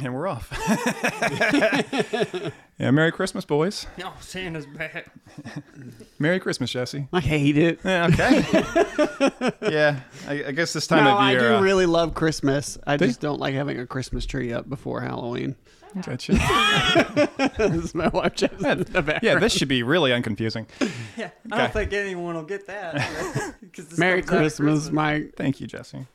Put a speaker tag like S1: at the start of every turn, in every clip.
S1: And we're off. yeah, Merry Christmas, boys.
S2: No, Santa's back.
S1: Merry Christmas, Jesse.
S3: I hate it.
S1: Yeah, okay. yeah, I, I guess this time
S3: No,
S1: of
S3: I
S1: year.
S3: do
S1: uh,
S3: really love Christmas. I just don't like having a Christmas tree up before Halloween.
S1: gotcha.
S3: this is my wife Jess in the background.
S1: Yeah, this should be really unconfusing.
S2: Yeah, I
S1: Okay.
S2: don't think anyone will get that. Because this
S3: Merry
S2: comes out at
S3: Christmas, Mike.
S1: Thank you, Jesse.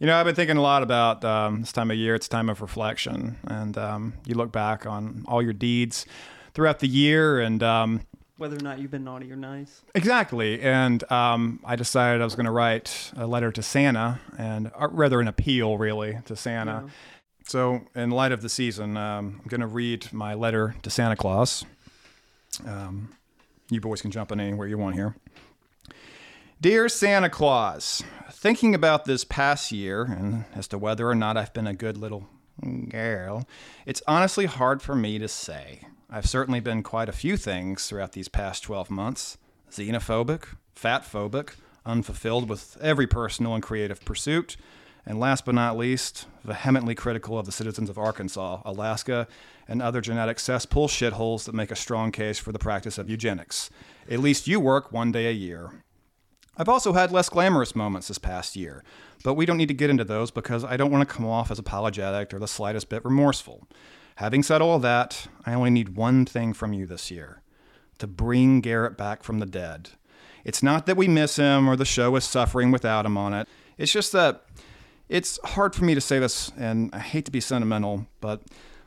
S1: You know, I've been thinking a lot about um, this time of year. It's a time of reflection, and um, you look back on all your deeds throughout the year, and um,
S2: Whether or not you've been naughty or nice.
S1: Exactly. And um, I decided I was going to write a letter to Santa, and or rather an appeal, really, to Santa.
S2: Yeah.
S1: So, in light of the season, um, I'm going to read my letter to Santa Claus. Um, you boys can jump in anywhere you want here. Dear Santa Claus, thinking about this past year and as to whether or not I've been a good little girl, it's honestly hard for me to say. I've certainly been quite a few things throughout these past 12 months xenophobic, fatphobic, unfulfilled with every personal and creative pursuit, and last but not least, vehemently critical of the citizens of Arkansas, Alaska, and other genetic cesspool shitholes that make a strong case for the practice of eugenics. At least you work one day a year. I've also had less glamorous moments this past year, but we don't need to get into those because I don't want to come off as apologetic or the slightest bit remorseful. Having said all that, I only need one thing from you this year to bring Garrett back from the dead. It's not that we miss him or the show is suffering without him on it, it's just that it's hard for me to say this, and I hate to be sentimental, but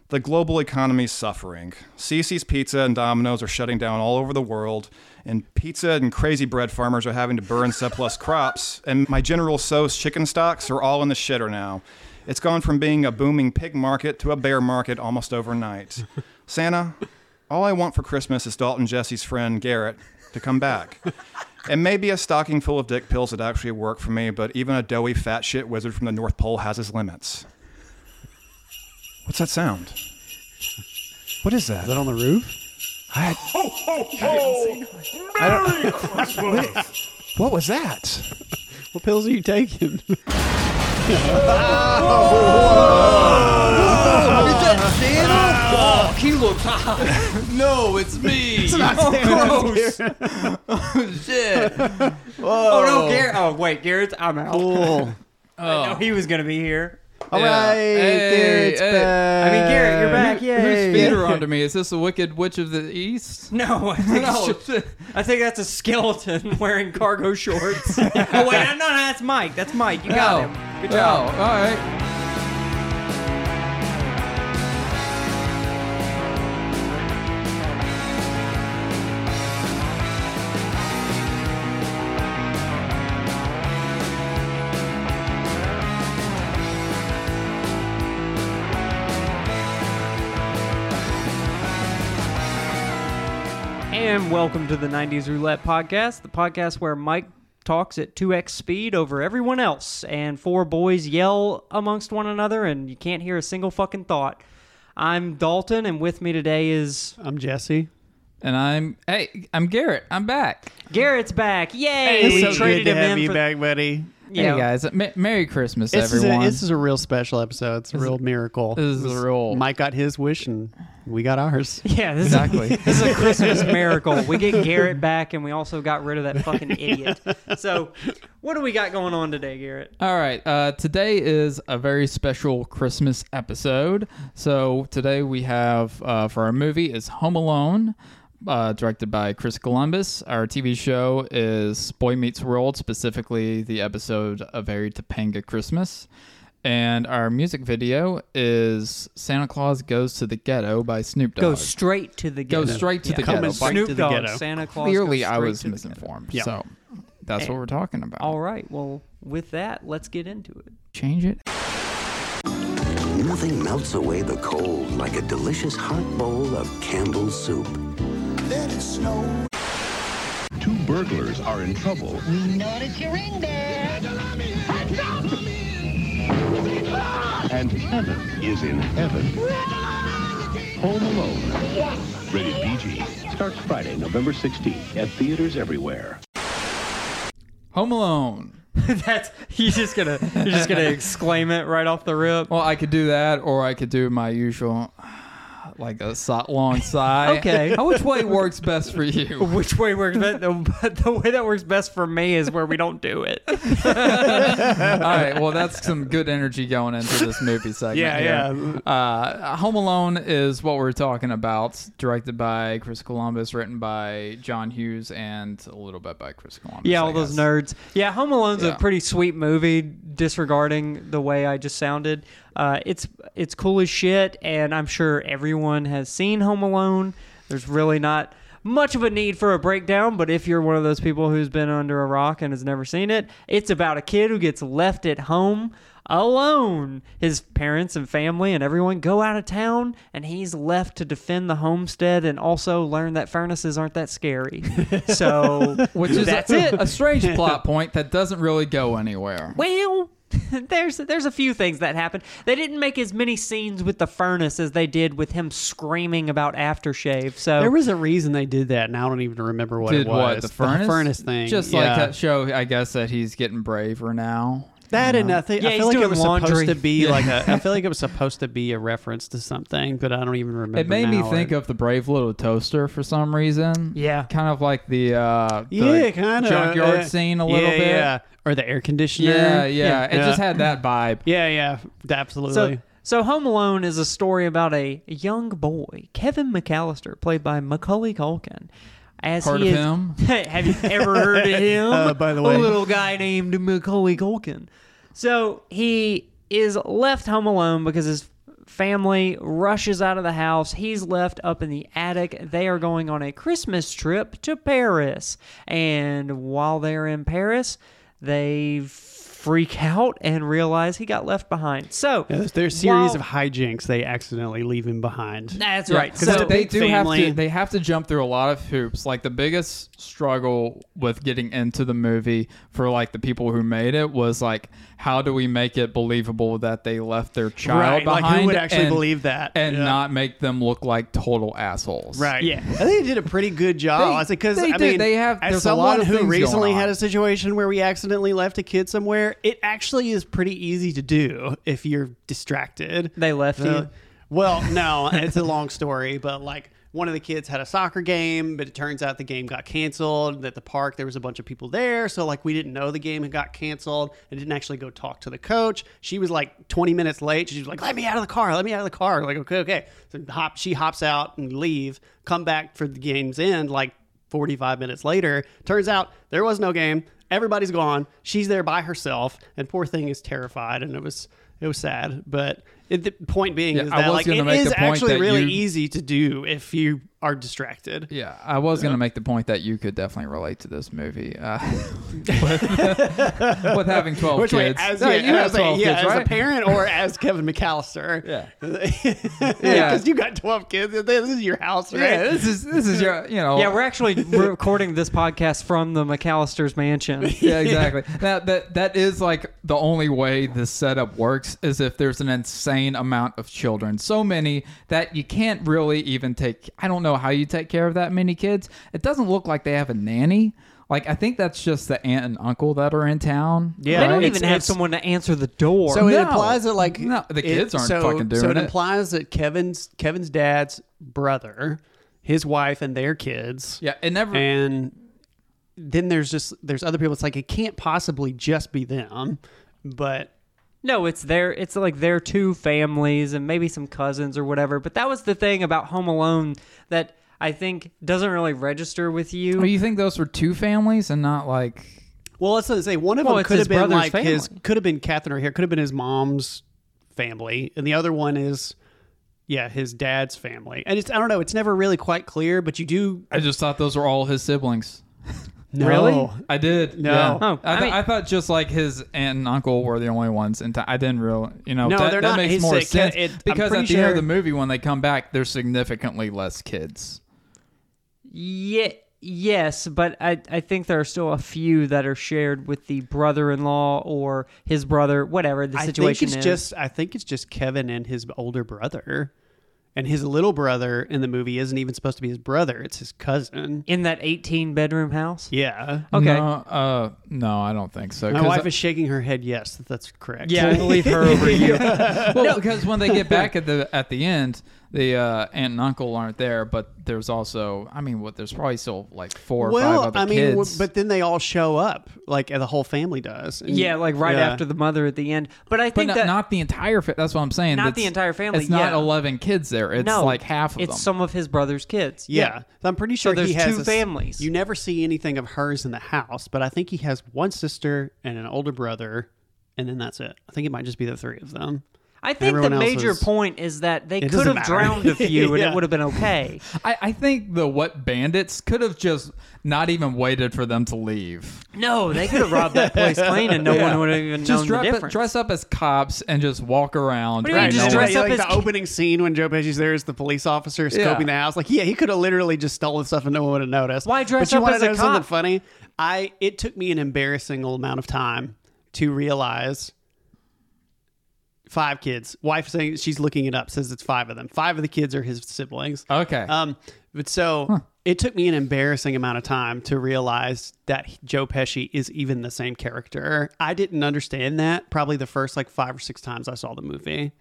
S1: the global economy is suffering. Cece's Pizza and Domino's are shutting down all over the world, and pizza and crazy bread farmers are having to burn surplus crops, and my General So's chicken stocks are all in the shitter now. It's gone from being a booming pig market to a bear market almost overnight. Santa, all I want for Christmas is Dalton Jesse's friend Garrett to come back. And maybe a stocking full of dick pills would actually work for me, but even a doughy fat shit wizard from the North Pole has his limits. What's that sound? What is that?
S3: Is that on the roof?
S1: I,
S4: Merry Christmas!
S1: what was that?
S3: What pills are you taking?
S2: Oh, he looks hot. Oh,
S4: no, it's me.
S3: Oh,
S2: Shit. Oh, no, Garrett. Oh, wait, Garrett's, I'm out.
S3: Cool.
S2: I
S4: Oh.
S2: know he was going to be here.
S1: All right,
S4: Yeah. Hey,
S1: Garrett's
S4: hey.
S1: back.
S2: I mean, Garrett, you're back. Yay.
S4: Whose feet are onto me? Is this the Wicked Witch of the East?
S2: No, I think, it's
S4: No.
S2: just- I think that's a skeleton wearing cargo shorts. oh, wait, no, no, no, that's Mike. That's Mike. You got
S4: Oh.
S2: him. Good
S4: Oh,
S2: job.
S4: all right.
S2: And welcome to the 90s Roulette Podcast, the podcast where Mike talks at 2x speed over everyone else, and four boys yell amongst one another, and you can't hear a single fucking thought. I'm Dalton, and with me today is
S3: I'm Jesse.
S4: And I'm hey, I'm Garrett. I'm back.
S2: Garrett's back. Yay!
S3: It's
S2: we
S3: so good
S2: traded
S3: to
S2: him
S3: have
S2: in
S3: you
S2: for,
S3: back, buddy.
S2: Yeah.
S4: Hey guys, M- Merry Christmas,
S3: This is, a,
S4: everyone.
S3: this is a real special episode. It's a real miracle.
S4: this is a real-
S3: Mike got his wish and we got ours.
S2: Yeah, this
S4: Exactly.
S2: is this is a Christmas miracle. We get Garrett back, and we also got rid of that fucking idiot. So, what do we got going on today, Garrett?
S4: All right. Uh, today is a very special Christmas episode. So today we have uh, for our movie is Home Alone, uh, directed by Chris Columbus. Our TV show is Boy Meets World, specifically the episode A Very Topanga Christmas. And our music video is Santa Claus Goes to the Ghetto by Snoop Dogg.
S2: Go straight to the
S4: Go
S2: ghetto.
S4: straight to the
S3: Coming
S4: ghetto.
S3: straight
S4: By-
S2: Snoop
S3: to the
S2: Dogg,
S3: ghetto.
S2: Santa Claus. goes
S4: Clearly, I
S2: straight
S4: was
S2: to the
S4: misinformed.
S3: Yeah.
S4: So that's what we're talking about.
S2: ghetto. All right. Well, with that, let's get into it.
S4: Change it.
S5: Nothing melts away the cold like a delicious hot bowl of Campbell's soup.
S6: Two burglars are in trouble.
S7: We notice your ring there.
S6: And Kevin is in heaven. Home Alone. Rated PG. Starts Friday, November 16th at theaters everywhere.
S4: Home Alone.
S2: That's he's just gonna he's just gonna exclaim it right off the rip.
S4: Well, I could do that, or I could do my usual, like a si- long sigh.
S2: Okay.
S4: How- Which way works best for you?
S2: Which way works best? But the way that works best for me is where we don't do it.
S4: All right. Well, that's some good energy going into this movie segment.
S3: Yeah,
S4: here. Uh, Home Alone is what we're talking about. Directed by Chris Columbus, written by John Hughes, and a little bit by Chris Columbus.
S2: Yeah,
S4: I
S2: all those
S4: guess.
S2: nerds. Yeah, Home Alone's
S4: Yeah.
S2: a pretty sweet movie. Disregarding the way I just sounded, uh, it's it's cool as shit, and I'm sure everyone has seen Home Alone. There's really not much of a need for a breakdown, but if you're one of those people who's been under a rock and has never seen it, it's about a kid who gets left at home alone. His parents and family and everyone go out of town, and he's left to defend the homestead and also learn that furnaces aren't that scary. So,
S4: Which is
S2: that's
S4: a,
S2: it.
S4: a strange plot point that doesn't really go anywhere.
S2: Well, there's there's a few things that happened. They didn't make as many scenes with the furnace as they did with him screaming about aftershave. So
S3: There was a reason they did that, and I don't even remember what
S4: Oh. Did
S3: it was.
S4: what the furnace?
S3: thing.
S4: Just
S3: yeah.
S4: like that show, I guess that he's getting braver now.
S3: That and I think
S2: Yeah,
S3: I
S2: he's
S3: feel like
S2: doing
S3: it was
S2: laundry.
S3: supposed to be like a. I feel like it was supposed to be a reference to something, but I don't even remember.
S4: It made me
S3: now.
S4: think of the brave little toaster for some reason.
S2: Yeah.
S4: kind of like the uh, the
S3: yeah, kind of
S4: junkyard scene a little
S3: yeah,
S4: bit.
S3: yeah, or the air conditioner.
S4: yeah, yeah. It
S3: yeah.
S4: just had that vibe.
S3: yeah, yeah, absolutely.
S2: so so Home Alone is a story about a young boy, Kevin McAllister, played by Macaulay Culkin. As
S4: Heard
S2: he
S4: of
S2: is-
S4: him?
S2: have you ever heard of him?
S3: Uh, by the way.
S2: a little guy named Macaulay Culkin. So he is left home alone because his family rushes out of the house. He's left up in the attic. They are going on a Christmas trip to Paris, and while they're in Paris, they freak out and realize he got left behind. So
S3: Yeah, there's, there's a series
S2: while-
S3: of hijinks they accidentally leave him behind.
S2: That's
S4: Yeah,
S2: right.
S4: 'cause
S2: So
S4: they
S3: big
S4: do have
S3: family.
S4: to. They have to jump through a lot of hoops. Like the biggest struggle with getting into the movie for like the people who made it was like, how do we make it believable that they left their child
S3: Right, like,
S4: behind?
S3: who would actually
S4: and-
S3: believe that?
S4: and
S3: Yeah.
S4: not make them look like total assholes?
S3: Right.
S2: Yeah.
S3: I think they did a pretty good job.
S4: They-
S3: I think because
S4: they
S3: I
S4: did.
S3: mean,
S4: They have-
S3: as
S4: there's a lot
S3: someone
S4: of
S3: who
S4: things
S3: recently
S4: going on.
S3: had a situation where we accidentally left a kid somewhere, it actually is pretty easy to do if you're distracted.
S2: They left
S3: Uh,
S2: you?
S3: Well, no, it's a long story, but like one of the kids had a soccer game, but it turns out the game got canceled. At the park, there was a bunch of people there, so like we didn't know the game had got canceled. I didn't actually go talk to the coach. She was like 20 minutes late. She was like, "Let me out of the car! Let me out of the car!" Like, okay, okay. So hop, she hops out and leave. Come back for the game's end, like 45 minutes later. Turns out there was no game. Everybody's gone. She's there by herself, and poor thing is terrified. And it was it was sad, but it, the point being
S4: Yeah,
S3: is
S4: I
S3: that
S4: was
S3: like
S4: gonna
S3: it
S4: make
S3: is
S4: the point
S3: actually
S4: that
S3: really
S4: you-
S3: easy to do if you are distracted.
S4: Yeah, I was gonna make the point that you could definitely relate to this movie uh, with, with having twelve
S3: Which way,
S4: kids.
S3: as,
S4: No,
S3: yeah,
S4: you have
S3: as, a,
S4: twelve
S3: yeah,
S4: kids,
S3: as
S4: right?
S3: a parent or as Kevin McAllister.
S4: Yeah. Yeah.
S3: yeah. Because you got 12 kids. This is your house, right?
S4: Yeah, this is this is your you know.
S2: yeah, we're actually recording this podcast from the McAllister's mansion.
S4: yeah, exactly. Now that that is like the only way this setup works is if there's an insane amount of children, so many that you can't really even take. I don't know how you take care of that many kids. It doesn't look like they have a nanny. Like I think that's just the aunt and uncle that are in town.
S2: they don't
S4: right?
S2: even have someone to answer the door.
S3: So
S4: No.
S3: it implies that like
S4: No, the
S3: it-
S4: kids aren't
S3: so,
S4: fucking doing
S3: So it
S4: it.
S3: implies that Kevin's Kevin's dad's brother, his wife, and their kids.
S4: Yeah, it never.
S3: And then there's just there's other people. It's like it can't possibly just be them, but
S2: no, it's their it's like their two families and maybe some cousins or whatever. But that was the thing about Home Alone that I think doesn't really register with you.
S4: Well, you think those were two families and not like?
S3: Well, let's not say one of
S2: Well,
S3: them
S2: it's
S3: could
S2: his
S3: have been
S2: brother's
S3: like his
S2: family.
S3: could have been Catherine or here could have been his mom's family, and the other one is yeah his dad's family. And it's I don't know, it's never really quite clear, but you do
S4: I just thought those were all his siblings.
S3: know.
S2: Really?
S4: I did.
S3: No.
S4: yeah.
S2: Oh,
S4: I,
S2: I
S4: th-
S2: mean-
S4: I thought just like his aunt and uncle were the only ones, and I didn't really, you know,
S3: No,
S4: that,
S3: they're
S4: that
S3: not.
S4: makes
S3: He's
S4: more
S3: a kid.
S4: sense
S3: It- I'm
S4: because at the
S3: pretty
S4: end of
S3: sure-
S4: the movie, when they come back, there's significantly less kids.
S2: yeah, yes, but I I think there are still a few that are shared with the brother-in-law or his brother, whatever the
S3: I think
S2: situation
S3: it's
S2: is.
S3: just I think it's just Kevin and his older brother. and his little brother in the movie isn't even supposed to be his brother; it's his cousin.
S2: in that 18 bedroom house.
S3: Yeah.
S2: Okay.
S4: No, uh, no, I don't think so.
S3: My
S4: 'cause
S3: wife is shaking her head. Yes, that that's correct.
S2: Yeah, I believe her over you.
S4: well, because when they get back at the at the end, the uh, aunt and uncle aren't there, but there's also, I mean, what there's probably still like four or
S3: Well,
S4: five other
S3: I mean, w-
S4: kids.
S3: but then they all show up, like the whole family does. And-
S2: Yeah, like right
S3: Yeah.
S2: after the mother at the end. But I
S4: But
S2: think
S4: not,
S2: that
S4: not the entire. Fa- that's what I'm saying.
S2: Not
S4: That's-
S2: the entire family,
S4: It's not
S2: yeah.
S4: eleven kids there. It's
S2: no,
S4: like half of
S2: it's
S4: them.
S2: some of his brother's kids.
S3: Yeah. I'm pretty
S2: So
S3: sure he
S2: there's
S3: has
S2: two
S3: a s-
S2: families.
S3: You never see anything of hers in the house, but I think he has one sister and an older brother, and then that's it. I think it might just be the three of them.
S2: I think the
S3: Everyone else
S2: major
S3: is-
S2: point is that they
S3: It
S2: could
S3: doesn't
S2: have
S3: matter.
S2: drowned a few and
S3: Yeah.
S2: it would have been okay.
S4: I, I think the what bandits could have just not even waited for them to leave.
S2: No, they could have robbed that place clean and no
S4: Yeah.
S2: one would have even
S4: Just
S2: known
S4: dre-
S2: the difference.
S4: dress up as cops and just walk around.
S2: do you mean
S4: and
S2: just
S4: no
S2: dress
S4: one-
S2: up
S3: like
S2: as
S3: the
S2: ki-
S3: opening scene when Joe Pesci's there is the police officer scoping
S4: Yeah.
S3: the house. Like, yeah, he could have literally just stolen stuff and no one would have noticed.
S2: Why dress
S3: but you
S2: up
S3: wanna
S2: as a
S3: know something
S2: cop?
S3: funny? I it took me an embarrassing amount of time to realize five kids. Wife saying she's looking it up says it's five of them. Five of the kids are his siblings.
S4: Okay.
S2: Uh,
S3: Um, but so it took me an embarrassing amount of time to realize that he- Joe Pesci is even the same character. I didn't understand that probably the first like five or six times I saw the movie.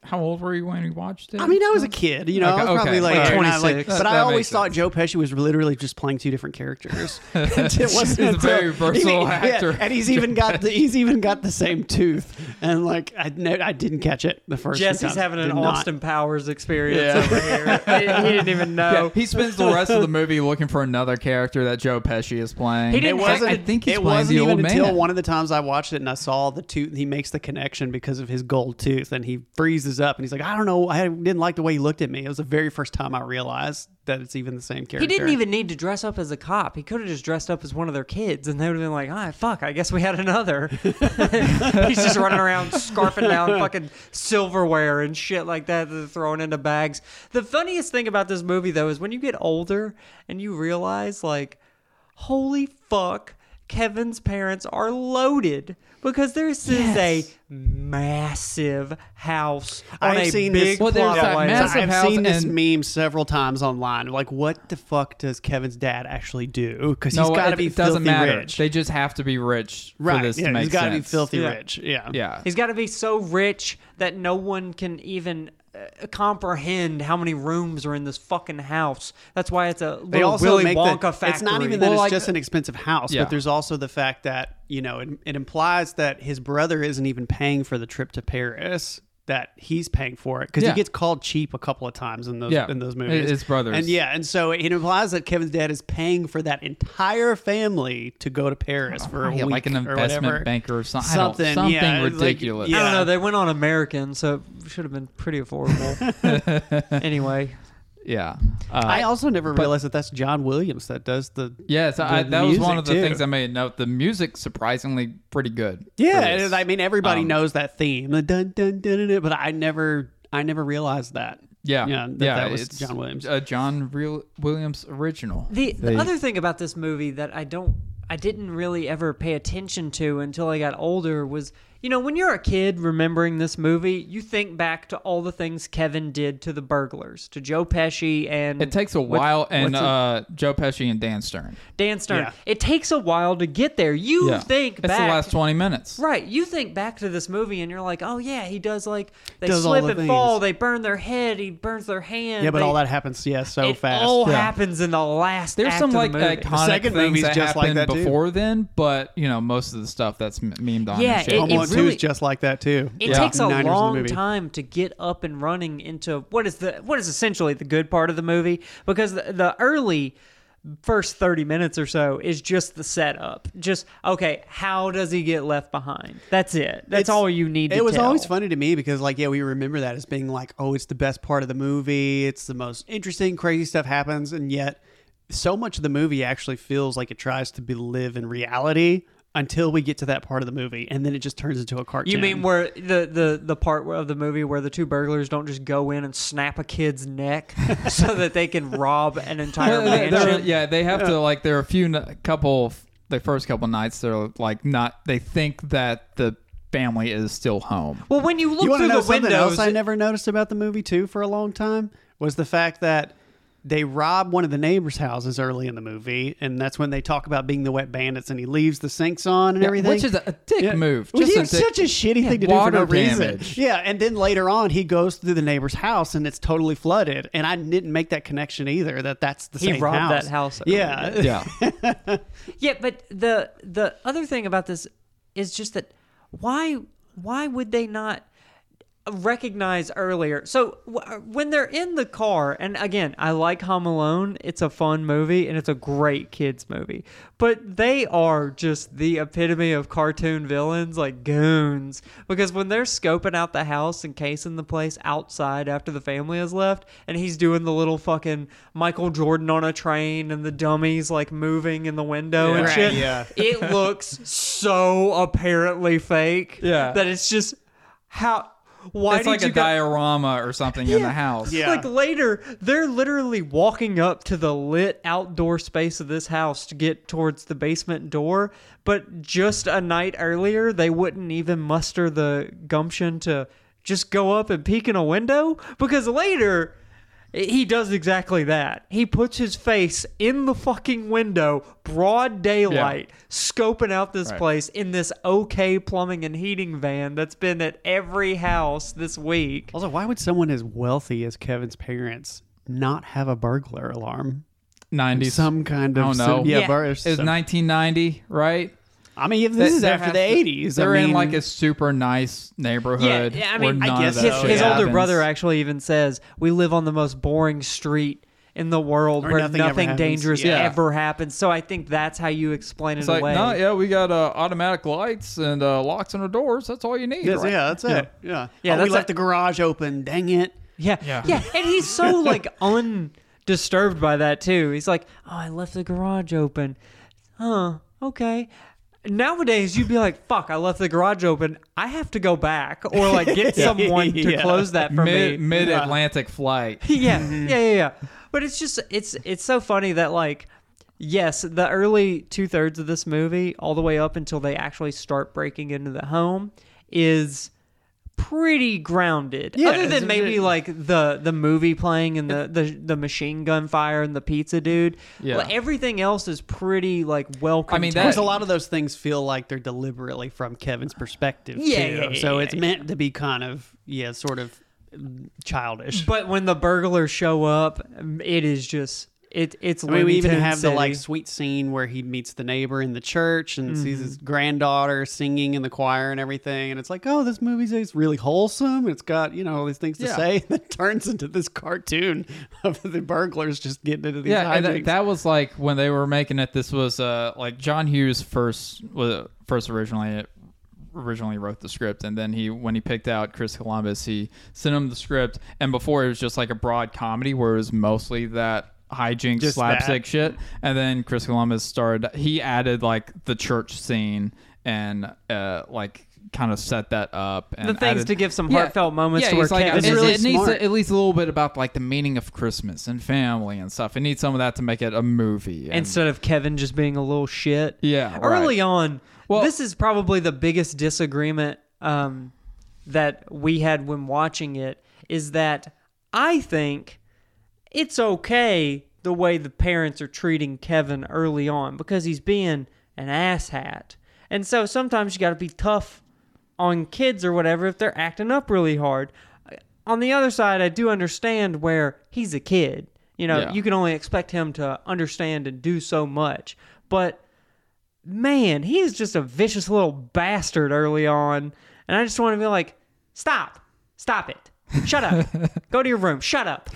S4: How old were you when you watched it?
S3: I mean, I was a kid, you know,
S4: Okay,
S3: I was probably
S4: okay.
S3: like,
S4: Like
S3: 26.
S2: 26.
S3: but
S4: That-
S3: I
S4: that
S3: always
S4: makes
S3: thought Joe Pesci was literally just playing two different characters. it wasn't
S4: He's a very
S3: until-
S4: versatile
S3: yeah,
S4: actor.
S3: and he's even got the he's even got the same tooth. And like I no, I didn't catch it the first. few
S2: Jesse's
S3: times.
S2: having an
S3: Did not.
S2: Austin Powers experience over here. he, he didn't even know.
S4: Yeah, he spends the rest of the movie looking for another character that Joe Pesci is playing.
S2: He didn't
S4: I-
S2: wasn't-
S4: I think he's
S3: it
S4: playing
S3: wasn't
S4: the
S3: even
S4: old
S3: until
S4: man.
S3: one of the times I watched it and I saw the tooth. He makes the connection because of his gold tooth, and he freezes up and he's like, "I don't know. I didn't like the way he looked at me." It was the very first time I realized that it's even the same character.
S2: He didn't even need to dress up as a cop. He could have just dressed up as one of their kids, and they would have been like, "Ah, fuck! I guess we had another." He's just running around scarfing down fucking silverware and shit like that, that they're throwing into bags. The funniest thing about this movie, though, is when you get older and you realize, like, holy fuck, Kevin's parents are loaded because this is a massive house on
S3: I've
S2: a
S3: seen
S2: big
S3: this- Well,
S4: there's
S2: plot
S4: that
S2: of land.
S4: massive
S3: I've
S4: house
S3: seen this
S4: and-
S3: meme several times online. Like, what the fuck does Kevin's dad actually do? Because
S4: no,
S3: he's got to
S4: it
S3: be filthy
S4: doesn't matter.
S3: rich.
S4: They just have to be rich
S3: right?
S4: for this
S3: yeah,
S4: to make
S3: he's gotta be
S4: sense.
S3: filthy
S2: Yeah.
S3: rich. Yeah.
S4: Yeah.
S2: He's got to be so rich that no one can even uh, comprehend how many rooms are in this fucking house. That's why it's a little
S3: they also
S2: Willy
S3: make
S2: Wonka
S3: the,
S2: factory.
S3: It's not even that
S4: Well,
S3: it's
S4: like-
S3: just an expensive house,
S4: Yeah.
S3: but there's also the fact that you know it, it implies that his brother isn't even paying for the trip to Paris. That he's paying for it because
S4: Yeah.
S3: he gets called cheap a couple of times in those
S4: Yeah.
S3: in those
S4: It-
S3: movies.
S4: it's brothers.
S3: and yeah, and so it implies that Kevin's dad is paying for that entire family to go to Paris for a
S4: Yeah,
S3: week
S4: like an
S3: or
S4: investment
S3: whatever.
S4: banker or some- I don't- something
S3: yeah, like-
S4: ridiculous.
S2: I
S3: yeah.
S2: don't know. They went on American, so it should have been pretty affordable. anyway,
S4: yeah. Uh,
S3: I also never realized that that's John Williams that does the
S4: yes, I,
S3: the
S4: that was one
S3: music,
S4: of the
S3: too.
S4: things I made note. The music surprisingly pretty good. for
S3: Yeah,
S4: this.
S3: and I mean everybody
S4: Um,
S3: knows that theme, the dun, dun, dun, dun, dun, but I never, I never realized that.
S4: yeah,
S3: yeah, that,
S4: yeah.
S3: that was
S4: it's uh,
S3: John Williams.
S4: a John Real Williams original.
S2: the, the
S4: They-
S2: other thing about this movie that I don't, I didn't really ever pay attention to until I got older was, you know, when you're a kid remembering this movie, you think back to all the things Kevin did to the burglars, to Joe Pesci, and
S4: it takes a while, and
S2: what's it-
S4: uh, Joe Pesci and Dan Stern.
S2: Dan Stern.
S3: Yeah.
S2: It takes a while to get there. You think
S4: it's
S2: back.
S4: the last twenty minutes.
S2: Right, you think back to this movie and you're like, oh yeah, he does like they
S3: Does all
S2: slip
S3: the
S2: and fall,
S3: things.
S2: they burn their head, he burns their hand.
S3: yeah, but
S2: they-
S3: all that happens, yeah, so
S2: it
S3: fast.
S2: all
S3: yeah.
S2: happens in the last.
S4: There's
S2: act
S4: some
S2: of the
S4: like
S2: movie.
S4: iconic
S3: second
S4: things
S3: movie's
S4: that
S3: just like
S4: happened
S3: that, too.
S4: before then, but you know most of the stuff that's m- memed on.
S2: Yeah,
S4: and shit.
S2: it-
S3: Home Alone
S2: it
S3: Two
S2: really-
S3: is just like that too.
S2: It
S4: Yeah.
S2: takes a
S3: Nine years in the
S2: long
S3: movie.
S2: time to get up and running into what is the what is essentially the good part of the movie because the, the early first 30 minutes or so is just the setup. Just okay, how does he get left behind? That's it. That's
S3: It's-
S2: all you need to
S3: It was
S2: tell.
S3: always funny to me because, like, yeah, we remember that as being like, oh, it's the best part of the movie. It's the most interesting, crazy stuff happens, and yet so much of the movie actually feels like it tries to be live in reality until we get to that part of the movie, and then it just turns into a cartoon.
S2: You mean where the, the the part where- of the movie where the two burglars don't just go in and snap a kid's neck so that they can rob an entire
S4: Well, they- they're-
S2: mansion?
S4: yeah, they have to like. There are a few n- couple, the first couple nights. They're like not. They think that the family is still home.
S2: Well, when you look
S3: You want
S2: through
S3: to know
S2: the
S3: something
S2: windows,
S3: else I never noticed about the movie too for a long time was the fact that they rob one of the neighbors' houses early in the movie, and that's when they talk about being the wet bandits, and he leaves the sinks on and everything,
S4: which is a- a dick move.
S3: Which
S4: Just a
S3: is
S4: dick-
S3: such a shitty
S4: Yeah,
S3: thing to do for
S4: water
S3: no
S4: damage.
S3: reason. Yeah, and then later on, he goes through the neighbor's house, and it's totally flooded, and I didn't make that connection either. That that's the
S2: He
S3: same
S2: robbed
S3: house.
S2: that house early,
S3: Yeah,
S4: Yeah.
S2: yeah. But the the other thing about this is just that why why would they not recognize earlier? So w- when they're in the car, and again, I like Home Alone. It's a fun movie and it's a great kids movie. But they are just the epitome of cartoon villains, like goons. Because when they're scoping out the house and casing the place outside after the family has left, and he's doing the little fucking Michael Jordan on a train and the dummies like moving in the window and
S3: Right,
S2: shit,
S3: yeah.
S2: it looks so apparently fake
S4: Yeah.
S2: that it's just how why
S4: it's
S2: did
S4: like
S2: you
S4: a
S2: go-
S4: diorama or something in the house.
S3: Yeah.
S2: like later they're literally walking up to the lit outdoor space of this house to get towards the basement door but just a night earlier they wouldn't even muster the gumption to just go up and peek in a window because later he does exactly that. He puts his face in the fucking window, broad daylight, scoping out this place in this OK plumbing and heating van that's been at every house this week.
S3: Also, why would someone as wealthy as Kevin's parents not have a burglar alarm?
S4: 90s.
S3: Some kind of
S4: I don't know.
S3: some- yeah,
S2: Yeah.
S3: burglar.
S4: It was 1990, right?
S3: I mean, if this is
S4: There
S3: after
S4: has
S3: the
S4: to-
S3: eighties,
S4: They're
S3: I mean,
S4: in like a super nice neighborhood.
S2: Yeah, yeah, I
S4: where
S2: mean,
S4: none
S2: I
S4: of
S2: guess
S4: that
S2: his,
S4: shit
S2: his older
S4: happens.
S2: brother actually even says, "We live on the most boring street in the world,
S3: Or
S2: where
S3: nothing
S2: nothing,
S3: ever happens."
S2: dangerous
S4: Yeah.
S2: ever happens." So I think that's how you explain
S4: It's
S2: it
S4: like,
S2: away.
S4: no, yeah, we got uh, automatic lights and uh, locks on our doors. That's all you need.
S3: Yes,
S4: right?
S3: yeah, that's it. Yeah,
S2: Yeah,
S3: Oh,
S2: that's
S3: we left
S2: like-
S3: the garage open. Dang it!
S2: Yeah.
S4: Yeah.
S2: Yeah. And he's so like undisturbed by that too. He's like, Oh, I left the garage open. Huh. Okay. Nowadays you'd be like, fuck, I left the garage open. I have to go back or like get someone to
S3: Yeah.
S2: close that for
S4: Mid
S2: me.
S4: mid Atlantic flight.
S2: yeah.
S3: Mm-hmm.
S2: Yeah, yeah, yeah. But it's just it's it's so funny that like yes, the early two thirds of this movie, all the way up until they actually start breaking into the home, is pretty grounded.
S3: Yeah,
S2: Other
S3: it's-
S2: than maybe
S3: it-
S2: like the the movie playing and the the, the machine gun fire and the pizza dude.
S4: Yeah.
S2: Like, everything else is pretty like well.
S4: I mean,
S2: contained.
S4: that-
S3: Because a lot of those things feel like they're deliberately from Kevin's perspective.
S2: Yeah,
S3: too.
S2: yeah, yeah,
S3: so
S2: yeah,
S3: it's meant to be kind of yeah, sort of childish.
S2: But when the burglars show up, it is just it it's.
S3: I mean, we
S2: Looney
S3: even
S2: Tunes
S3: have the like
S2: City.
S3: sweet scene where he meets the neighbor in the church and
S4: Mm-hmm.
S3: sees his granddaughter singing in the choir and everything, and it's like, oh, this movie's it's really wholesome. It's got you know all these things to
S4: Yeah.
S3: say. That turns into this cartoon of the burglars just getting into these
S4: Yeah, and
S3: hijinks.
S4: that, that was like when they were making it. This was uh, like John Hughes first was first originally originally wrote the script, and then he when he picked out Chris Columbus, he sent him the script. And before it was just like a broad comedy where it was mostly that hijinks
S3: Just
S4: slapstick
S3: that.
S4: shit. And then Chris Columbus started. He added like the church scene and uh, like kind of set that up and
S2: The things
S4: added-
S2: to give some
S4: Yeah.
S2: heartfelt moments
S4: Yeah,
S2: to where
S4: he's like,
S2: Kevin's
S4: it,
S3: really
S4: it needs
S3: smart.
S4: to- at least a little bit about like the meaning of Christmas and family and stuff. It needs some of that to make it a movie. And,
S2: instead of Kevin just being a little shit.
S4: Yeah,
S2: Early
S4: right.
S2: on,
S4: Well-
S2: this is probably the biggest disagreement um, that we had when watching it is that I think it's okay the way the parents are treating Kevin early on because he's being an asshat. And so sometimes you got to be tough on kids or whatever if they're acting up really hard. Uh, On the other side, I do understand where he's a kid. You know,
S4: Yeah.
S2: you can only expect him to understand and do so much. But man, he is just a vicious little bastard early on. And I just want to be like, stop, stop it. Shut up. Go to your room. Shut up.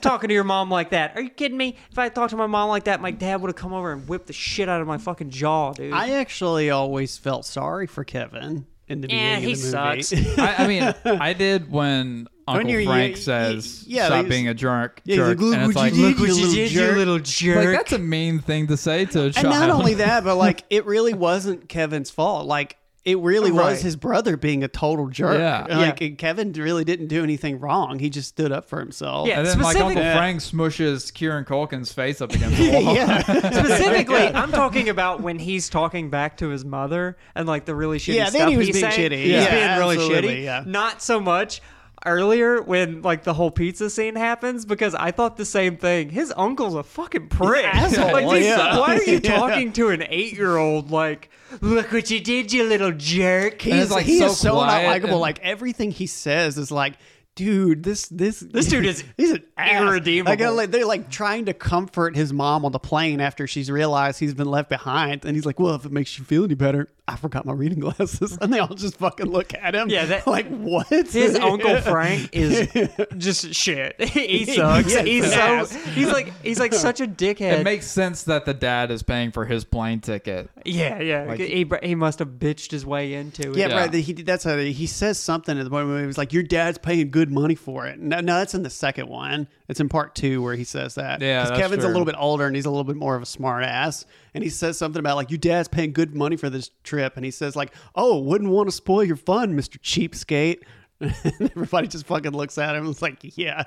S2: Talking to your mom like that. Are you kidding me? If I talked to my mom like that, my dad would have come over and whipped the shit out of my fucking jaw, dude.
S3: I actually always felt sorry for Kevin in the beginning
S2: yeah,
S3: of
S2: he
S3: the movie.
S2: sucks.
S4: I, I mean, I did when Uncle
S3: you're-
S4: Frank
S3: you-
S4: says,
S3: you- yeah,
S4: "Stop
S3: he's-
S4: being a jerk."
S3: Yeah, he's
S4: jerk,"
S3: like, "Look
S4: and it's
S3: what
S4: like,
S3: you did,
S4: look what
S3: you
S4: you
S3: little
S4: did, you
S3: jerk."
S4: little
S2: jerk.
S4: like that's a mean thing to say to a child.
S3: And not only that, but like it really wasn't Kevin's fault. Like it really
S1: Right.
S3: was his brother being a total jerk.
S4: Oh, Yeah.
S3: Like
S2: Yeah.
S3: and Kevin really didn't do anything wrong. He just stood up for himself.
S2: Yeah.
S4: And then like Uncle
S2: Specifically-
S4: Frank smushes Kieran Culkin's face up against the wall.
S3: yeah.
S2: Specifically, I'm talking about when he's talking back to his mother and like the really shitty
S3: Yeah,
S2: stuff
S3: then he was
S2: he's
S3: being
S2: saying.
S3: shitty.
S2: He's
S3: Yeah,
S2: being really
S3: absolutely,
S2: shitty.
S3: yeah.
S2: Not so much earlier when like the whole pizza scene happens because I thought the same thing. His uncle's a fucking prick.
S3: Asshole,
S2: Like, dude,
S3: yeah.
S2: Why are you
S3: Yeah.
S2: talking to an eight year old like, look what you did, you little jerk?
S3: He's
S4: it's, like,
S3: he
S4: so
S3: is so
S4: quiet
S3: not likable.
S4: and-
S3: Like everything he says is like, dude, this this this
S2: dude is
S3: he's an ass.
S2: irredeemable.
S3: Like, they're, like, they're like trying to comfort his mom on the plane after she's realized he's been left behind, and he's like, well, if it makes you feel any better, I forgot my reading glasses, and they all just fucking look at him.
S2: Yeah, that-
S3: like what?
S2: His uncle Frank is just shit. he sucks.
S3: Yeah,
S2: he's
S3: it's an
S2: so
S3: ass.
S2: he's like he's like such a dickhead.
S4: It makes sense that the dad is paying for his plane ticket.
S2: Yeah, yeah. he, he must have bitched his way into it.
S3: Yeah,
S4: Yeah.
S3: right. that He that's how he says something at the point where he was like, "Your dad's paying good money for it." No, no, that's in the second one. It's in part two where he says that.
S4: Yeah,
S3: 'Cause
S4: that's
S3: Kevin's a
S4: true.
S3: little bit older and he's a little bit more of a smart ass, and he says something about like, "Your dad's paying good money for this trip," and he says like, "Oh, wouldn't want to spoil your fun, Mister Cheapskate." And everybody just fucking looks at him. It's like, yeah,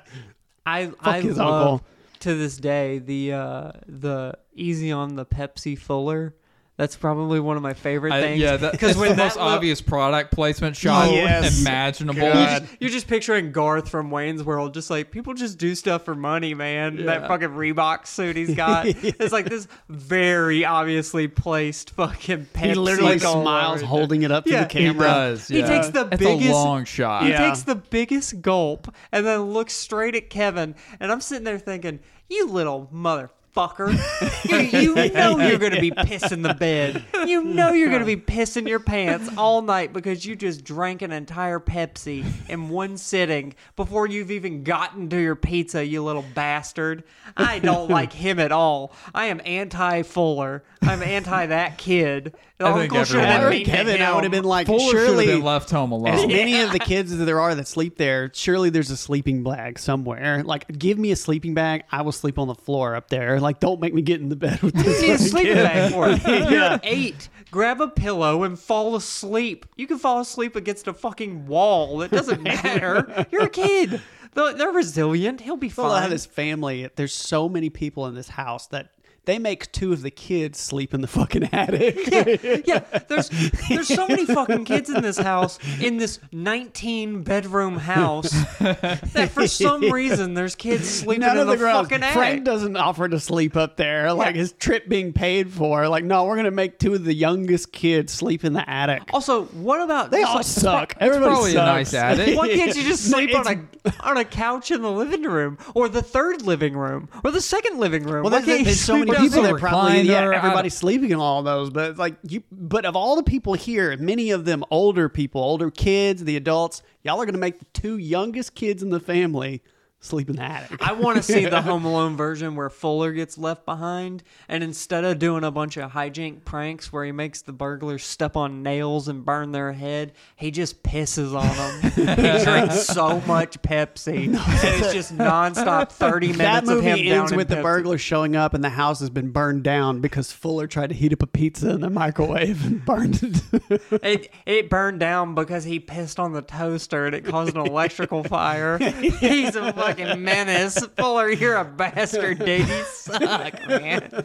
S2: I I
S3: his
S2: love
S3: uncle.
S2: to this day the uh, the easy on the Pepsi Fuller. That's probably one of my favorite
S4: I-
S2: things.
S4: yeah, because
S2: because
S4: the
S2: when that
S4: most
S2: lo-
S4: obvious product placement shot
S3: Oh, Yes.
S4: imaginable.
S2: You're just, you're just picturing Garth from Wayne's World, just like people just do stuff for money, man. That fucking Reebok suit he's got. It's like this very obviously placed fucking Pepsi.
S3: he literally
S2: Cola.
S3: smiles, holding it up to
S2: Yeah.
S3: the
S2: He
S4: He
S3: camera.
S4: does.
S2: He
S4: yeah.
S2: takes the
S4: It's
S2: biggest
S4: a long shot.
S2: He
S3: Yeah.
S2: takes the biggest gulp and then looks straight at Kevin, and I'm sitting there thinking, "You little motherfucker! you, you know you're going to be pissing the bed. You know you're going to be pissing your pants all night because you just drank an entire Pepsi in one sitting before you've even gotten to your pizza. You little bastard! I don't like him at all. I am anti Fuller. I'm anti that kid. The
S4: think
S2: uncle should have
S4: everyone is.
S2: been mean to
S3: Kevin, I
S2: him.
S3: would have been like,
S4: Fuller
S3: surely
S4: should have been left home
S3: As
S4: alone.
S3: many of the kids as there are that sleep there, surely there's a sleeping bag somewhere. Like, give me a sleeping bag. I will sleep on the floor up there. Like, don't make me get in the bed with this.
S2: See a
S3: fucking
S2: sleeping
S3: kid.
S2: bag for it. You're eight. Grab a pillow and fall asleep. You can fall asleep against a fucking wall. It doesn't matter. You're a kid. They're they're resilient. He'll be
S3: Well, I have
S2: fine.
S3: this family. There's so many people in this house that they make two of the kids sleep in the fucking attic.
S2: Yeah, there's there's so many fucking kids in this house, in this 19 bedroom house, that for some reason there's kids sleeping
S3: None
S2: in
S3: of the girls.
S2: fucking
S3: Frank
S2: attic.
S3: doesn't offer to sleep up there. Like
S2: Yeah.
S3: his trip being paid for. Like, no, we're gonna make two of the youngest kids sleep in the attic.
S2: also, what about
S3: they
S2: just,
S3: all
S2: like,
S3: suck. Everybody
S4: Probably a
S3: sucks.
S4: nice attic.
S2: Why can't you just
S3: No,
S2: sleep on
S3: it's-
S2: a on a couch in the living room, or the third living room, or the second living room?
S3: Well,
S2: Why
S3: there's,
S2: can't you
S3: there's so
S2: sleep
S3: many
S2: down
S3: people
S2: there?
S3: that
S4: recliner,
S3: probably yeah,
S4: I
S3: everybody's
S4: don't-
S3: sleeping in all those, but it's like you, but of all the people here, many of them older people, older kids, the adults, y'all are gonna make the two youngest kids in the family sleep in the attic.
S2: I want to see the Home Alone version where Fuller gets left behind, and instead of doing a bunch of hijink pranks where he makes the burglars step on nails and burn their head, he just pisses on them. he drinks so much Pepsi, and it's just nonstop thirty minutes
S3: that
S2: of him
S3: movie
S2: down
S3: ends
S2: in
S3: with the
S2: Pepsi.
S3: burglar showing up and the house has been burned down because Fuller tried to heat up a pizza in the microwave and burned it.
S2: It it burned down because he pissed on the toaster and it caused an electrical fire. He's a fucking menace. Fuller, you're a bastard, dude. You suck, man.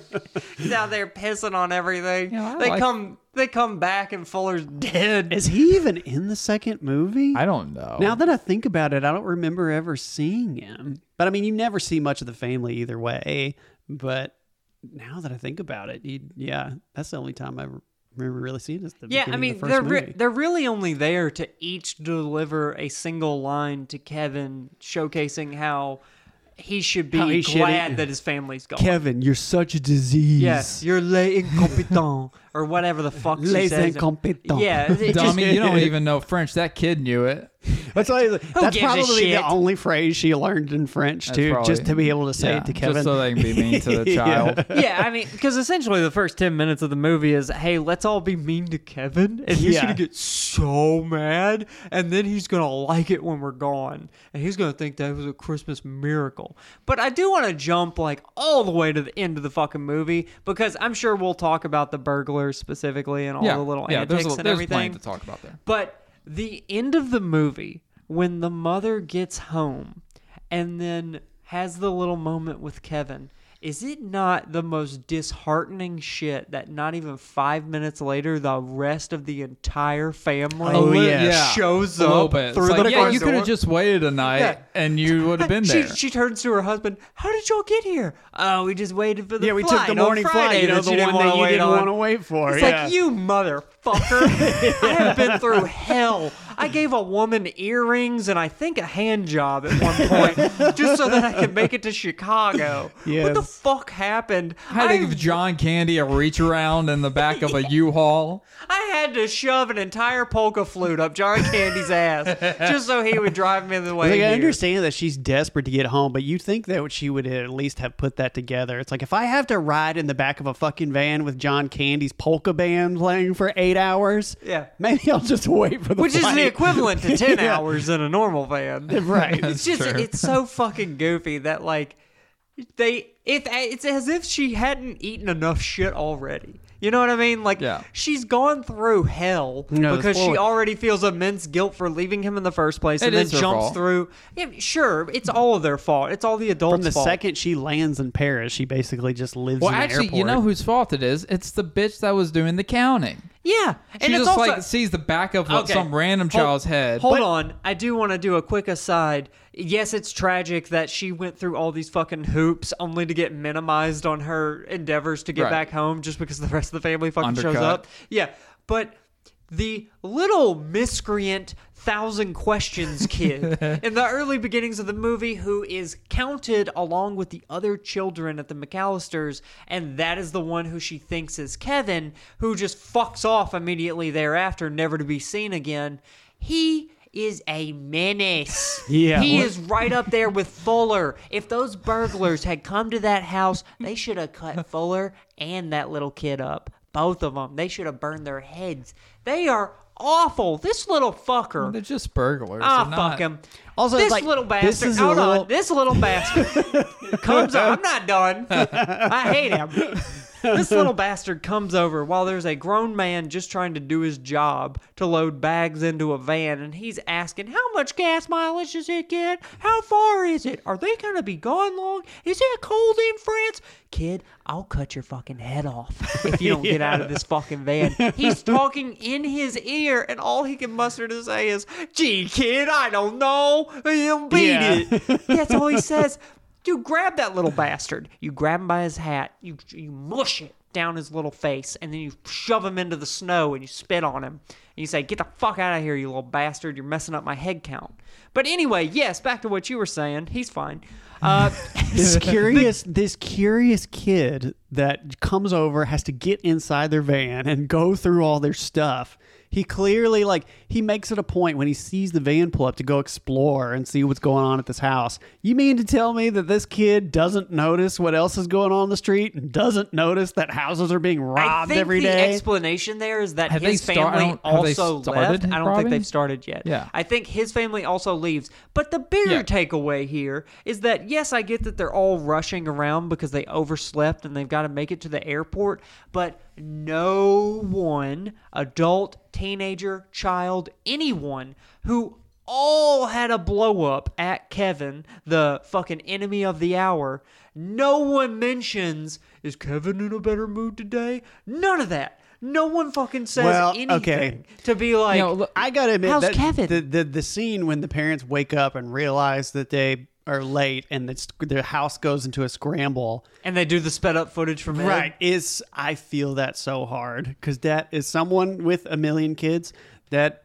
S2: He's out there pissing on everything.
S4: Yeah, I
S2: they
S4: like-
S2: come they come back and Fuller's dead.
S3: Is he even in the second movie?
S4: I don't know.
S3: Now that I think about it, I don't remember ever seeing him. But I mean, you never see much of the family either way. But now that I think about it, you, yeah, that's the only time I remember really seeing this.
S2: yeah, I mean
S3: the 1st
S2: they're
S3: movie.
S2: re- they're really only there to each deliver a single line to Kevin, showcasing how he should be
S3: How he's
S2: glad
S3: shitty.
S2: that his family's gone.
S3: Kevin, you're such a disease.
S2: Yes, you're les incompetents or whatever the fuck she
S3: Les
S2: says.
S3: incompetents.
S2: Yeah, it just-
S4: Dummy, you don't even know French. That kid knew it.
S3: that's, why-
S2: gives
S3: that's
S2: a
S3: probably
S2: shit?
S3: the only phrase she learned in French
S4: That's
S3: too,
S4: probably-
S3: just to be able to say
S4: Yeah,
S3: it to Kevin.
S4: Just so they can be mean to the child.
S2: yeah, I mean, because essentially the first 10 minutes of the movie is hey, let's all be mean to Kevin, and he's
S3: Yeah.
S2: going to get so mad, and then he's going to like it when we're gone, and he's going to think that was a Christmas miracle. But I do want to jump like all the way to the end of the fucking movie because I'm sure we'll talk about the burglar burglars specifically and all
S4: yeah,
S2: the little
S4: yeah,
S2: antics
S4: there's, a-
S2: and
S4: there's
S2: everything.
S4: plenty to talk about there.
S2: But the end of the movie, when the mother gets home and then has the little moment with Kevin, is it not the most disheartening shit that not even five minutes later, the rest of the entire family
S3: Oh, yeah.
S2: shows
S4: a little
S2: up
S4: bit. It's
S2: through
S4: like,
S2: the
S4: yeah,
S2: front
S4: you could
S2: door?
S4: have just waited a night
S2: Yeah.
S4: and you would have been
S2: she,
S4: there.
S2: She turns to her husband. How did y'all get here? Oh, we just waited for the
S3: Yeah, we took
S2: flight
S3: the
S2: on
S3: morning
S2: Friday
S3: flight. You know,
S2: that
S3: the
S2: you didn't
S3: one
S2: wanna
S3: that you
S2: wait
S3: didn't
S2: on."
S3: want to wait for.
S2: It's
S3: yeah.
S2: like you motherfucker. I have been through hell. I gave a woman earrings and I think a hand job at one point just so that I could make it to Chicago. What the
S3: Yes.
S2: fuck happened?
S4: I
S2: I-
S4: had to give John Candy a reach around in the back of a U-Haul.
S2: I had to shove an entire polka flute up John Candy's ass just so he would drive me the way.
S3: Like, I
S2: here.
S3: understand that she's desperate to get home, but you think that she would at least have put that together. It's like if I have to ride in the back of a fucking van with John Candy's polka band playing for eight hours,
S2: Yeah.
S3: maybe I'll just wait for the
S2: Which is
S3: flight.
S2: the equivalent to 10
S3: Yeah.
S2: hours in a normal van.
S3: right?
S2: it's just it's so fucking goofy that like they if it's as if she hadn't eaten enough shit already you know what i mean like
S4: Yeah.
S2: she's gone through hell
S3: No,
S2: because
S3: spoiler.
S2: she already feels immense guilt for leaving him in the first place and
S4: It
S2: then
S4: is her
S2: jumps
S4: fault.
S2: through yeah, sure it's all their fault it's all the adults
S3: From the
S2: fault.
S3: second she lands in Paris, she basically just lives.
S4: Well,
S3: in an
S4: actually, you
S3: airport.
S4: know whose fault it is? It's the bitch that was doing the counting.
S2: yeah and
S4: She
S2: it's
S4: just
S2: also,
S4: like sees the back of
S2: Okay.
S4: some random
S2: Hold-
S4: child's head.
S2: Hold on. I do want to do a quick aside. Yes, it's tragic that she went through all these fucking hoops only to get minimized on her endeavors to get
S4: Right.
S2: back home just because the rest of the family fucking shows
S4: Undercut.
S2: up. Yeah. But the little miscreant thousand questions kid in the early beginnings of the movie who is counted along with the other children at the McAllisters and that is the one who she thinks is Kevin who just fucks off immediately thereafter never to be seen again he is a menace.
S3: Yeah.
S2: He is right up there with Fuller. If those burglars had come to that house, they should have cut Fuller and that little kid up. Both of them. They should have burned their heads. They are awful. This little fucker.
S4: They're just burglars.
S2: Ah,
S4: They're
S2: fuck
S4: not-
S2: him.
S3: Also,
S2: this
S3: like,
S2: little
S3: this
S2: bastard.
S3: is a
S2: Hold
S3: little-
S2: on. This little bastard comes over. I'm not done. I hate him. This little bastard comes over while there's a grown man just trying to do his job to load bags into a van, and he's asking, How much gas mileage does it get? How far is it? Are they going to be gone long? Is it cold in France? Kid, I'll cut your fucking head off if you don't get out of this fucking van. He's talking in his ear, and all he can muster to say is, Gee, kid, I don't know. You'll Beat
S3: Yeah.
S2: it. That's all he says. You grab that little bastard. You grab him by his hat. You you mush it down his little face, and then you shove him into the snow and you spit on him. And you say, "Get the fuck out of here, you little bastard! You're messing up my head count." But anyway, yes, back to what you were saying. He's fine. Uh,
S3: this curious this curious kid that comes over has to get inside their van and go through all their stuff he clearly like he makes it a point when he sees the van pull up to go explore and see what's going on at this house you mean to tell me that this kid doesn't notice what else is going on in the street and doesn't notice that houses are being
S2: I
S3: robbed
S2: think
S3: every
S2: the
S3: day
S2: explanation there is that
S4: Have they
S2: his
S4: sta- I
S2: family
S4: don't- have they
S2: also left.
S4: started,
S2: I don't think
S4: Robbie?
S2: they've started yet.
S4: Yeah.
S2: I think his family also leaves. But the bigger
S4: Yeah.
S2: takeaway here is that yes, I get that they're all rushing around because they overslept and they've got to make it to the airport, but no one, adult, teenager, child, anyone who all had a blow up at Kevin, the fucking enemy of the hour. No one mentions, is Kevin in a better mood today? None of that. No one fucking says
S3: Well,
S2: anything
S3: okay.
S2: to be like,
S4: You know, look-
S3: I gotta admit,
S2: How's
S3: that,
S2: Kevin?
S3: The, the the scene when the parents wake up and realize that they are late and it's, their house goes into a scramble.
S2: and they do the sped up footage from Ed.
S3: Right. Is I feel that so hard because that is someone with a million kids that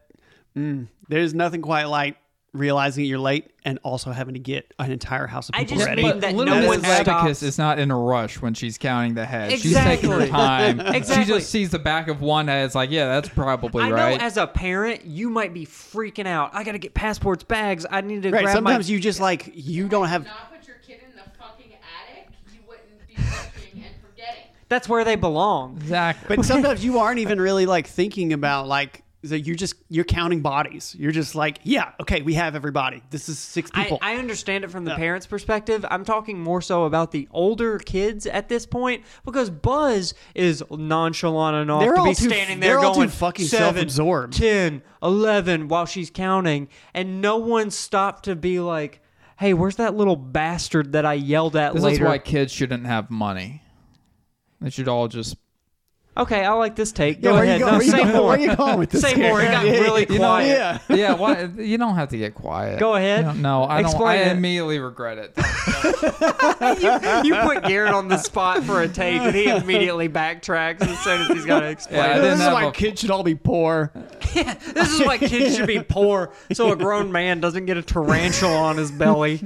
S3: mm, there's nothing quite like realizing you're late and also having to get an entire house of
S2: I
S3: people
S2: just
S3: ready.
S2: mean that
S4: Little
S2: no
S4: Miss
S2: one
S4: Abacus
S2: stops.
S4: is not in a rush when she's counting the heads. She's taking
S2: Exactly.
S4: her time.
S2: Exactly.
S4: She just sees the back of one head. It's like, yeah, that's probably
S2: I
S4: right.
S2: know as a parent, you might be freaking out. I got to get passports, bags. I need to
S3: right.
S2: grab
S3: Sometimes
S2: my.
S3: you just like you don't have.
S8: not put your kid in the fucking attic, you wouldn't be looking and forgetting.
S2: That's where they belong.
S4: exactly.
S3: But sometimes you aren't even really like thinking about like So you just you're counting bodies. You're just like, yeah, okay, we have everybody. This is six
S2: I,
S3: people.
S2: I understand it from the parents' perspective. I'm talking more so about the older kids at this point because Buzz is nonchalant enough
S3: They're
S2: to be
S3: all too-
S2: standing
S3: they're
S2: there
S3: all too
S2: going
S3: fucking
S2: seven,
S3: self-absorbed."
S2: 10, 11 while she's counting, and no one stopped to be like, "Hey, where's that little bastard that I yelled at
S4: This
S2: later?"
S4: is why kids shouldn't have money. They should all just.
S2: okay, I like this take.
S3: Yeah,
S2: Go
S3: where you
S2: ahead.
S3: go-
S2: no,
S3: where you
S2: say
S3: go-
S2: more.
S3: where you going with this
S2: say
S3: here?
S2: more. It got really
S4: You know,
S2: quiet.
S3: yeah.
S4: Yeah, why, you don't have to get quiet.
S2: Go ahead.
S4: You don't- No, I don't.
S2: Explain
S4: I
S2: it.
S4: immediately regret it.
S2: you put Garrett on the spot for a take, and he immediately backtracks as soon as he's got to explain.
S4: Yeah, I
S2: it.
S4: didn't
S3: this is
S4: have
S3: why
S4: a-
S3: kids should all be poor.
S2: This is why kids should be poor, so a grown man doesn't get a tarantula on his belly.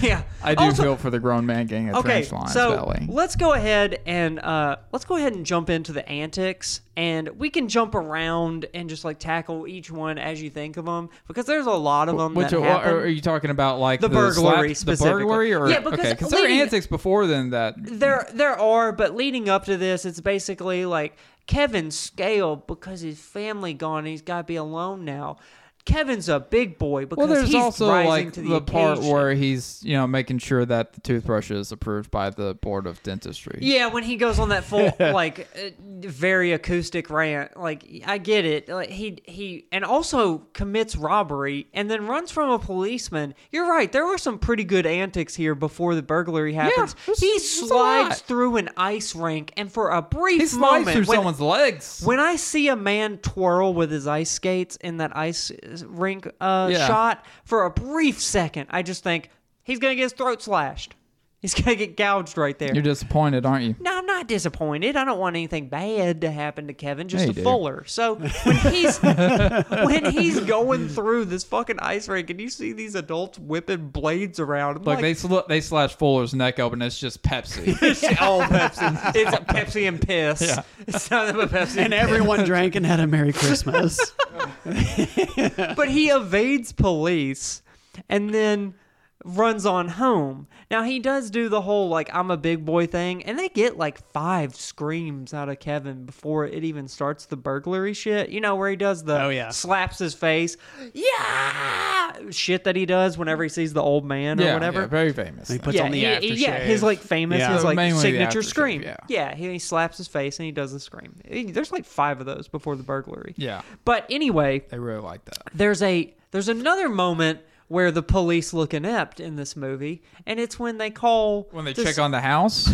S2: Yeah,
S4: I do
S2: Also-
S4: feel for the grown man getting a
S2: Okay,
S4: tarantula on his
S2: so
S4: belly.
S2: let's go ahead and uh, let's go ahead and jump into the antics, and we can jump around and just like tackle each one as you think of them, because there's a lot of them
S4: Which
S2: Um, that
S4: are,
S2: happen.
S4: are you talking about, like
S2: The burglary
S4: slap, the
S2: specifically.
S4: burglary, or
S2: Yeah, because
S4: okay, there were
S2: leading-
S4: antics before then that
S2: There, there are, but leading up to this, it's basically like Kevin Scale because his family gone, and he's got to be alone now. Kevin's a big boy because
S4: Well, there's
S2: he's
S4: also
S2: rising
S4: like
S2: to
S4: the,
S2: the,
S4: part
S2: occasion.
S4: where he's, you know, making sure that the toothbrush is approved by the board of dentistry.
S2: Yeah, when he goes on that full like uh, very acoustic rant, like I get it. Like he he and also commits robbery and then runs from a policeman. You're right. There were some pretty good antics here before the burglary happens.
S4: there's-
S2: he
S4: there's a
S2: slides
S4: lot.
S2: through an ice rink and for a brief
S4: He slides
S2: moment
S4: through
S2: when-
S4: someone's legs.
S2: When I see a man twirl with his ice skates in that ice rink uh,
S4: Yeah.
S2: shot for a brief second, I just think he's gonna get his throat slashed. He's gonna get gouged right there.
S4: You're disappointed, aren't you?
S2: No, I'm not disappointed. I don't want anything bad to happen to Kevin, just
S4: Yeah, you
S2: a
S4: do.
S2: fuller. So when he's when he's going through this fucking ice rink and you see these adults whipping blades around, I'm
S4: Like,
S2: like,
S4: they sl- they slash Fuller's neck open. It's just Pepsi.
S2: it's all Pepsi. It's a Pepsi and piss. It's not a Pepsi
S3: And
S2: and
S3: everyone drank and had a Merry Christmas.
S2: but he evades police and then runs on home. Now he does do the whole like I'm a big boy thing and they get like five screams out of Kevin before it even starts the burglary shit. You know where he does the
S3: Oh, yeah.
S2: slaps his face. Yeah shit that he does whenever he sees the old man or
S4: yeah,
S2: whatever.
S4: yeah, very famous.
S3: he puts
S2: yeah,
S3: on the
S2: he- he- yeah,
S3: aftershave.
S2: his like famous,
S3: Yeah.
S2: his like
S4: Mainly the
S2: signature
S4: aftershave,
S2: scream.
S4: yeah.
S2: yeah, he, he slaps his face and he does a scream. There's like five of those before the burglary.
S4: Yeah.
S2: but anyway,
S4: They really like that.
S2: there's a there's another moment where the police look inept in this movie, and it's when they call
S4: When they
S2: this,
S4: check on the house,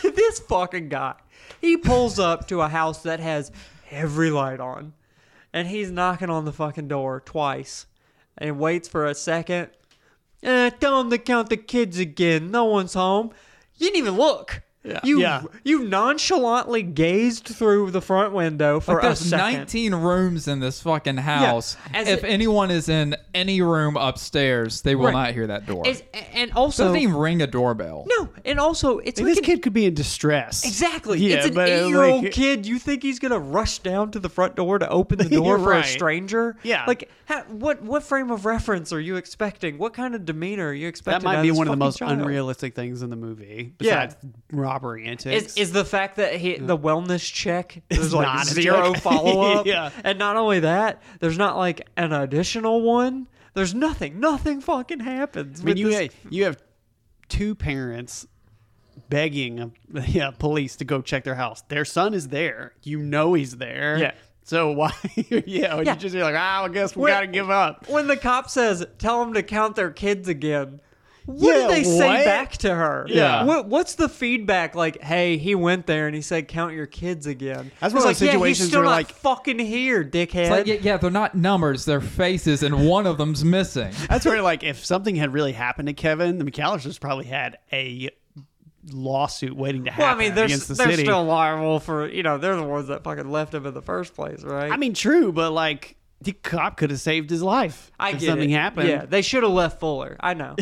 S2: this fucking guy. He pulls up to a house that has every light on, and he's knocking on the fucking door twice, and waits for a second. Uh, tell him to count the kids again. No one's home. You didn't even look. You
S3: Yeah.
S2: you nonchalantly gazed through the front window for a
S4: there's
S2: second.
S4: 19 rooms in this fucking house.
S2: as
S4: If
S2: it-
S4: anyone is in any room upstairs, they will
S2: Right.
S4: not hear that door.
S2: Is- and also
S4: doesn't even ring a doorbell.
S2: No, and also it's
S3: this
S2: freaking-
S3: kid could be in distress.
S2: Exactly.
S3: Yeah,
S2: it's an
S3: but, uh,
S2: eight-year-old
S3: like-
S2: kid. You think he's gonna rush down to the front door to open the door
S3: You're
S2: for
S3: right.
S2: a stranger?
S3: Yeah.
S2: Like, how, what what frame of reference are you expecting? What kind of demeanor are you expecting?
S3: That might
S2: out
S3: be
S2: this
S3: one of the
S2: fucking
S3: most
S2: child?
S3: unrealistic things in the movie.
S2: Yeah.
S3: Besides robbery antics.
S2: Is, is the fact that he, the wellness check there's
S3: It's
S2: like
S3: not a
S2: zero
S3: check.
S2: follow up,
S3: Yeah.
S2: and not only that, there's not like an additional one. There's nothing. Nothing fucking happens.
S3: I mean,
S2: with
S3: you
S2: this-
S3: have, you have two parents begging uh, yeah, police to go check their house. Their son is there. You know he's there.
S2: Yeah.
S3: So why? yeah,
S2: Yeah.
S3: You just you're like, ah, I guess we
S2: When-
S3: gotta give up.
S2: when the cop says, "Tell them to count their kids again," what
S3: Yeah,
S2: do they say
S3: what?
S2: back to her?
S3: Yeah.
S2: What What's the feedback like? Hey, he went there and he said, "Count your kids again."
S3: That's
S2: It's
S3: one of
S2: like,
S3: those
S2: yeah, he's
S3: situations
S2: still
S3: where,
S2: not
S3: like-
S2: fucking here, dickhead.
S4: It's like, yeah, yeah, they're not numbers, they're faces, and one of them's missing.
S3: That's where like if something had really happened to Kevin, the McAllisters probably had a lawsuit waiting to happen
S2: well, I mean, they're,
S3: against the
S2: they're
S3: city.
S2: still liable for you know they're the ones that fucking left him in the first place, right?
S3: I mean, true, but like the cop could have saved his life.
S2: I
S3: if
S2: get
S3: something
S2: it.
S3: happened.
S2: Yeah, they should have left Fuller. I know.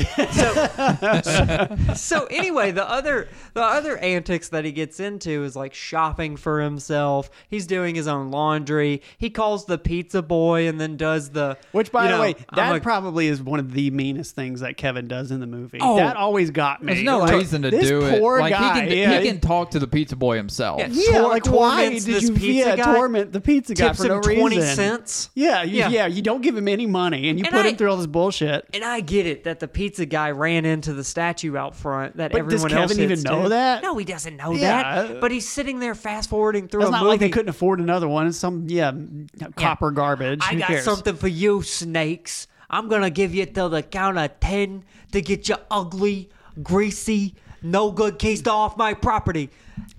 S2: So, so anyway, the other the other antics that he gets into is like shopping for himself. He's doing his own laundry. He calls the pizza boy and then does the
S3: Which, by
S2: you
S3: the
S2: know,
S3: way,
S2: I'm
S3: that
S2: a-
S3: probably is one of the meanest things that Kevin does in the movie.
S4: Oh.
S3: that always got me.
S4: There's no
S3: Like,
S4: reason to
S3: this
S4: do it.
S3: Poor
S4: like
S3: guy.
S4: he can,
S3: yeah,
S4: he can talk to the pizza boy himself.
S2: Yeah.
S3: Yeah,
S2: tor-
S3: like why
S2: torments
S3: did
S2: this
S3: you
S2: pizza
S3: yeah,
S2: guy,
S3: torment the pizza guy
S2: tips
S3: for no
S2: him 20
S3: reason?
S2: cents.
S3: Yeah, you,
S2: Yeah.
S3: yeah, You don't give him any money, and you
S2: And
S3: put
S2: I-
S3: him through all this bullshit.
S2: And I get it that the pizza guy ran into the statue out front that
S3: But does
S2: everyone else
S3: Kevin even
S2: hits
S3: know
S2: to.
S3: that?
S2: No, he doesn't know
S3: Yeah.
S2: that. But he's sitting there fast forwarding through
S3: It's
S2: a
S3: not
S2: movie.
S3: like they couldn't afford another one. It's some yeah, copper garbage.
S2: I
S3: Who
S2: got
S3: cares?
S2: something for you, snakes. I'm gonna give you till the count of ten to get you ugly, greasy, no good keister off my property.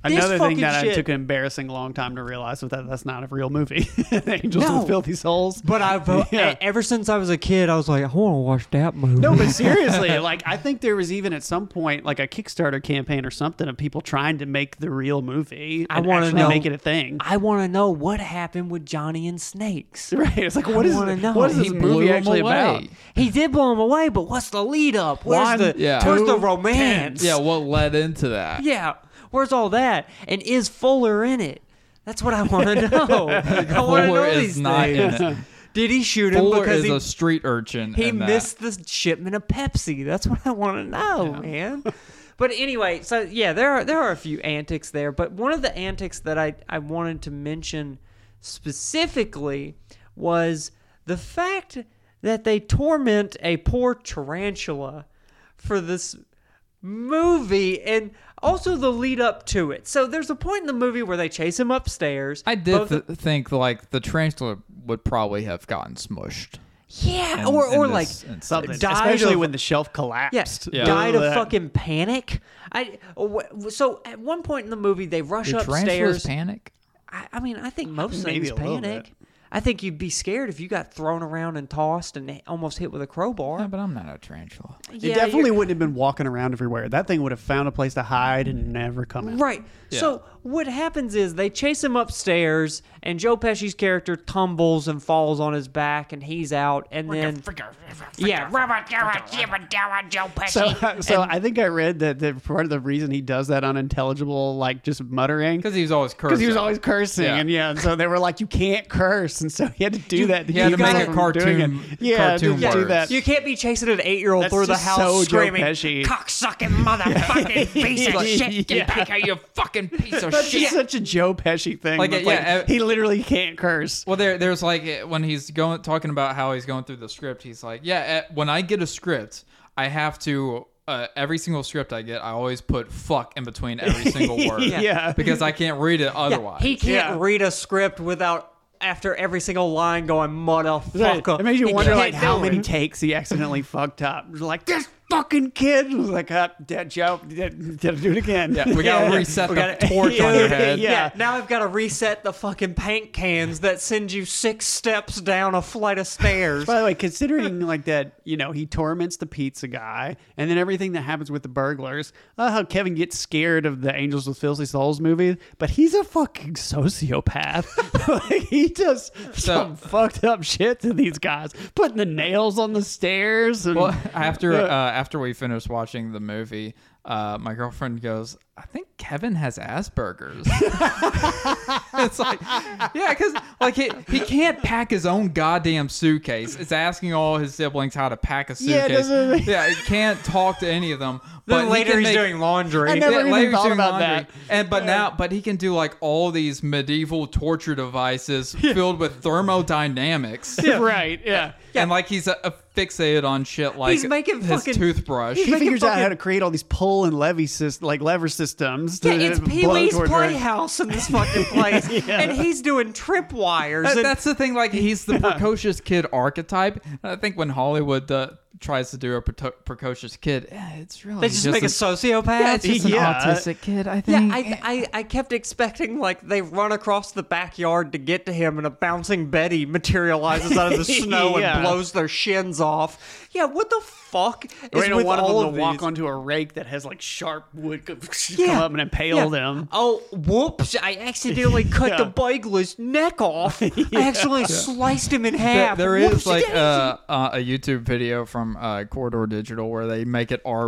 S2: This
S3: Another thing
S2: fucking
S3: that
S2: shit.
S3: I took an embarrassing long time to realize was that that's not a real movie. Angels
S2: No.
S3: with Filthy Souls.
S2: But I've uh,
S3: Yeah.
S2: e- ever since I was a kid, I was like, I want to watch that movie.
S3: No, but seriously, like I think there was even at some point like a Kickstarter campaign or something of people trying to make the real movie.
S2: I
S3: and
S2: wanna
S3: actually
S2: know-
S3: make it a thing.
S2: I want to know what happened with Johnny and Snakes.
S3: right? It's like
S2: I
S3: what is
S2: wanna
S3: it-
S2: know.
S3: what is
S2: He
S3: this
S4: blew
S3: movie
S4: him
S3: actually
S4: away.
S3: about?
S2: He did blow him away, but what's the lead up? Where's
S3: One,
S2: the
S4: yeah.
S2: where's the
S3: two,
S2: romance?
S4: Yeah, what led into that?
S2: Yeah. Where's all that? And is Fuller in it? That's what I want to know. I want to
S4: Fuller
S2: know
S4: is
S2: these
S4: not in
S2: things.
S4: it.
S2: Did he shoot him
S4: Fuller
S2: because
S4: is
S2: he,
S4: a street urchin.
S2: he
S4: in that.
S2: missed the shipment of Pepsi? That's what I want to know, man. But anyway, so yeah, there are there are a few antics there, but one of the antics that I I wanted to mention specifically was the fact that they torment a poor tarantula for this movie and also the lead up to it. So there's a point in the movie where they chase him upstairs.
S4: I did
S2: Both-
S4: th- think like the tarantula would probably have gotten smushed.
S2: yeah,
S4: in-
S2: or
S4: in
S2: or
S4: this
S2: like
S4: instance.
S3: Something,
S2: Died
S3: especially
S2: of-
S3: when the shelf collapsed.
S2: Yes,
S4: Yeah.
S2: died of
S3: Ugh.
S2: fucking panic. I wh- so at one point in the movie they rush
S4: Did tarantulas
S2: upstairs.
S4: panic?
S2: I, I mean, I think most
S3: Maybe
S2: things
S3: a little
S2: panic.
S3: bit.
S2: I think you'd be scared if you got thrown around and tossed and almost hit with a crowbar.
S4: Yeah, but I'm not a tarantula.
S2: Um, Yeah,
S3: it definitely
S2: you're-
S3: wouldn't have been walking around everywhere. That thing would have found a place to hide and never come out.
S2: Right. So what happens is they chase him upstairs, and Joe Pesci's character tumbles and falls on his back, and he's out. And then, yeah, Robert,
S3: So, so I think I read that the, part of the reason he does that unintelligible, like just muttering,
S4: Because he was always cursing.
S3: because he was always cursing,
S4: Yeah.
S3: and yeah, and so they were like, "You can't curse," and so he had to do that.
S4: he had
S3: keep
S4: to make
S3: him
S4: a
S3: from doing
S4: cartoon-
S3: it. yeah,
S4: cartoon
S3: to do
S4: words.
S3: that.
S2: you can't be chasing an eight-year-old
S3: That's
S2: through the
S3: just
S2: house
S3: so Joe
S2: screaming,
S3: Pesci.
S2: "Cocksucking motherfucking piece of shit!"
S4: Pico, you fucking piece of
S3: That's just such a Joe Pesci thing.
S4: Like,
S3: Like,
S4: yeah,
S3: like,
S4: uh,
S3: he literally can't curse.
S4: Well, there, there's like eh, when he's going talking about how he's going through the script. He's like, yeah, eh, when I get a script, I have to. Uh, every single script I get, I always put "fuck" in between every single word,
S3: Yeah.
S4: because I can't read it otherwise.
S2: He can't
S3: Yeah.
S2: read a script without after every single line going motherfucker.
S3: It makes you
S2: He
S3: wonder,
S2: can't
S3: like, how
S2: do
S3: many
S2: it.
S3: takes he accidentally fucked up. It was Like this fucking kid It was like, "Uh, "Up, dead Joe, dead, dead, do it again."
S4: yeah, we gotta reset
S2: We
S4: the
S2: gotta-
S4: torch on your head.
S2: Yeah.
S3: Yeah.
S2: now I've got to reset the fucking paint cans that send you six steps down a flight of stairs.
S3: By the way, considering like that, you know, he torments the pizza guy, and then everything that happens with the burglars. Uh, how Kevin gets scared of the Angels with Filthy Souls movie, but he's a fucking sociopath. like, he does some fucked up shit to these guys, putting the nails on the stairs. And,
S4: Well, after uh, after we finished watching the movie, uh, my girlfriend goes, "I think Kevin has Asperger's." it's like, yeah, because like he, he can't pack his own goddamn suitcase. It's asking all his siblings how to pack a
S3: Yeah, it
S4: suitcase.
S3: doesn't-
S4: yeah, he can't talk to any of them.
S2: then
S4: he
S2: later
S4: can
S2: he's
S4: make-
S2: doing laundry.
S3: I never
S4: yeah,
S3: even
S4: later he's
S3: thought
S4: doing
S3: about
S4: laundry.
S3: that.
S4: And but now, but he can do like all these medieval torture devices filled with thermodynamics.
S3: Yeah, right? Yeah.
S4: And like he's uh, fixated on shit like
S2: He's making
S4: his
S2: fucking-
S4: toothbrush.
S3: He
S2: Make it
S3: figures out how
S2: fucking-
S3: to create all these pull and levy syst- like lever systems.
S2: yeah,
S3: to
S2: it's
S3: blow
S2: Pee Wee's
S3: towards her.
S2: Playhouse in this fucking place, and he's doing tripwires.
S4: That-
S2: and
S4: that's the thing. Like he's the precocious kid archetype. And I think when Hollywood uh, tries to do a preto- precocious kid, eh, it's really
S2: They just, make
S4: an-
S2: a sociopath.
S4: yeah, it's just an
S3: Yeah.
S4: autistic kid. I
S2: Yeah,
S4: think.
S2: I, I, I kept expecting like they run across the backyard to get to him, and a bouncing Betty materializes out of the snow
S3: Yeah.
S2: and blows their shins off. Yeah, what the fuck is
S3: We don't
S2: with
S3: want
S2: all
S3: them to
S2: of
S3: walk
S2: these?
S3: onto a rake that has like sharp wood co- come
S2: Yeah,
S3: up and impale
S2: yeah.
S3: them.
S2: Oh, whoops! I accidentally cut
S3: Yeah.
S2: the bugler's neck off. I accidentally sliced him in half.
S4: There is
S2: Whoops,
S4: like
S2: daisy.
S4: uh, uh, a YouTube video from uh, Corridor Digital where they make it R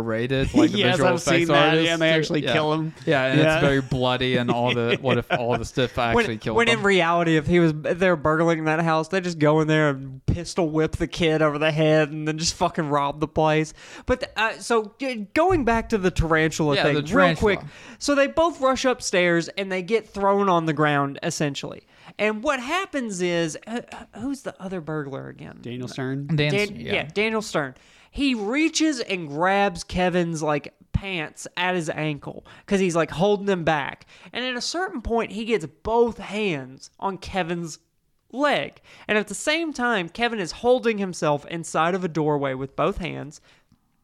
S4: rated, like the
S3: Yes,
S4: visual
S3: I've
S4: effects
S3: seen that.
S4: artists
S3: Yeah, and they
S4: do-
S3: actually
S4: yeah.
S3: kill 'em.
S4: Yeah, and
S3: Yeah.
S4: it's very bloody and all the what if all the stuff actually
S2: when,
S4: killed
S2: when
S4: them.
S2: in reality, if he was they're burgling that house, they just go in there and pistol whip the kid over the head and then just fucking rob the place. But uh, so g- going back to the tarantula
S4: Yeah,
S2: thing,
S4: the
S2: real
S4: tarantula.
S2: quick. So they both rush upstairs and they get thrown on the ground essentially. And what happens is, uh, who's the other burglar again?
S3: Daniel Stern.
S4: Dan-
S2: Dan- yeah. Daniel Stern. He reaches and grabs Kevin's like pants at his ankle because he's like holding him back. And at a certain point, he gets both hands on Kevin's leg. And at the same time, Kevin is holding himself inside of a doorway with both hands.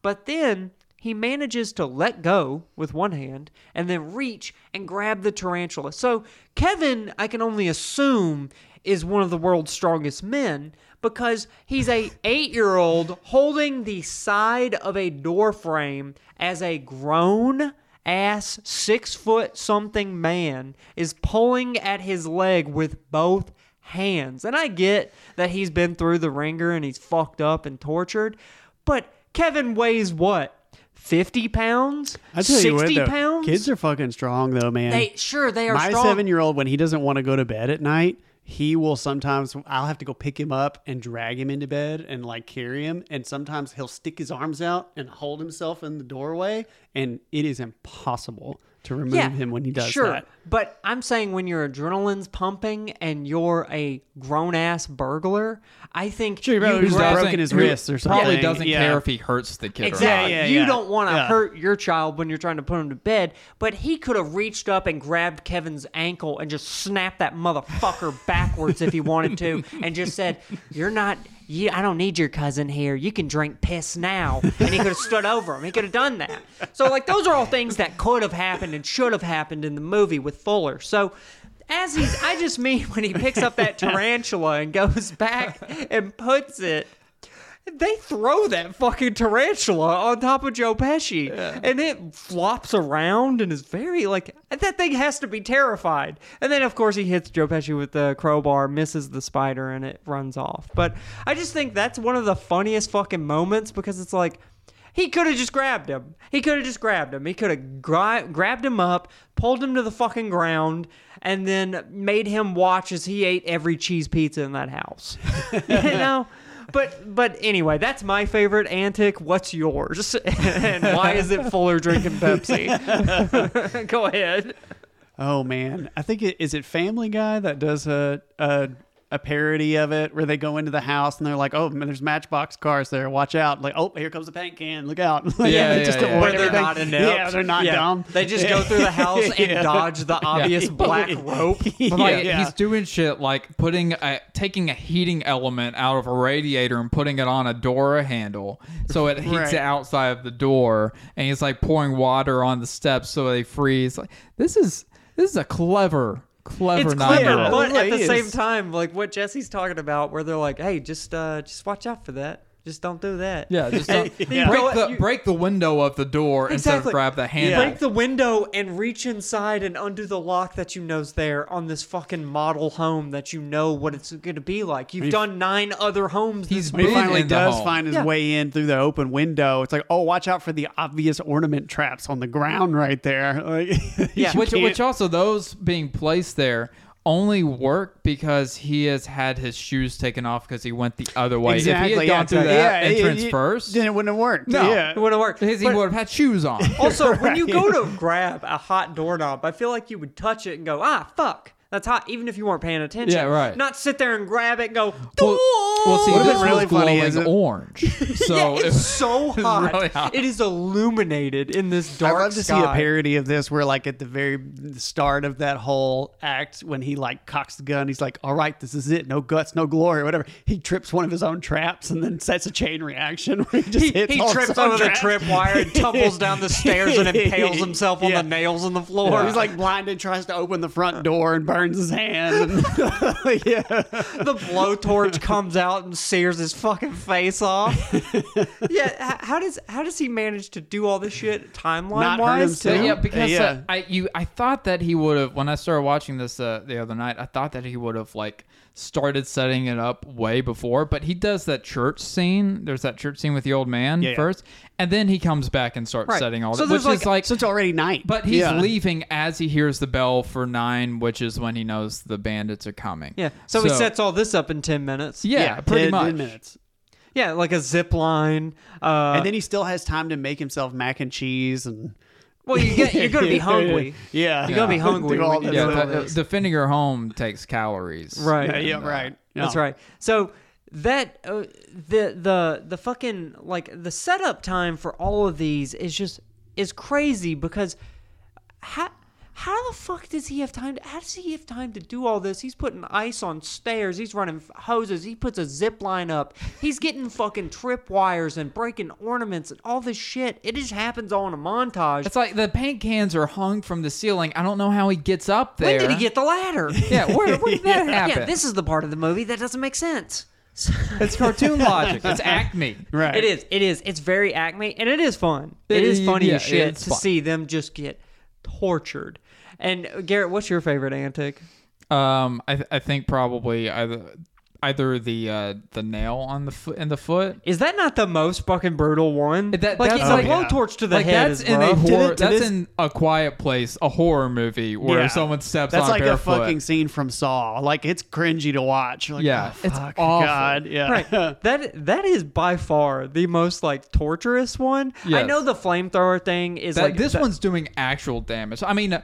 S2: But then he manages to let go with one hand and then reach and grab the tarantula. So Kevin, I can only assume, is one of the world's strongest men because he's a 8-year-old holding the side of a door frame as a grown ass 6 foot something man is pulling at his leg with both hands. And I get that he's been through the ringer and he's fucked up and tortured, but Kevin weighs what? 50 pounds?
S3: I tell
S2: 60
S3: you what, though,
S2: pounds?
S3: kids are fucking strong though, man.
S2: they sure they are
S3: My
S2: strong.
S3: seven-year-old, when he doesn't want to go to bed at night, he will sometimes. I'll have to go pick him up and drag him into bed and like carry him. And sometimes he'll stick his arms out and hold himself in the doorway, and it is impossible to remove him when he does
S2: sure.
S3: that.
S2: But I'm saying when your adrenaline's pumping and you're a grown ass burglar, I think
S3: Sure, you're
S2: you
S3: probably just
S2: grab-
S3: broken his wrists or
S4: Probably
S3: something.
S4: doesn't
S3: Yeah.
S4: care if he hurts the kid.
S2: Exactly.
S4: Or
S3: Yeah, yeah,
S2: you
S3: yeah.
S2: don't want to
S3: Yeah.
S2: hurt your child when you're trying to put him to bed, but he could have reached up and grabbed Kevin's ankle and just snapped that motherfucker backwards if he wanted to and just said, You're not. You, I don't need your cousin here. You can drink piss now. And he could have stood over him. He could have done that. So, like, those are all things that could have happened and should have happened in the movie with Fuller. So, as he's, I just mean when he picks up that tarantula and goes back and puts it they throw that fucking tarantula on top of Joe Pesci, and it flops around and is very like that thing has to be terrified. And then of course he hits Joe Pesci with the crowbar, misses the spider, and it runs off. But I just think that's one of the funniest fucking moments because it's like. He could have just grabbed him. He could have just grabbed him. He could have gra- grabbed him up, pulled him to the fucking ground, and then made him watch as he ate every cheese pizza in that house. you know? But but anyway, that's my favorite antic. What's yours? and why is it Fuller drinking Pepsi? Go ahead.
S3: Oh man, I think it is it Family Guy that does a a a parody of it where they go into the house and they're like, "Oh, man, there's Matchbox cars there. Watch out!" Like, "Oh, here comes a paint can. Look out!" Like,
S4: Yeah,
S3: they
S4: yeah,
S3: just
S4: yeah.
S3: avoid
S2: they're
S4: Where
S3: everything.
S2: not inept.
S3: Yeah, they're not
S2: Yeah.
S3: dumb.
S2: They just go through the house and
S3: Yeah.
S2: dodge the obvious black rope.
S4: But like
S3: Yeah.
S4: he's doing shit like putting a, taking a heating element out of a radiator and putting it on a door handle so it heats
S3: Right.
S4: it outside of the door and he's like pouring water on the steps so they freeze like this is this is a clever clever
S2: It's
S4: nine
S2: clever,
S3: Yeah.
S2: but at
S3: It
S2: the
S3: is.
S2: same time, like what Jesse's talking about, where they're like, "Hey, just uh, just watch out for that. Just don't do that."
S4: yeah just
S2: And
S4: don't-
S2: you
S4: break
S2: go-
S4: the
S2: you-
S4: break the window of the door instead of grab the handle
S2: Break the window and reach inside and undo the lock that you know's there on this fucking model home that you know what it's going to be like. You've done nine other homes. this
S4: He's
S3: When he
S4: been
S3: finally
S4: in the
S3: does
S4: home.
S3: find his
S2: Yeah.
S3: way in through the open window, it's like, "Oh, watch out for the obvious ornament traps on the ground right there." Like,
S2: Yeah.
S3: you
S4: which
S3: can't-
S4: which also those being placed there only work because he has had his shoes taken off because he went the other way.
S3: exactly.
S4: if he had
S3: yeah,
S4: gone through
S3: exactly.
S4: that
S3: Yeah,
S4: entrance
S3: it- it-
S4: first,
S3: then it wouldn't have worked.
S4: no,
S3: yeah.
S2: it wouldn't work.
S4: His, he
S2: But-
S4: would have had shoes on.
S2: Also, when you go to grab a hot doorknob, I feel like you would touch it and go, ah, fuck. That's hot, even if you weren't paying attention.
S4: Yeah, right.
S2: Not sit there and grab it and go,
S4: Well, Well, see,
S3: Oh, Would've
S4: this
S3: been really
S4: was
S3: funny,
S4: glowing
S3: isn't it?
S4: orange. So
S2: it's so hot.
S4: really hot.
S2: It is illuminated in this dark
S3: I'd love to
S2: sky.
S3: see a parody of this where, like, at the very start of that whole act, when he, like, cocks the gun, he's like, all right, this is it. No guts, no glory, whatever. He trips one of his own traps and then sets a chain reaction where he just
S2: He,
S3: hits
S2: he
S3: all his
S2: trips
S3: own
S2: onto the
S3: traps.
S2: trip wire and tumbles down the stairs and impales himself on
S3: Yeah.
S2: the nails on the floor.
S3: Or he's like blind and tries to open the front door and burns his hand. And yeah.
S2: the blowtorch comes out and sears his fucking face off. yeah, h- how does how does he manage to do all this shit timeline
S3: Not hurt
S2: wise?
S3: himself.
S4: So, yeah,
S3: Yeah.
S4: because
S3: Yeah.
S4: Uh, I you I thought that he would have when I started watching this uh, the other night. I thought that he would have like started setting it up way before, but he does that church scene. There's that church scene with the old man
S3: yeah.
S4: first, and then he comes back and starts
S2: Right.
S4: setting all
S2: So
S4: that, which
S2: there's, like-
S4: is like
S3: So it's already night.
S4: But he's
S3: Yeah.
S4: leaving as he hears the bell for nine, which is when he knows the bandits are coming.
S2: Yeah. So, he sets all this up in ten minutes.
S4: Yeah, pretty
S3: 10
S4: much.
S3: minutes.
S2: Yeah, like a zip line. Uh,
S3: and then he still has time to make himself mac and cheese and
S2: well, you get, you're gonna be hungry.
S3: yeah,
S2: You're gonna be hungry
S3: Do all
S2: when you
S3: this
S4: Yeah,
S2: do
S3: little-
S2: all
S4: that-
S2: this.
S4: defending your home takes calories.
S2: Right.
S3: yeah, yeah, right. Yeah.
S2: That's right. So that uh, the the the fucking like the setup time for all of these is just is crazy because how how the fuck does he have time? To, how does he have time to do all this? He's putting ice on stairs. He's running hoses. He puts a zip line up. He's getting fucking trip wires and breaking ornaments and all this shit. It just happens all in a montage.
S4: It's like the paint cans are hung from the ceiling. I don't know how he gets up there.
S2: when did he get the ladder?
S4: Yeah, where, where did that happen?
S2: yeah, this is the part of the movie that doesn't make sense.
S4: it's cartoon logic. It's Acme.
S3: Right.
S2: It is. It is. It's very Acme, and it is fun. it
S4: It-
S2: is funny
S4: yeah,
S2: as shit
S4: it's
S2: to
S4: fun.
S2: see them just get tortured. And uh, Garrett, what's your favorite antic?
S4: Um, I, th- I think probably either either the uh, the nail on the foot in the foot.
S2: Is that not the most fucking brutal one?
S4: That-
S2: like
S4: that's
S2: it's
S4: like-
S2: a blowtorch to the
S4: like
S2: head.
S4: that's
S2: is
S4: in a
S2: rough.
S4: horror.
S3: To thi- to
S4: that's
S3: this-
S4: in a quiet place, a horror movie where
S3: Yeah.
S4: someone steps
S3: That's
S4: on
S3: like
S4: barefoot.
S3: a fucking scene from Saw. Like it's cringy to watch. You're like,
S4: Yeah,
S3: oh,
S4: it's
S3: fuck,
S4: awful.
S3: God. Yeah,
S2: right. That that is by far the most like torturous one. I
S4: Yes.
S2: know the flamethrower thing is
S4: That-
S2: like
S4: this
S2: the-
S4: one's doing actual damage. I mean, uh,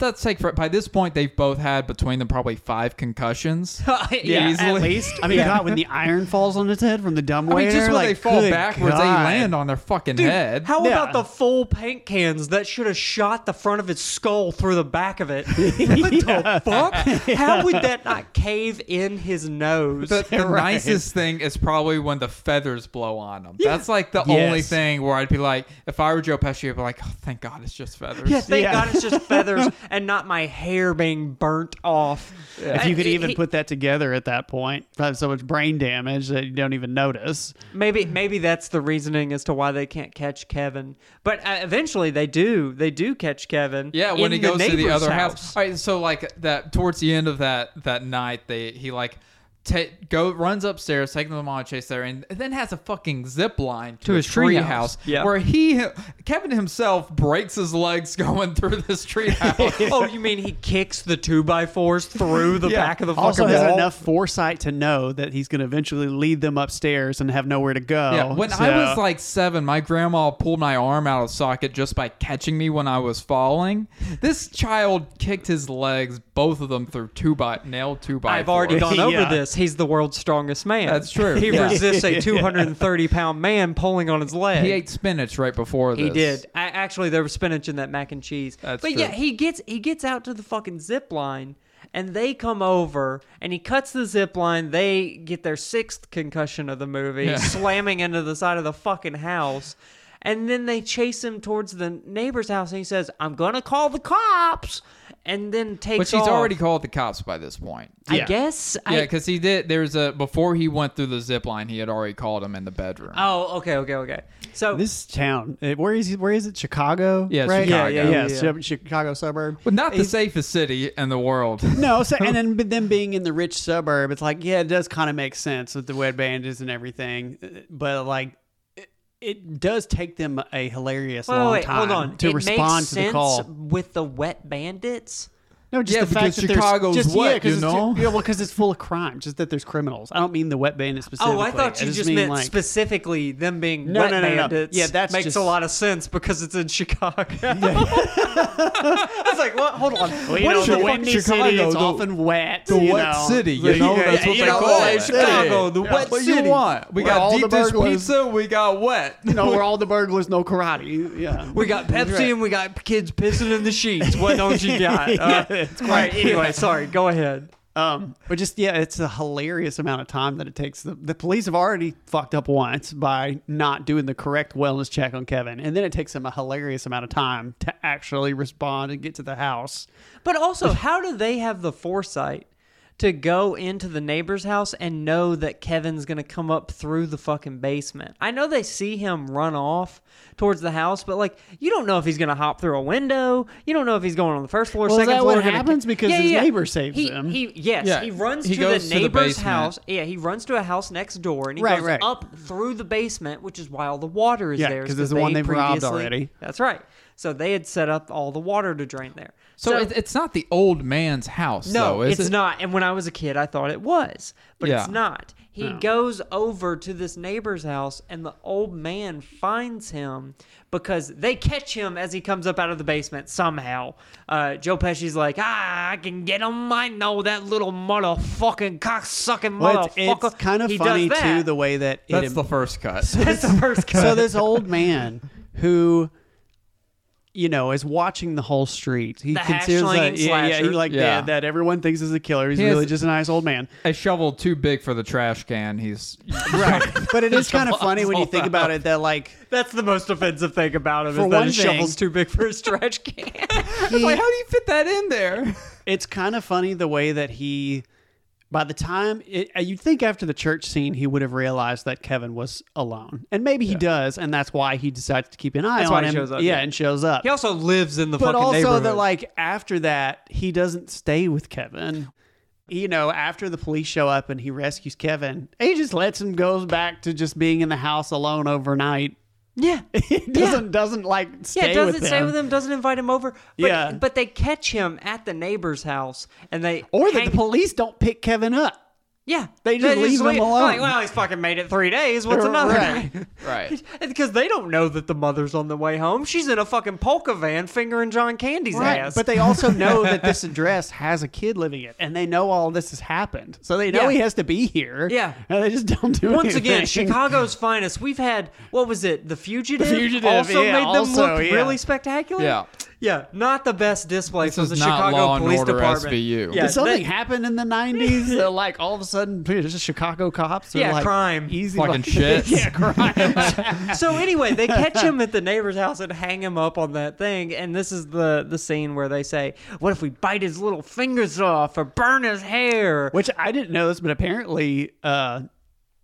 S4: let's take for, by this point they've both had between them probably five concussions.
S2: Yeah,
S4: easily.
S3: at least. I mean, God, when the iron falls on his head from the dumb
S4: I
S3: way,
S4: mean, just when
S3: like,
S4: they fall
S3: good
S4: backwards,
S3: God.
S4: they land on their fucking head.
S2: How
S3: Yeah.
S2: about the full paint cans that should have shot the front of its skull through the back of it? what the fuck? How would that not cave in his nose?
S4: the, the nicest thing is probably when the feathers blow on them. That's like the
S3: Yes.
S4: only thing where I'd be like, if I were Joe Pesci, I'd be like, oh, thank God it's just feathers.
S2: yeah, thank
S3: Yeah.
S2: God it's just feathers and not my hair being burnt off.
S3: If you could even
S2: put.
S3: put that together at that point, probably so much brain damage that you don't even notice.
S2: Maybe maybe that's the reasoning as to why they can't catch Kevin. But uh, eventually they do. They do catch Kevin.
S4: Yeah, when
S2: in
S4: he goes to the
S2: neighbor's
S4: other house. All right, so like that towards the end of that that night, they he like ta go runs upstairs, taking them on a chase there, and then has a fucking zip line to,
S2: To
S4: a
S2: his
S4: tree
S2: treehouse.
S4: house
S2: Yeah.
S4: where he Kevin himself breaks his legs going through this tree house.
S2: oh, you mean he kicks the two by fours through the back of the fucking
S3: Also, has
S2: wall?
S3: enough foresight to know that he's going to eventually lead them upstairs and have nowhere to go.
S4: Yeah, when
S3: so-
S4: I was like seven, my grandma pulled my arm out of socket just by catching me when I was falling. This child kicked his legs, both of them through two by nailed two by.
S2: I've already
S4: fours.
S2: gone over
S3: Yeah.
S2: this. He's the world's strongest man.
S4: That's true.
S2: He
S4: Yeah.
S2: resists a 230 pound man pulling on his leg.
S4: He ate spinach right before this.
S2: He did. I, actually, there was spinach in that mac and cheese.
S4: That's
S2: but
S4: true.
S2: yeah, he gets he gets out to the fucking zip line, and they come over, and he cuts the zip line. They get their sixth concussion of the movie, slamming into the side of the fucking house, and then they chase him towards the neighbor's house, and he says, "I'm gonna call the cops," and then takes
S4: But she's
S2: off.
S4: already called the cops by this point.
S2: I
S3: Yeah.
S2: guess.
S4: Yeah,
S2: I,
S4: because he did. There's a before he went through the zip line, he had already called him in the bedroom.
S2: oh, okay, okay, okay. So
S3: this town. eh, Where is he? Where is it? Chicago.
S4: Yeah,
S3: right?
S4: Chicago.
S2: Yeah, yeah, yeah,
S3: Yes,
S2: yeah.
S3: Chi- Chicago suburb.
S4: Well, not the safest city in the world.
S3: No, so, and then but them being in the rich suburb, it's like yeah, it does kind of make sense with the wet bandits and everything, uh, but like. it- It does take them a hilarious
S2: Wait,
S3: long
S2: wait,
S3: time
S2: hold on.
S3: to
S2: It makes
S3: respond to the
S2: sense
S3: call.
S2: with the wet bandits.
S3: No, just
S4: Yeah,
S3: the fact
S4: because
S3: that there's-
S4: Chicago's
S3: just, yeah,
S4: wet,
S3: 'cause
S4: you
S3: it's-
S4: know?
S3: Yeah, well, because it's full of crime. Just that there's criminals. I don't mean the wet bandit specifically.
S2: Oh, I thought you
S3: just,
S2: just,
S3: mean,
S2: meant
S3: like,
S2: specifically them being
S3: No,
S2: wet
S3: no, no, no.
S2: bandits.
S3: Yeah, that's
S2: makes
S3: just-
S2: a lot of sense because it's in Chicago. I was like, what? Hold on.
S3: Well, you
S2: What
S3: know,
S2: is
S3: the
S2: fuck-
S3: windy
S4: Chicago,
S3: city, it's
S4: the-
S3: often wet.
S4: the
S3: you
S4: wet
S3: know.
S4: city, you know?
S3: yeah,
S4: That's what
S3: yeah,
S4: they
S3: yeah,
S4: call
S3: yeah.
S4: it.
S2: oh, Chicago, the wet
S4: What
S2: city.
S4: you want? We
S3: Where all
S4: got
S3: the
S4: deep dish
S3: burglars-
S4: pizza. We got wet.
S3: You know, we're all the burglars, no karate. Yeah.
S2: We got Pepsi and we got kids pissing in the sheets. What don't you got? Uh,
S3: it's
S2: all right, anyway, sorry. Go ahead.
S3: Um, but just yeah, it's a hilarious amount of time that it takes. The, the police have already fucked up once by not doing the correct wellness check on Kevin, and then it takes them a hilarious amount of time to actually respond and get to the house.
S2: But also, how do they have the foresight to go into the neighbor's house and know that Kevin's going to come up through the fucking basement? I know they see him run off towards the house, but like, you don't know if he's going to hop through a window. You don't know if he's going on the first floor,
S3: Well, is
S2: second
S3: that
S2: floor.
S3: what
S2: gonna-
S3: happens? Because his neighbor saves
S2: he,
S3: him.
S2: He, yes,
S4: Yeah,
S2: he runs
S4: he
S2: to
S4: goes
S2: the
S4: to the
S2: neighbor's
S4: basement.
S2: house. Yeah, he runs to a house next door and he
S3: Right,
S2: goes
S3: right.
S2: up through the basement, which is why all the water is
S3: Yeah,
S2: there.
S3: 'cause
S2: so
S3: it's the one
S2: they
S3: they've robbed
S2: previously-
S3: already.
S2: That's right. So they had set up all the water to drain there.
S4: So, it, it's not the old man's house,
S2: No,
S4: though, is
S2: it's
S4: it?
S2: not. And when I was a kid, I thought it was, but
S4: Yeah.
S2: it's not. He goes over to this neighbor's house, and the old man finds him because they catch him as he comes up out of the basement somehow. Uh, Joe Pesci's like, "Ah, I can get him. I know that little motherfucking cocksucking
S3: Well,
S2: motherfucker."
S3: it's, it's kind of
S2: He does
S3: funny too
S2: that.
S3: the way that it
S4: That's the first cut.
S2: That's the first cut.
S3: so this old man who you know is watching the whole street he
S2: The
S3: considers
S2: hash-slinging
S3: that, yeah, yeah, he
S2: slasher.
S3: like
S4: Yeah.
S3: that, that everyone thinks is a killer he's
S4: He has-
S3: really just a nice old man
S4: a shovel too big for the trash can. He's
S3: right but it is kind of funny when you
S4: all
S3: think
S4: out.
S3: about it that like
S2: That's the most offensive thing about him
S3: For
S2: is that
S3: one
S2: his shovel's
S3: thing-
S2: too big for his trash can.
S4: like, how do you fit that in there?
S3: it's kind of funny the way that he by the time it, uh, you'd think after the church scene he would have realized that kevin was alone and maybe he does and that's why he decides to keep an eye
S2: That's
S3: on
S2: why he
S3: him
S2: shows up,
S3: yeah,
S2: yeah.
S3: and shows up
S2: he also lives in the
S3: but
S2: fucking
S3: also
S2: neighborhood.
S3: that like after that he doesn't stay with kevin you know after the police show up and he rescues kevin he just lets him goes back to just being in the house alone overnight
S2: yeah,
S3: he doesn't doesn't like stay
S2: Yeah, doesn't
S3: with
S2: stay
S3: him.
S2: with him, doesn't invite him over. But,
S3: Yeah.
S2: But they catch him at the neighbor's house and they.
S3: or that
S2: hang-
S3: the police don't pick kevin up
S2: Yeah.
S3: they just leave him
S2: leave-
S3: alone.
S2: Like, well, he's fucking made it three days. What's another
S3: Right.
S2: day?
S4: Right.
S2: Because they don't know that the mother's on the way home. She's in a fucking polka van fingering John Candy's ass.
S3: but they also know that this address has a kid living it and they know all this has happened so they know
S2: Yeah.
S3: he has to be here
S2: Yeah.
S3: and they just don't do
S2: Once again,
S3: anything.
S2: Chicago's finest. We've had what was it? The Fugitive,
S3: The Fugitive,
S2: also
S3: yeah,
S2: made them
S3: also,
S2: look
S3: yeah.
S2: really spectacular.
S4: Yeah.
S2: yeah, not the best display
S4: This
S2: from
S4: is
S2: the
S4: not
S2: Chicago
S4: Law and
S2: Police
S4: Order
S2: Department.
S4: SVU.
S2: Yeah,
S3: Did something
S2: that-
S3: happen in the '90s that, like, all of a sudden, there's just Chicago cops? are,
S2: Yeah,
S3: like,
S2: crime.
S3: easy
S4: Fucking shit.
S3: yeah, crime.
S2: so anyway, they catch him at the neighbor's house and hang him up on that thing. And this is the the scene where they say, "What if we bite his little fingers off or burn his hair?"
S3: Which I didn't know this, but apparently, uh,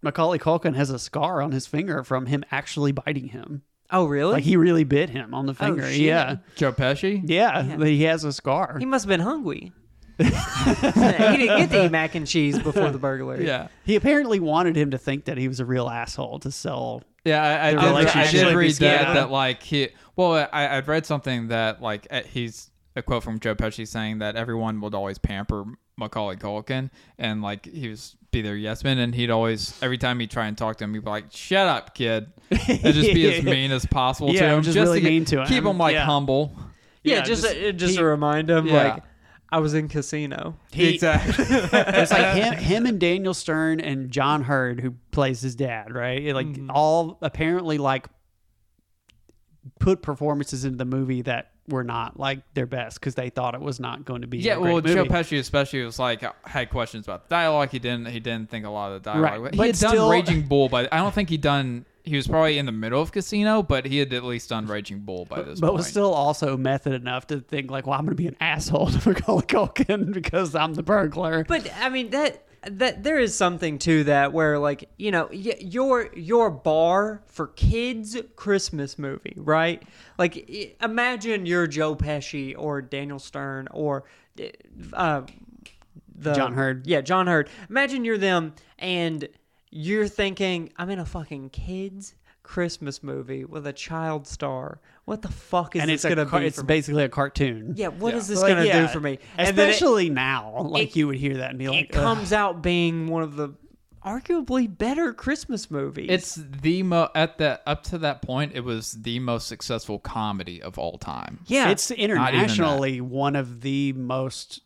S3: Macaulay Culkin has a scar on his finger from him actually biting him.
S2: Oh, really?
S3: Like he really bit him on the finger.
S2: Oh, shit.
S3: yeah.
S4: Joe Pesci.
S3: yeah, but he has a scar.
S2: he must have been hungry. he didn't get to eat mac and cheese before the burglary.
S4: Yeah.
S3: He apparently wanted him to think that he was a real asshole to sell.
S4: Yeah, I, I did.
S3: like
S4: I
S3: she
S4: did
S3: should be
S4: read that.
S3: scared.
S4: That like he. Well, I I'd read something that like eh, he's a quote from Joe Pesci saying that everyone would always pamper Macaulay Culkin and like he was be their yes man and he'd always every time he'd try and talk to him he'd be like shut up kid and just be as mean as possible to
S3: Yeah,
S4: him
S3: just really
S4: to get-
S3: mean to
S4: keep
S3: him.
S4: him like
S3: Yeah.
S4: humble
S2: yeah,
S3: Yeah,
S2: just
S3: just-
S2: uh, just
S3: he-
S2: to remind him,
S4: Yeah.
S2: like I was in casino.
S3: He-
S4: exactly
S3: It's like him, him and Daniel Stern and John Hurd, who plays his dad, right? It, Like
S2: Mm-hmm.
S3: all apparently like put performances into the movie that were not like their best because they thought it was not going to be.
S4: yeah
S3: a great
S4: well Joe
S3: movie.
S4: Pesci especially was like had questions about the dialogue he didn't he didn't think a lot of the dialogue
S3: Right,
S4: he
S3: but
S4: had
S3: still-
S4: done Raging Bull but I don't think he'd done he was probably in the middle of Casino but he had at least done Raging Bull by this
S3: but
S4: point
S3: was still also method enough to think like, well, I'm going to be an asshole to Macaulay Culkin because I'm the burglar.
S2: But I mean that that there is something to that where like you know y- your your bar for kids Christmas movie, right? Like i- imagine you're Joe Pesci or Daniel Stern or uh, the
S3: John Hurd.
S2: Yeah, John Hurd. Imagine you're them and you're thinking I'm in a fucking kids Christmas movie with a child star. What the fuck is
S3: and
S2: this
S3: it's
S2: gonna
S3: a, car-
S2: be?
S3: it's
S2: for me?
S3: basically a cartoon.
S2: yeah, what is this
S3: Like,
S2: gonna
S3: yeah,
S2: do for me? And then it-
S3: Especially now, like
S2: it-
S3: you would hear that and be like,
S2: it comes out being one of the arguably better Christmas movies.
S4: It's the mo at that up to that point, it was the most successful comedy of all time.
S2: yeah,
S3: It's internationally one of the most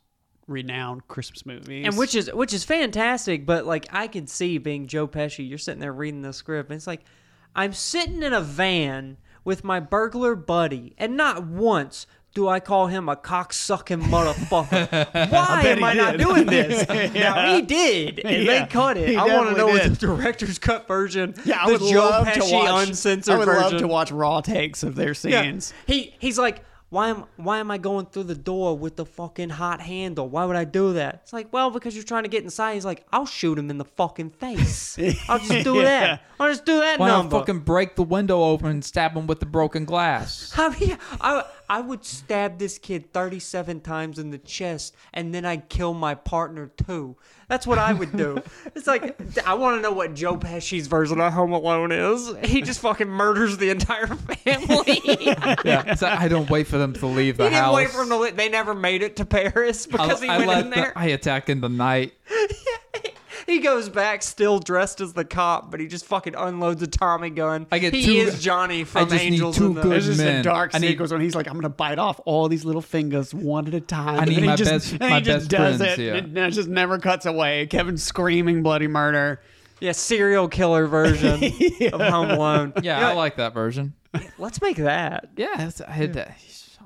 S3: renowned Christmas movies.
S2: and which is which is fantastic. But like I can see being Joe Pesci, you're sitting there reading the script, and it's like I'm sitting in a van with my burglar buddy, and not once. Do I call him a cocksucking motherfucker? Why am
S3: he
S2: I not
S3: did.
S2: doing this? Now he did, and
S3: Yeah,
S2: they cut it.
S3: he
S2: I want to
S3: definitely
S2: know
S3: did.
S2: the director's cut version,
S3: yeah, I
S2: the
S3: would
S2: Joe
S3: love
S2: Pesci
S3: to watch
S2: uncensored
S3: I would
S2: version.
S3: love to watch raw takes of their
S2: Yeah.
S3: scenes.
S2: He he's like, why am why am I going through the door with the fucking hot handle? Why would I do that? It's like, well, because you're trying to get inside. He's like, I'll shoot him in the fucking face. I'll just do that. I'll just do that
S4: Why not
S2: number.
S4: fucking break the window open and stab him with the broken glass?
S2: I, mean, I, I would stab this kid 37 times in the chest and then I'd kill my partner too. That's what I would do. it's like, I want to know what Joe Pesci's version of Home Alone is. He just fucking murders the entire family.
S4: yeah, it's like, I don't wait for them to leave the
S2: He didn't
S4: house.
S2: wait for him to. Li- they never made it to Paris because he
S4: I, I
S2: went
S4: let
S2: in
S4: the-
S2: there.
S4: I attack in the night.
S2: he goes back still dressed as the cop, but he just fucking unloads a Tommy gun.
S4: I get
S2: he
S4: two-
S2: is Johnny from
S4: just need
S2: Angels.
S4: two
S2: in the-
S4: good-
S3: There's just
S4: Man,
S3: a dark
S4: I need-
S3: sequence when he's like, "I'm gonna bite off all these little fingers one at a time."
S4: I need
S3: and
S4: my
S3: he just,
S4: best-
S3: and
S4: my
S3: he just
S4: best
S3: does
S4: friends,
S3: it.
S4: yeah.
S3: And it just never cuts away. Kevin screaming bloody murder.
S2: yeah, serial killer version of Home Alone.
S4: Yeah, I like that version.
S2: Let's make that.
S4: Yeah, it's- I had to,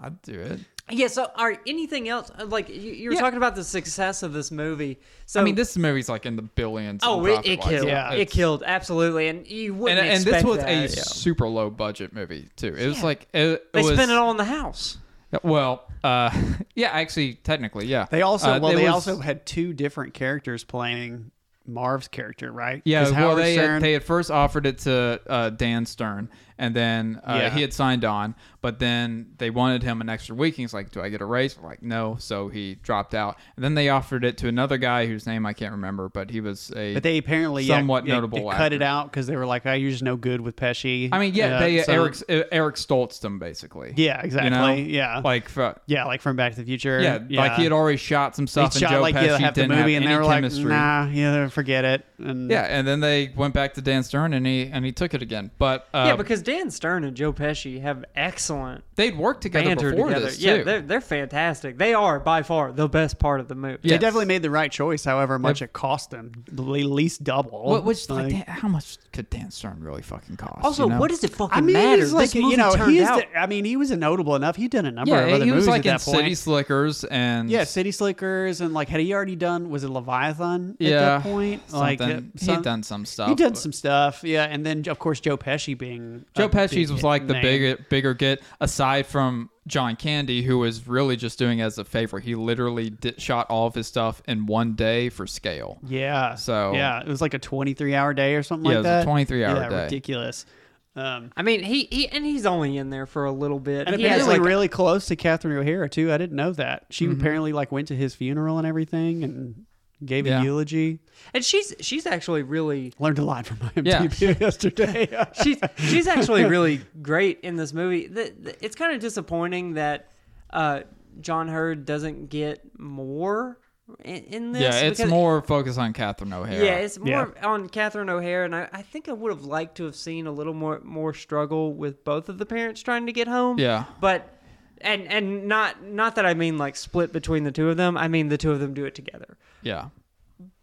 S4: I'd do it.
S2: Yeah. So, are anything else? Uh, Like you, you were
S4: Yeah.
S2: talking about the success of this movie. So
S4: I mean, this movie's like in the billions. in
S2: Oh, it, it
S4: profit-wise.
S2: killed.
S3: Yeah.
S2: It killed absolutely, and you
S4: And,
S2: wouldn't
S4: and
S2: expect
S4: this was
S2: that.
S4: a
S2: Yeah.
S4: super low budget movie too. It was like it, it
S2: They
S4: was,
S2: spent it all in the house.
S4: Well, uh, yeah, actually, technically, yeah.
S3: They also
S4: Uh,
S3: well, they
S4: was-
S3: also had two different characters playing Marv's character, right?
S4: Yeah,
S3: 'Cause
S4: well,
S3: Howard
S4: they
S3: Stern-
S4: had, they had first offered it to uh, Dan Stern, and then uh,
S3: Yeah.
S4: he had signed on, but then they wanted him an extra week. and He's like, "Do I get a raise?" I'm like, no, so he dropped out. And then they offered it to another guy whose name I can't remember, but he was a
S3: But they apparently yeah,
S4: somewhat
S3: yeah,
S4: notable
S3: they cut
S4: actor.
S3: it out because they were like, "Oh, you're just no good with Pesci."
S4: I mean, yeah,
S3: Uh,
S4: they
S3: so-
S4: Eric Eric Stoltzed him basically.
S3: Yeah,
S4: You know?
S3: exactly. Yeah,
S4: like for,
S3: yeah, like from Back to the Future.
S4: yeah, like he had already shot some
S3: He
S4: stuff, and
S3: shot
S4: Joe
S3: like
S4: Pesci
S3: yeah, half the
S4: didn't have
S3: movie, and
S4: any
S3: they were
S4: chemistry.
S3: like, "Nah, yeah, forget it." And
S4: Yeah, and then they went back to Dan Stern, and he and he took it again. But uh,
S2: Yeah, because Dan Stern and Joe Pesci have excellent
S4: they'd worked together
S2: banter
S4: before
S2: together.
S4: this
S2: yeah,
S4: too.
S2: they're they're fantastic. They are by far the best part of the movie.
S4: Yeah.
S3: They definitely made the right choice, however much it cost them, at least double.
S4: What, which, like, Dan- how much could Dan Stern really fucking cost?
S2: Also,
S4: you know?
S2: what does it fucking
S3: I mean,
S2: matter?
S3: he's like
S2: this movie
S3: you know,
S2: turned
S3: he's.
S2: out.
S3: the- I mean, he was a notable enough. He'd done a number of
S4: Yeah,
S3: other
S4: he
S3: movies
S4: was like
S3: at
S4: in
S3: that point.
S4: City Slickers and
S3: yeah, City Slickers, and like, had he already done? Was it Leviathan at
S4: Yeah,
S3: that point? Like,
S4: something.
S3: uh,
S4: he'd done some stuff.
S3: He done
S4: but-
S3: some stuff, yeah. And then of course Joe Pesci being
S4: Joe
S3: a
S4: Pesci's
S3: big
S4: was like the
S3: name.
S4: bigger bigger get aside from John Candy, who was really just doing it as a favor. He literally did, shot all of his stuff in one day for scale.
S3: Yeah.
S4: So-
S3: yeah, it was like a 23 hour day or something
S4: Yeah,
S3: like
S4: it was a
S3: that.
S4: 23-hour
S3: yeah,
S4: day.
S3: Ridiculous. Um,
S2: I mean, he, he and he's only in there for a little bit.
S3: and
S2: He has,
S3: apparently
S2: like,
S3: really close to Catherine O'Hara too. I didn't know that. She
S4: Mm-hmm.
S3: apparently like went to his funeral and everything and gave
S4: Yeah.
S3: a eulogy.
S2: and she's she's actually really
S3: Learned a lot from my
S4: Yeah.
S3: MTV yesterday.
S2: she's she's actually really great in this movie. The, the- it's kind of disappointing that uh, John Hurd doesn't get more in, in this.
S4: Yeah, it's
S2: because-
S4: more focused on Catherine O'Hara.
S2: Yeah, it's more on Catherine O'Hara, and I, I think I would have liked to have seen a little more more struggle with both of the parents trying to get home.
S4: Yeah.
S2: but and and not not that I mean like split between the two of them. I mean the two of them do it together.
S4: yeah,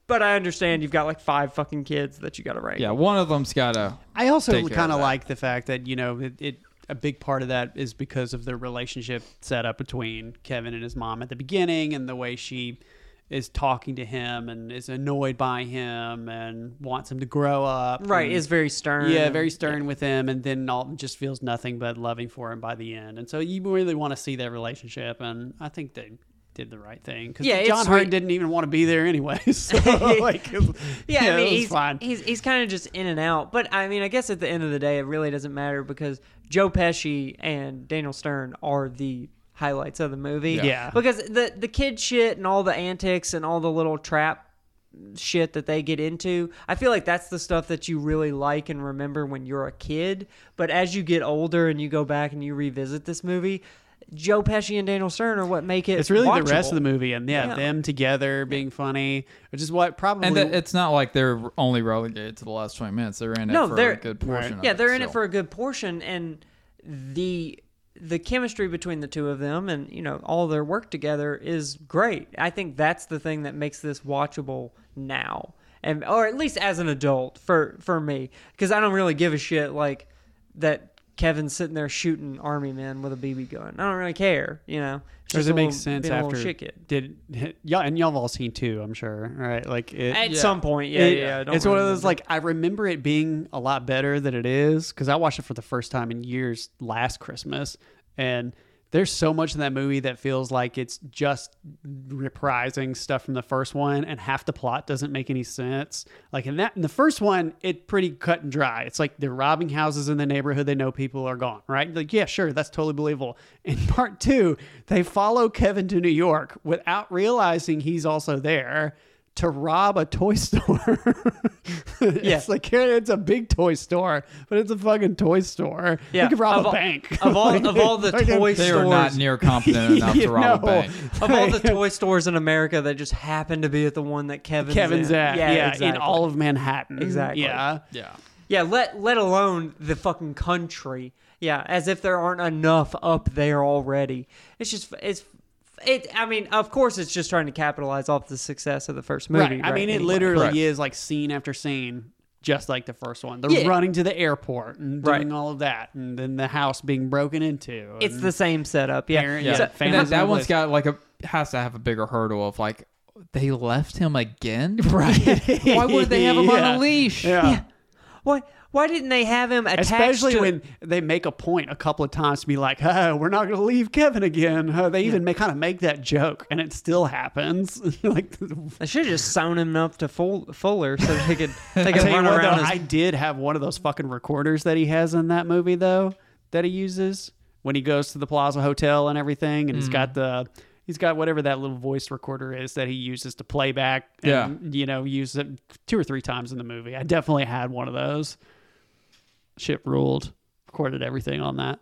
S2: But I understand you've got like five fucking kids that you got to rank.
S4: yeah. One of them's got a
S3: I also
S4: Take care
S3: kind
S4: of
S3: of
S4: that.
S3: like the fact that you know it, it. A big part of that is because of the relationship set up between Kevin and his mom at the beginning, and the way she is talking to him and is annoyed by him and wants him to grow up.
S2: right.
S3: and-
S2: Is very stern.
S3: yeah, very stern with him, and then all, just feels nothing but loving for him by the end. And so you really want to see that relationship, and I think they did the right thing because
S2: Yeah, it's
S3: John Hurt
S2: sweet.
S3: didn't even want to be there anyway. So like, it was-
S2: Yeah, I
S3: it
S2: mean,
S3: was
S2: he's,
S3: fine.
S2: he's he's kind of just in and out. But I mean, I guess at the end of the day, it really doesn't matter because Joe Pesci and Daniel Stern are the highlights of the movie.
S3: Yeah.
S2: because the the kid shit and all the antics and all the little trap shit that they get into. I feel like that's the stuff that you really like and remember when you're a kid. But as you get older and you go back and you revisit this movie, Joe Pesci and Daniel Stern are what make it.
S3: It's really the rest of the
S2: watchable.
S3: movie, and yeah,
S2: Yeah.
S3: them together being funny, which is what probably
S4: And that, it's not like they're only relegated to the last 20 minutes. They're in it
S2: No,
S4: for
S2: they're-
S4: a good portion. of
S2: Yeah, they're in
S4: so.
S2: it for a good portion, and the the chemistry between the two of them, and you know all their work together is great. I think that's the thing that makes this watchable now, and or at least as an adult for for me, because I don't really give a shit like that. Kevin's sitting there shooting army men with a BB gun. I don't really care, you know. It's
S3: does
S2: just
S3: it
S2: a
S3: make
S2: little-
S3: sense
S2: being a little
S3: after
S2: shit kid.
S3: did yeah, and y'all have all seen two, I'm sure, right? Like it,
S2: At some point, yeah,
S3: it-
S2: yeah. yeah I don't
S3: it's one of
S2: remember.
S3: those like I remember it being a lot better than it is because I watched it for the first time in years last Christmas, and there's so much in that movie that feels like it's just reprising stuff from the first one, and half the plot doesn't make any sense. Like in that in the first one, it pretty cut and dry. It's like they're robbing houses in the neighborhood they know people are gone, right? Like yeah, sure, that's totally believable. In part two, they follow Kevin to New York without realizing he's also there to rob a toy store. yeah. It's like it's a big toy store, but it's a fucking toy store.
S2: Yeah.
S3: You could rob
S2: Of
S3: a
S2: all-
S3: bank.
S2: of all-
S3: Like,
S2: of all the
S3: like,
S2: toy
S4: They are not
S2: stores.
S4: near competent enough
S3: You
S4: to rob a
S3: know.
S4: bank.
S2: of all the toy stores in America that just happen to be at the one that Kevin's,
S3: Kevin's
S2: in.
S3: at. Yeah, in
S2: exactly.
S3: all of Manhattan.
S2: Exactly.
S3: Yeah.
S4: Yeah.
S2: Yeah, let let alone the fucking country. Yeah, as if there aren't enough up there already. It's just it's it. I mean, of course, it's just trying to capitalize off the success of the first movie.
S3: Right. I mean, it
S2: Anyway.
S3: literally
S4: Correct.
S3: is like scene after scene, just like the first one. They're
S2: Yeah.
S3: running to the airport and doing
S2: Right.
S3: all of that, and then the house being broken into.
S2: it's
S3: and
S2: the same setup. Yeah,
S3: parent-
S4: Yeah.
S3: So-
S4: and
S3: Families
S4: that,
S3: in
S4: that
S3: the
S4: one's
S3: list.
S4: got like a has to have a bigger hurdle of like they left him again. Right. Why would they have him on
S3: Yeah.
S4: a leash?
S3: Yeah.
S2: Why why didn't they have him attached?
S3: Especially
S2: to-
S3: when they make a point a couple of times to be like, oh, we're not going to leave Kevin again. Oh, they even make, kind of make that joke, and it still happens. like,
S2: they should have just sewn him up to Ful- Fuller so they could they
S3: I
S2: could run around.
S3: though,
S2: his-
S3: I did have one of those fucking recorders that he has in that movie though that he uses when he goes to the Plaza Hotel and everything, and he's
S2: Mm.
S3: got the he's got whatever that little voice recorder is that he uses to play back. And, you know, use it two or three times in the movie. I definitely had one of those. Shit ruled. Recorded everything on that.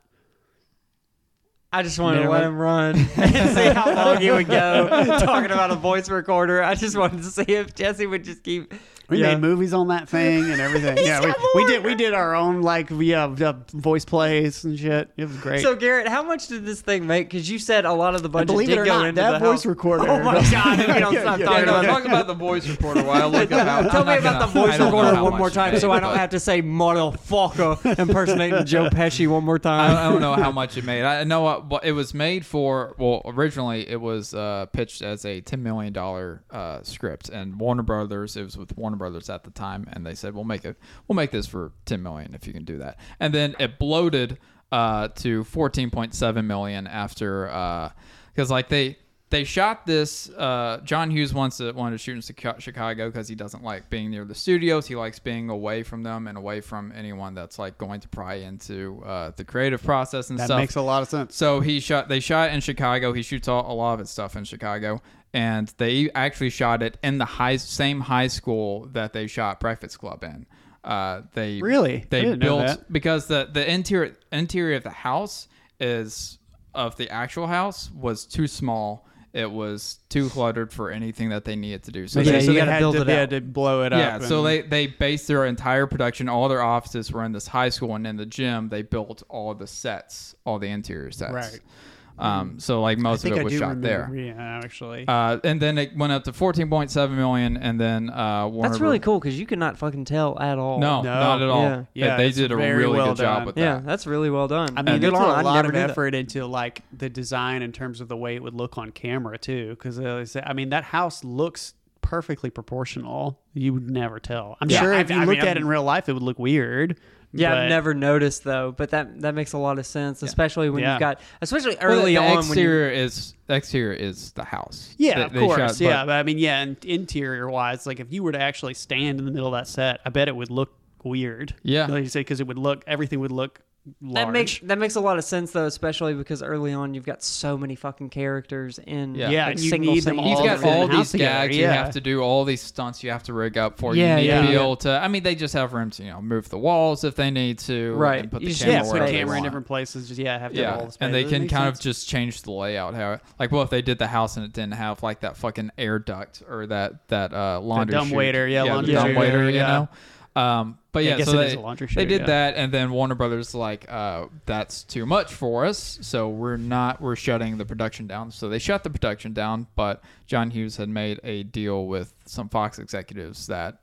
S2: I just wanted to
S3: Never
S2: let
S3: mind.
S2: him run and see how long he would go talking about a voice recorder. I just wanted to see if Jesse would just keep.
S3: We
S2: Yeah.
S3: made movies on that thing and everything. yeah, we, we did. We did our own like yeah uh, voice plays and shit. It was great.
S2: So Garrett, how much did this thing make? Because you said a lot of the budget
S3: believe
S2: did
S3: it or
S2: go
S3: not,
S2: into the
S3: that voice
S2: help.
S3: recorder-
S2: Oh my god! If we don't stop talking about
S4: talk about the voice recorder while I look up.
S2: Tell me about the voice recorder one more time, so I don't have to say "motherfucker" impersonating Joe Pesci one more time.
S4: I, I don't know how much it made. I know uh, well, it was made for. Well, originally it was uh, pitched as a ten million dollar uh, script, and Warner Brothers. It was with Warner Brothers at the time, and they said, "We'll make it. We'll make this for ten million if you can do that." And then it bloated uh, to fourteen point seven million after because like they. They shot this. Uh, John Hughes wants to wanted to shoot in Chica- Chicago because he doesn't like being near the studios. He likes being away from them and away from anyone that's like going to pry into uh, the creative process and
S3: that
S4: stuff.
S3: makes a lot of sense.
S4: So he shot. They shot in Chicago. He shoots all, a lot of his stuff in Chicago, and they actually shot it in the high same high school that they shot Breakfast Club in. Uh, they
S3: Really? I
S4: they
S3: didn't know
S4: built
S3: that.
S4: because the the interior interior of the house is of the actual house was too small. It was too cluttered for anything that they needed to do. So
S2: Yeah,
S4: they,
S2: you
S3: they
S2: gotta
S3: had
S2: build
S3: to,
S2: it
S3: they
S2: up.
S3: had to blow it
S4: yeah,
S3: up.
S4: so
S3: and-
S4: they they based their entire production. All their offices were in this high school, and in the gym, they built all the sets, all the interior sets.
S3: Right.
S4: Um, so like most of it was shot there.
S3: Yeah, actually.
S4: Uh, and then it went up to 14.7 million, and then uh, Warner.
S2: That's really
S4: Bros-
S2: cool because you could not fucking tell at all.
S4: No,
S3: No.
S4: not at all.
S2: Yeah.
S4: Yeah,
S3: Yeah,
S4: they
S3: it's
S4: did a
S3: very
S4: really
S3: well
S4: good job
S3: done.
S4: with
S2: Yeah,
S4: that.
S2: that's really well done.
S3: I mean,
S2: And
S3: they
S2: good
S3: put
S2: on-
S3: a
S2: I'd
S3: lot
S2: never
S3: of
S2: do that.
S3: effort into like the design in terms of the way it would look on camera too, because I mean that house looks perfectly proportional. You would never tell. I'm sure
S2: I-
S3: if you
S2: I mean,
S3: looked at
S2: I'm-
S3: it in real life, it would look weird.
S2: Yeah,
S3: but-
S2: I've never noticed though, but that that makes a lot of sense, especially when
S3: Yeah.
S2: you've got, especially
S4: Well,
S2: early
S4: the
S2: on when you
S4: exterior is the exterior is the house.
S3: Yeah,
S4: They-
S3: of
S4: they
S3: course.
S4: shot- but-
S3: yeah, but I mean, yeah, and interior wise, like if you were to actually stand in the middle of that set, I bet it would look weird.
S4: Yeah.
S3: like you said, because it would look everything would look large.
S2: That makes that makes a lot of sense though, especially because early on you've got so many fucking characters in
S4: Yeah.
S3: Yeah,
S2: like,
S3: and you
S2: single
S3: need them
S2: scene.
S3: all
S4: He's got
S3: of them
S4: all
S3: in the
S4: these
S3: house together,
S4: gags. You
S3: yeah.
S4: have to do all these stunts. You have to rig up for.
S2: Yeah,
S4: you need
S2: yeah.
S4: to be
S2: Yeah.
S4: able to. I mean, they just have room to you know move the walls if they need to.
S2: Right.
S4: And put
S2: You
S4: the
S2: just-
S4: camera
S3: yeah,
S2: Yeah,
S3: put
S4: wherever
S3: a
S4: they
S3: camera in
S4: want.
S3: different places. Just yeah, have to have all
S4: Yeah,
S3: the space.
S4: and they
S3: That
S4: can
S3: makes
S4: kind of
S3: sense.
S4: just change the layout. How like, well, if they did the house and it didn't have like that fucking air duct or that that uh, laundry
S3: dumb
S4: chute.
S3: waiter, yeah, laundry
S4: the dumb
S3: chute,
S4: waiter, you
S3: yeah.
S4: know. Um, but yeah,
S3: guess
S4: so
S3: it
S4: they,
S3: is a laundry
S4: they
S3: chute,
S4: did
S3: yeah.
S4: that, and then Warner Brothers like, uh, that's too much for us, so we're not we're shutting the production down. So they shut the production down, but John Hughes had made a deal with some Fox executives that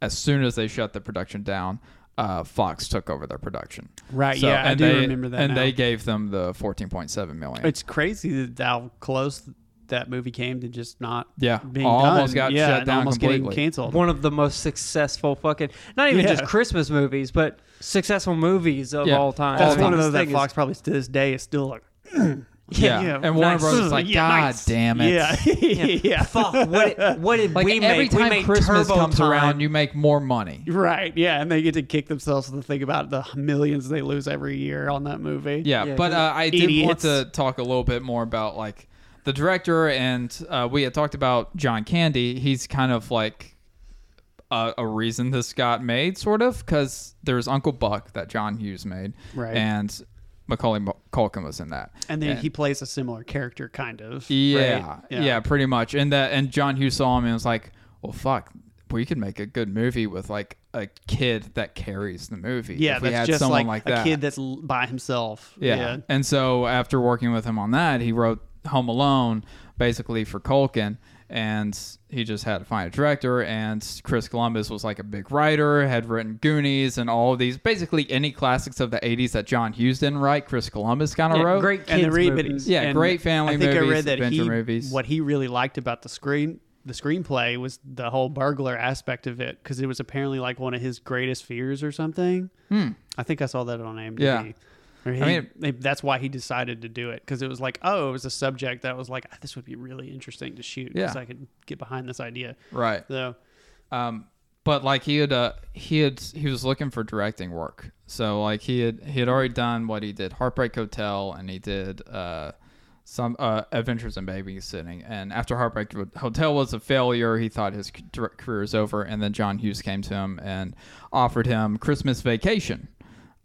S4: as soon as they shut the production down. Uh, Fox took over their production.
S3: Right,
S4: So-
S3: Uh, yeah, I
S4: and
S3: do
S4: they-
S3: remember that
S4: And
S3: now. Uh,
S4: they gave them the fourteen point seven million.
S3: It's crazy that how close that movie came to just not
S4: Yeah,
S3: being
S4: almost
S3: done.
S4: got
S3: yeah,
S4: shut
S3: and
S4: down
S3: almost
S4: completely.
S3: getting canceled.
S2: one of the most successful fucking not even
S3: Yeah.
S2: just Christmas movies, but successful movies of
S4: Yeah.
S2: all time.
S4: That's
S3: That's
S2: I mean,
S3: one of
S2: this
S3: those that
S2: thing is-
S3: Fox probably to this day is still like,
S4: yeah.
S3: yeah,
S4: and Warner
S2: nice.
S4: Brothers is like,
S3: Yeah,
S4: God
S3: nice."
S4: damn it.
S3: yeah, yeah,
S2: Fuck! What did, what did
S4: Like
S2: we make?
S4: every
S2: we
S4: time
S2: made
S4: Christmas
S2: Turbo
S4: comes
S2: Time.
S4: around, you make more money.
S3: Right, yeah, and they get to kick themselves to think about the millions they lose every year on that movie.
S4: Yeah,
S2: Yeah,
S4: but
S2: 'cause
S4: uh, I did want
S3: idiots.
S4: to talk a little bit more about like the director, and uh, we had talked about John Candy. He's kind of like a, a reason this got made, sort of, because there's Uncle Buck that John Hughes made,
S3: Right.
S4: And Macaulay Culkin was in that,
S3: and then he plays a similar character, kind of.
S4: Yeah,
S3: right?
S4: yeah, pretty much. And that, and John Hughes saw him and was like, "Well, fuck, we could make a good movie with like a kid that carries the movie.
S3: yeah.
S4: if we had
S3: That's just
S4: someone
S3: like,
S4: like,
S3: a
S4: that.
S3: kid that's l- by himself.
S4: yeah. And so after working with him on that, he wrote Home Alone basically for Culkin. And he just had to find a director, and Chris Columbus was like a big writer, had written Goonies and all of these, basically any classics of the '80s that John Hughes didn't write, Chris Columbus kind of
S2: Yeah,
S4: wrote.
S2: great
S3: and the
S2: kids
S3: re- but-
S2: movies.
S4: Yeah,
S3: and
S4: great family
S3: I think I
S4: movies,
S3: read that
S4: adventure
S3: he,
S4: movies.
S3: What he really liked about the screen, the screenplay, was the whole burglar aspect of it because it was apparently like one of his greatest fears or something. I think I saw that on IMDb.
S4: Hmm. Yeah.
S3: Or he-
S4: I mean-
S3: they- that's why he decided to do it because it was like, oh, it was a subject that was like, "Ah, this would be really interesting to shoot because
S4: Yeah.
S3: I could get behind this idea.
S4: Right.
S3: So
S4: Um, but like he had uh he had he was looking for directing work so like he had he had already done what he did heartbreak hotel and he did uh some uh adventures in babysitting and after heartbreak hotel was a failure he thought his c- direct career was over and then john hughes came to him and offered him christmas vacation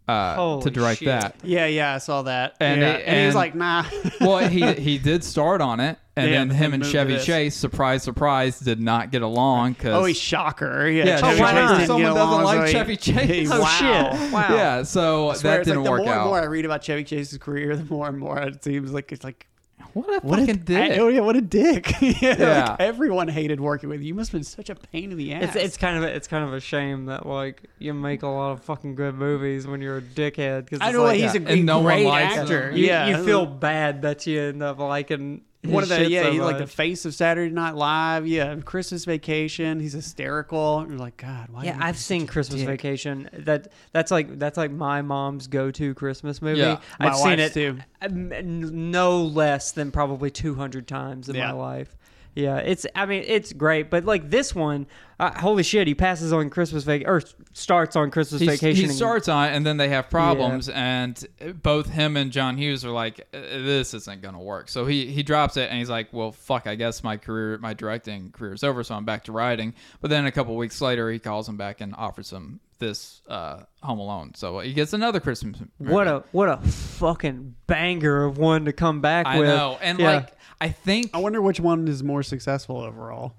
S4: uh, to
S2: Holy
S4: direct
S2: shit.
S4: that
S3: yeah, yeah, I saw that.
S4: And
S3: yeah.
S4: it-
S3: and he was
S4: and-
S3: like, nah.
S4: well, he he did start on it, and
S3: Yeah,
S4: then
S3: but
S4: him
S3: then
S4: and
S3: moved to
S4: Chevy
S3: this.
S4: Chase, surprise, surprise, did not get along. Cause
S3: Oh, he's shocker. Yeah,
S4: Yeah,
S3: Chevy
S2: why not?
S3: Chase didn't get
S4: Someone doesn't
S3: along,
S4: like
S3: so he-
S4: Chevy Chase.
S2: Oh
S3: wow.
S2: shit! Wow.
S4: yeah, so
S3: swear,
S4: that
S3: it's like,
S4: didn't
S3: the
S4: work
S3: more
S4: out.
S3: and more I read about Chevy Chase's career, the more and more it seems like it's like
S4: What a
S3: what
S4: fucking
S3: a,
S4: dick.
S3: I- oh yeah, what a dick. yeah,
S4: Yeah.
S3: Like, everyone hated working with you. You must have been such a pain in the ass.
S2: It's, it's kind of a, it's kind of a shame that like you make a lot of fucking good movies when you're a dickhead because
S3: I know
S2: like,
S3: he's a
S4: and
S3: great,
S4: no one
S3: great
S4: likes him.
S3: actor.
S2: you,
S3: yeah,
S2: you feel bad that you end up liking his
S3: one of the
S2: shit
S3: yeah,
S2: so
S3: he's like the
S2: much.
S3: face of Saturday Night Live. Yeah, Christmas Vacation. He's hysterical. You're like God. Why?
S2: Yeah,
S3: did you
S2: I've
S3: do
S2: seen
S3: such a
S2: Christmas
S3: dick?
S2: Vacation. That that's like that's like my mom's go-to Christmas movie.
S4: Yeah.
S3: My
S2: I've seen it
S3: wife's too.
S2: um, n- no less than probably 200 times in
S3: Yeah.
S2: my life. Yeah, it's I mean it's great, but like this one, uh, holy shit, he passes on Christmas vacation or starts on Christmas
S4: He's-
S2: vacation.
S4: He
S2: and-
S4: starts on, it, and then they have problems, and both him and John Hughes are like, "Uh, "This isn't gonna work." So he he drops it, and he's like, "Well, fuck, I guess my career, my directing career is over, so I'm back to writing." But then a couple weeks later, he calls him back and offers him this uh, Home Alone, so he gets another Christmas. Movie.
S2: what a what a fucking banger of one to come back
S4: I
S2: with.
S4: know, and
S2: Yeah.
S4: like I think
S3: I wonder which one is more successful overall.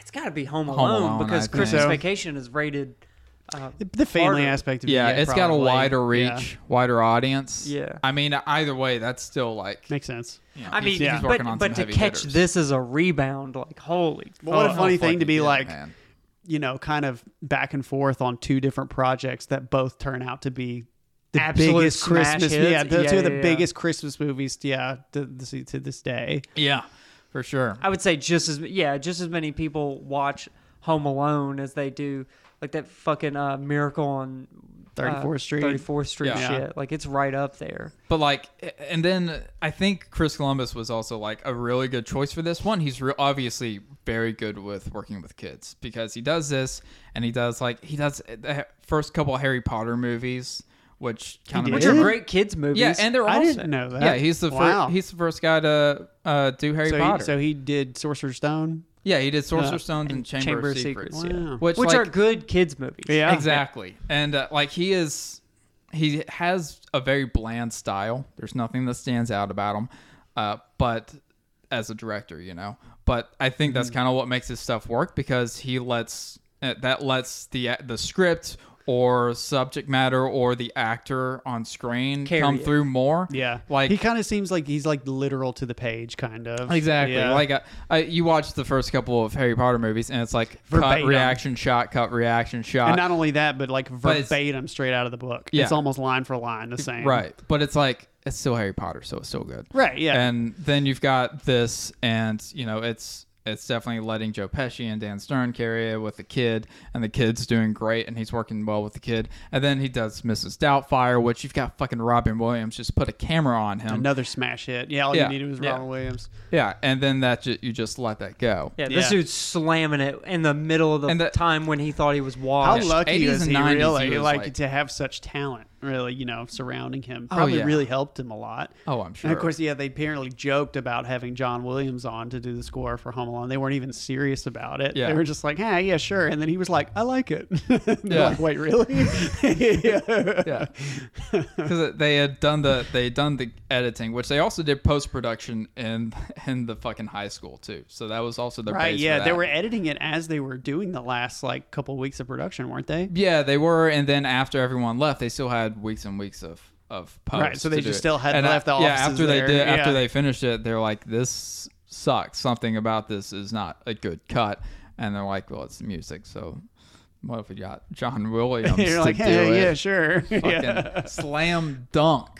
S2: it's got to be Home Alone,
S4: Home Alone, I
S2: because
S4: think.
S2: Christmas
S3: So-
S2: Vacation is rated. Uh,
S3: The, the family
S2: Harder.
S3: aspect of
S4: yeah,
S3: it.
S4: it's got a
S3: probably.
S4: wider
S3: Yeah.
S4: reach, wider audience.
S2: Yeah.
S4: I mean, either way, that's still like
S3: Makes sense.
S2: I mean,
S4: yeah.
S2: but,
S4: working on
S2: but
S4: some
S2: to
S4: heavy
S2: catch
S4: hitters.
S2: this as a rebound, like holy,
S3: But what a
S2: fuck.
S3: funny thing to
S4: fucking
S3: be
S4: yeah,
S3: like,
S4: man.
S3: you know, kind of back and forth on two different projects that both turn out to be the
S2: Absolute
S3: biggest
S2: smash
S3: Christmas.
S2: hits.
S3: Yeah, the,
S2: Yeah,
S3: two of the
S2: yeah, yeah.
S3: biggest Christmas movies. Yeah, to, to, to this day.
S2: Uh,
S4: yeah, for sure.
S2: I would say just as yeah, just as many people watch Home Alone as they do like that fucking uh, Miracle on
S3: 34th Street.
S2: Thirty Fourth Street
S4: Yeah.
S2: shit. Like it's right up there.
S4: But like, and then I think Chris Columbus was also like a really good choice for this one. He's re- obviously very good with working with kids because he does this, and he does like he does the first couple Harry Potter movies which kind of
S2: Which
S4: made-
S2: are
S3: Did?
S2: great kids movies.
S4: Yeah, and they're
S3: I
S4: awesome.
S3: didn't know that.
S4: Yeah, he's the
S3: Wow.
S4: first. He's the first guy to uh, do Harry
S3: so,
S4: Potter.
S3: he, Uh, so he did Sorcerer's Stone.
S4: yeah, he did Sorcerer's
S3: Yeah.
S4: Stones and, Chamber, of Secrets,
S3: Wow.
S4: which,
S2: which
S4: like,
S2: are good kids movies.
S3: Yeah.
S4: exactly. And uh, like he is, he has a very bland style. There's nothing that stands out about him. Uh, but as a director, you know. But I think that's
S3: Mm-hmm.
S4: kind of what makes his stuff work because he lets uh, that lets the the script or subject matter or the actor on screen
S2: Carry
S4: come
S2: it.
S4: through more.
S3: Yeah.
S4: like
S3: he kind of seems like he's like literal to the page, kind of.
S4: Exactly.
S3: Yeah.
S4: Like I, I, you watch the first couple of Harry Potter movies, and it's like
S3: Verbatim.
S4: cut reaction shot, cut reaction shot.
S3: and not only that, but like
S4: it's-
S3: verbatim, straight out of the book.
S4: Yeah.
S3: It's almost line for line the same.
S4: right, but it's like it's still Harry Potter, so it's still good.
S3: Right, yeah.
S4: And then you've got this, and you know it's it's definitely letting Joe Pesci and Dan Stern carry it with the kid, and the kid's doing great, and he's working well with the kid. And then he does Mrs. Doubtfire, which you've got fucking Robin Williams just put a camera on him.
S3: Another smash hit. Yeah, all
S4: Yeah.
S3: you needed was
S4: Yeah.
S3: Robin Williams.
S4: Yeah, and then that ju- you just let that go.
S2: Yeah, this
S3: Yeah.
S2: dude's slamming it in the middle of the,
S4: And the-
S2: time when he thought he was
S3: How
S2: washed.
S3: lucky
S4: 80s
S3: is
S4: and
S3: he
S4: 90s,
S3: really
S4: he was
S3: like,
S4: like- Oh,
S3: to have such talent really, you know, surrounding him. Probably
S4: yeah.
S3: really helped him a lot.
S4: Oh, I'm
S3: And
S4: sure.
S3: of course, yeah, they apparently joked about having John Williams on to do the score for Home Alone. They weren't even serious about it.
S4: Yeah.
S3: They were just like, "Hey, yeah, sure." And then he was like, "I like it." They're
S4: Yeah.
S3: like, "Wait, really?" yeah.
S4: yeah because they had done the they had done the editing which they also did post-production in in the fucking high school too so that was also their
S3: Right,
S4: base
S3: yeah,
S4: for
S3: they
S4: that.
S3: were editing it as they were doing the last like couple weeks of production, weren't they?
S4: yeah they were and then after everyone left they still had weeks and weeks of of post
S3: Right, so they
S4: to
S3: just
S4: do.
S3: still hadn't
S4: And I-
S3: left the
S4: yeah
S3: offices
S4: after they
S3: there,
S4: did after
S3: yeah.
S4: they finished it they're like this sucks something about this is not a good cut and they're like well it's music so what if we got John Williams
S3: You're
S4: to
S3: like,
S4: do
S3: "Hey,
S4: it?
S3: yeah, sure."
S4: fucking
S3: yeah.
S4: slam dunk.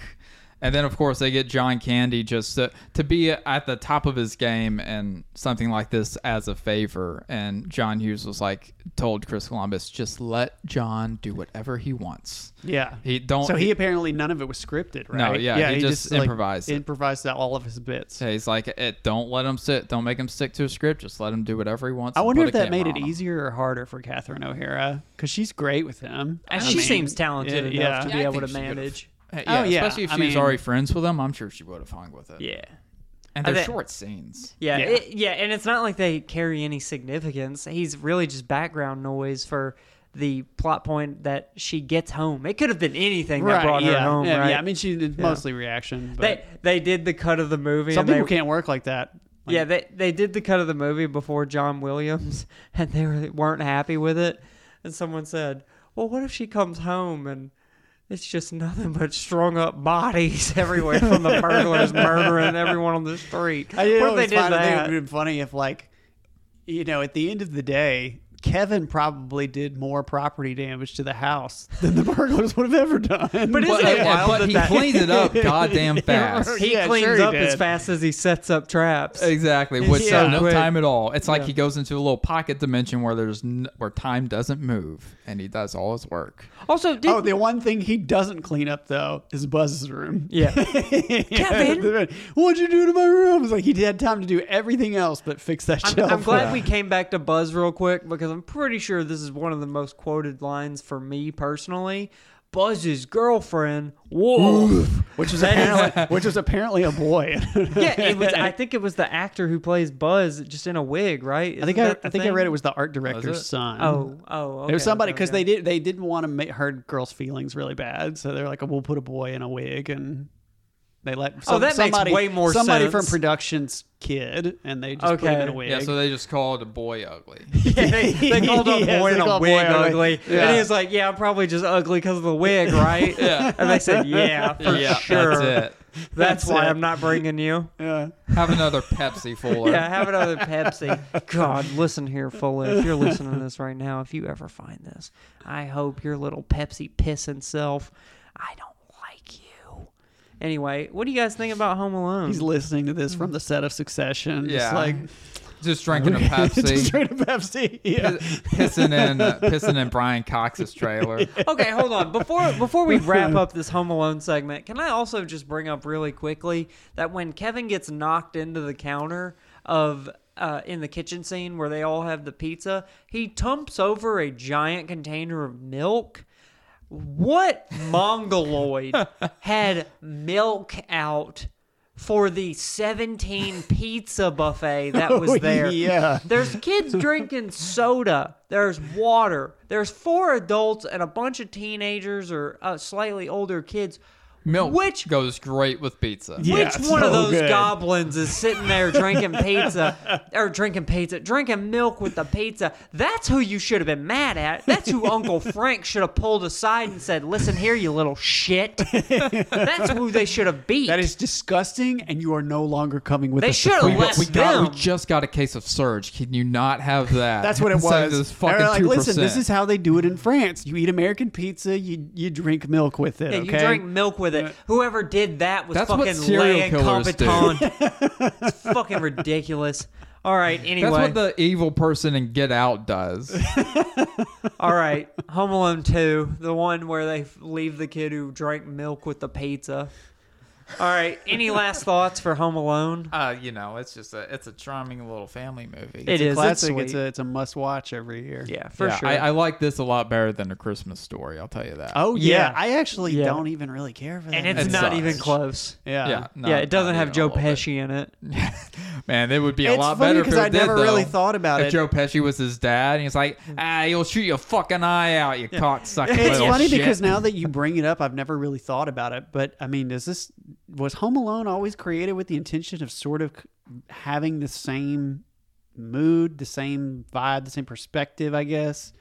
S4: And then, of course, they get John Candy just to, to be at the top of his game and something like this as a favor. And John Hughes was like, told Chris Columbus, just let John do whatever he wants.
S3: Yeah.
S4: He don't-
S3: So he apparently none of it was scripted, right?
S4: No, yeah, he just
S3: like,
S4: improvised it.
S3: improvised out all of his bits.
S4: So he's like, it, don't let him sit, don't make him stick to a script. Just let him do whatever he wants.
S3: I
S4: and
S3: wonder
S4: put
S3: if
S4: a
S3: that made
S4: camera
S3: it
S4: on him."
S3: easier or harder for Catherine O'Hara because she's great with him.
S2: And
S3: I
S2: she
S3: mean,
S2: seems talented
S3: yeah,
S2: enough to
S3: yeah.
S2: be
S4: I
S2: able
S4: think
S2: to
S4: she would've-
S2: manage.
S4: Hey, yeah,
S3: Oh, yeah,
S4: especially if
S3: I
S4: she was
S3: mean-
S4: already friends with him. I'm sure she would have hung with it.
S2: Yeah.
S4: And
S2: I
S4: they're
S2: bet-
S4: short scenes.
S2: Yeah,
S3: Yeah.
S2: it- yeah, and it's not like they carry any significance. He's really just background noise for the plot point that she gets home. It could have been anything that
S3: Right,
S2: brought
S3: yeah,
S2: her home,
S3: yeah,
S2: right?
S3: yeah. I mean, she did mostly reaction.
S2: they
S3: But
S2: they did the cut of the movie.
S3: some
S2: and
S3: people
S2: they,
S3: can't work like that. Like,
S2: Yeah, they they did the cut of the movie before John Williams, and they were, weren't happy with it. And someone said, "Well, what if she comes home and it's just nothing but strung up bodies everywhere from the burglars murdering everyone on the street?"
S3: I didn't
S2: what if they
S3: always
S2: did
S3: find that. It would
S2: that?
S3: have been funny if, like, you know, at the end of the day, Kevin probably did more property damage to the house than the burglars would have ever done.
S2: But isn't
S4: But,
S2: it wild
S4: but
S2: that
S4: he
S2: that-
S4: cleaned it up goddamn fast.
S2: He
S3: Yeah,
S2: cleans
S3: sure he
S2: up as
S3: did.
S2: fast as he sets up traps.
S4: Exactly, uh, with
S3: so
S4: no
S2: quick.
S4: time at all. It's like he goes into a little pocket dimension where there's n- where time doesn't move, and he does all his work.
S2: Also, did
S3: Oh, the one thing he doesn't clean up though is Buzz's room.
S2: yeah,
S3: Kevin, what'd you do to my room? It's like he had time to do everything else but fix that
S2: I'm,
S3: shelf.
S2: I'm glad we came back to Buzz real quick because I'm pretty sure this is one of the most quoted lines for me personally. Buzz's girlfriend, Wolf.
S3: which was
S2: That is-
S3: apparently, which was apparently a boy.
S2: yeah, it was. I think it was the actor who plays Buzz just in a wig, right?
S3: I think I, I think I read it was the art director's
S4: it?
S3: son.
S2: Oh, oh, okay,
S3: It was somebody
S2: okay,
S3: because
S2: okay.
S3: they did they didn't want to make, hurt girls' feelings really bad, so they're like, "Oh, "We'll put a boy in a wig," and they let some,
S2: Oh, that makes
S3: somebody
S2: way more
S3: somebody
S2: sense.
S3: from productions kid, and they just put him
S2: Okay.
S3: in a wig.
S4: Yeah, so they just called a boy ugly.
S2: Yeah, they, they called a
S3: Yes,
S2: boy
S3: they
S2: in a
S3: called
S2: wig
S3: boy ugly.
S2: ugly, and
S3: Yeah.
S2: he was like, "Yeah, I'm probably just ugly because of the wig, right?" yeah, and they said, "Yeah, for
S4: yeah,
S2: sure.
S4: that's it.
S2: That's
S3: That's
S2: why
S3: it.
S2: I'm not bringing you."
S4: Have another Pepsi for
S2: Yeah, have another Pepsi. God, listen here, Fuller. If you're listening to this right now, if you ever find this, I hope your little Pepsi pissing self. I don't like you. Anyway, what do you guys think about Home Alone?
S3: He's listening to
S2: Mm.
S3: this from the set of Succession.
S4: Yeah.
S3: Just like
S4: just drinking a Pepsi,
S3: just straight to Pepsi. Yeah.
S4: pissing in uh, pissing in Brian Cox's trailer.
S2: okay, hold on. Before before we wrap up this Home Alone segment, can I also just bring up really quickly that when Kevin gets knocked into the counter of uh, in the kitchen scene where they all have the pizza, he tumps over a giant container of milk. What mongoloid had milk out for the 17 pizza buffet that was there?
S9: yeah.
S2: There's kids drinking soda. There's water. There's four adults and a bunch of teenagers or uh, slightly older kids.
S4: Milk
S2: Which
S4: goes great with pizza.
S9: Yeah,
S2: Which one of
S9: so
S2: those
S9: good.
S2: goblins is sitting there drinking pizza or drinking pizza, drinking milk with the pizza? That's who you should have been mad at. That's who Uncle Frank should have pulled aside and said, "Listen here, you little shit." That's who they should have beat.
S9: That is disgusting, and you are no longer coming with
S2: They
S9: us. to
S2: should've
S9: free
S2: let-
S9: will.
S4: We got.
S2: Them.
S4: We just got a case of surge. Can you not have that?
S9: That's what it
S4: Instead of
S9: was.
S4: this
S9: They're
S4: fucking
S9: like,
S4: 2%.
S9: listen, this is how they do it in France. You eat American pizza, you you drink milk with it.
S2: Yeah,
S9: okay?
S2: You drink milk with it. Whoever did that was
S4: That's what
S2: fucking
S4: serial
S2: lay
S4: killers do.
S2: incompetent. it's fucking ridiculous. All right. Anyway,
S4: That's what the evil person in Get Out does.
S2: All right, Home Alone Two, the one where they f- leave the kid who drank milk with the pizza. All right, any last thoughts for Home Alone?
S4: uh, you know, it's just a it's a charming little family movie.
S2: It is
S3: Classic.
S2: It's,
S3: It's
S2: sweet.
S3: a it's a must watch every year.
S2: yeah, for
S4: Yeah,
S2: sure.
S4: I, I like this a lot better than a Christmas story. I'll tell you that.
S3: Oh yeah.
S2: Yeah.
S3: I actually
S2: Yeah.
S3: don't even really care for that.
S2: and it's
S4: It
S2: not
S4: sucks.
S2: even close.
S3: yeah.
S4: yeah, no,
S2: yeah, it doesn't
S4: not
S2: have
S4: even
S2: Joe
S4: a little bit.
S2: Pesci in it.
S4: Man, it would be a
S3: It's
S4: lot
S3: funny
S4: better
S3: 'cause
S4: if it
S3: I
S4: did,
S3: never really
S4: though.
S3: thought about
S4: if
S3: it.
S4: Joe Pesci was his dad, and he's like, "Ah, you'll shoot your fucking eye out, you cocksucker."
S3: It's
S4: little
S3: funny
S4: shit."
S3: because now that you bring it up, I've never really thought about it. But I mean, does this was Home Alone always created with the intention of sort of having the same mood, the same vibe, the same perspective? I guess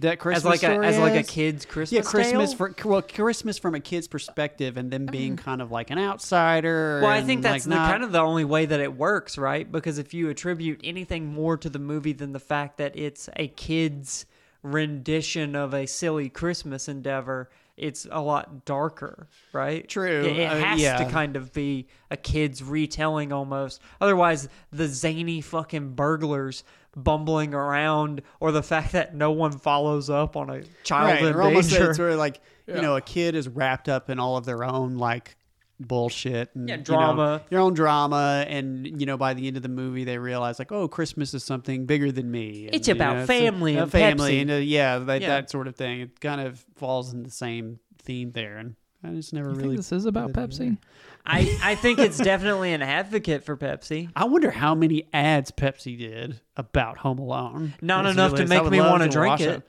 S3: that Christmas
S2: As like a
S3: story
S2: as like a
S3: is?
S2: kid's Christmas.
S3: Yeah, Christmas
S2: tale? Mm-hmm.
S3: for well, Christmas from a kid's perspective, and then being kind of like an outsider.
S2: Well, I
S3: and,
S2: think that's
S3: like,
S2: the,
S3: not-
S2: kind of the only way that it works, right? Because if you attribute anything more to the movie than the fact that it's a kid's rendition of a silly Christmas endeavor, it's a lot darker, right?
S3: True.
S2: It, it
S3: Uh,
S2: has to
S3: yeah.
S2: kind of be a kid's retelling almost. Otherwise, the zany fucking burglars bumbling around or the fact that no one follows up on a child
S3: right.
S2: in
S3: Or almost
S2: danger.
S3: it's where like you know a kid is wrapped up in all of their own like bullshit and
S2: Yeah,
S3: you know,
S2: drama.
S3: their own drama, and you know by the end of the movie they realize like oh Christmas is something bigger than me. and,
S2: It's
S3: you
S2: about
S3: know,
S2: family
S3: a,
S2: and
S3: family
S2: Pepsi.
S3: and uh, yeah, that,
S2: Yeah.
S3: that sort of thing. It kind of falls in the same theme there, and I just never
S4: You think
S3: really.
S4: this is about Pepsi.
S2: I, I think it's definitely an advocate for Pepsi.
S3: I wonder how many ads Pepsi did about Home Alone.
S2: Not
S3: That's
S2: enough to
S3: really- I
S2: make
S3: would
S2: me
S3: love
S2: wanna drink
S3: watch
S2: it.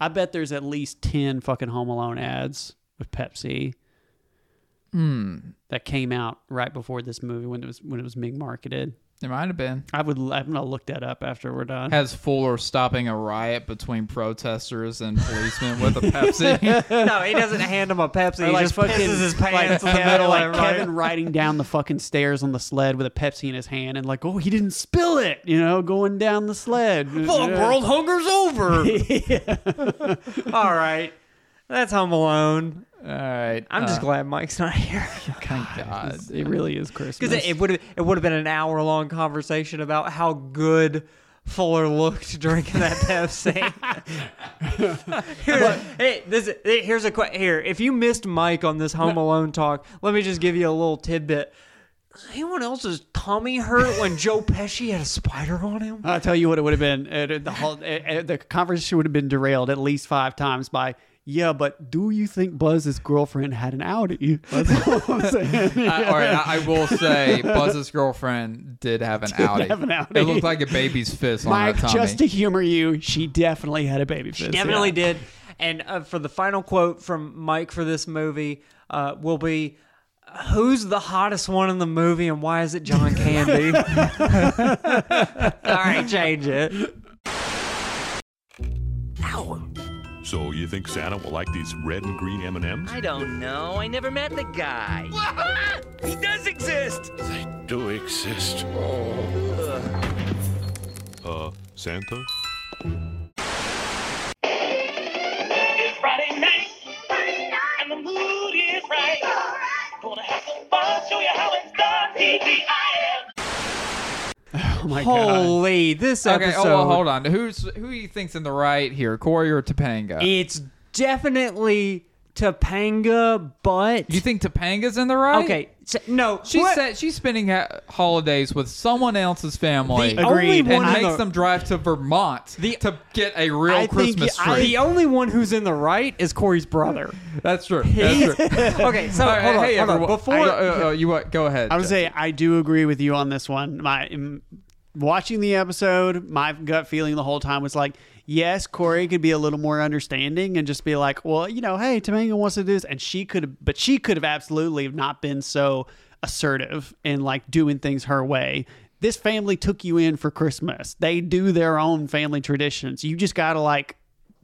S3: I bet there's at least 10 fucking Home Alone ads with Pepsi.
S2: Hmm.
S3: That came out right before this movie when it was when it was being marketed.
S4: It might have been.
S3: I would I'm gonna look that up after we're done.
S4: Has Fuller stopping a riot between protesters and policemen with a Pepsi?
S2: No, he doesn't hand him a Pepsi.
S3: Or
S2: he
S3: like
S2: just
S3: fucking-
S2: pisses his pants
S3: like
S2: in the middle
S3: Kevin, like
S2: of everybody.
S3: Kevin riding down the fucking stairs on the sled with a Pepsi in his hand and like, oh, he didn't spill it, you know, going down the sled.
S2: Fuck, world hunger's over. All right. That's Home Alone.
S4: All right. uh,
S2: I'm just glad Mike's not here
S4: Thank God.
S3: It really is Christmas.
S2: because it would have it would have been an hour long conversation about how good Fuller looked drinking that Pepsi. here's, hey, this, hey, here's a que- here. If you missed Mike on this Home Alone talk, let me just give you a little tidbit. Does Anyone else's tummy hurt when Joe Pesci had a spider on him?
S3: I'll tell you what it would have been. It, it- the whole it, it- the conversation would have been derailed at least five times by, yeah, but do you think Buzz's girlfriend had an Audi? That's all I'm saying.
S4: I- Uh, all right, I, I will say Buzz's girlfriend did have an Audi.
S3: have an Audi.
S4: It looked like a baby's fist on
S3: Mike,
S4: her tummy.
S3: just to humor you, she definitely had a baby fist.
S2: Definitely
S3: yeah.
S2: did. And uh, for the final quote from Mike for this movie uh, will be, "Who's the hottest one in the movie, and why is it John Candy?" All right, change it.
S6: So you think Santa will like these red and green M&Ms?
S10: I don't know. I never met the guy. he does exist.
S6: do exist. Uh, Santa?
S7: It's Friday night, and the mood is right. Gonna have some fun, show you how it's done. TGIF.
S3: Oh my god.
S2: Holy, this
S4: okay,
S2: episode.
S4: oh, well, hold on. Who's who you think's in the right here, Corey or Topanga?
S2: It's definitely Topanga, but
S4: you think Topanga's in the right?
S2: okay, S- No,
S4: She
S2: what?
S4: said she's spending ha- holidays with someone else's family.
S2: The only
S3: Agreed.
S2: one
S4: and
S3: I-
S4: makes
S2: the-
S4: them drive to Vermont to get a real
S3: I think
S4: Christmas
S3: I-
S4: tree.
S2: the only one who's in the right is Corey's brother.
S4: That's true. That's true.
S2: Okay, so
S4: All right,
S2: hold on,
S4: hey
S2: hold on.
S4: everyone.
S2: Before
S4: I- uh, uh, you uh, go ahead.
S3: I would say I do agree with you on this one. My mm, watching the episode, my gut feeling the whole time was like, yes, Corey could be a little more understanding and just be like, well, you know, hey, Tamanga wants to do this, and she could, have, but she could have absolutely not been so assertive and like doing things her way. This family took you in for Christmas. They do their own family traditions. You just gotta like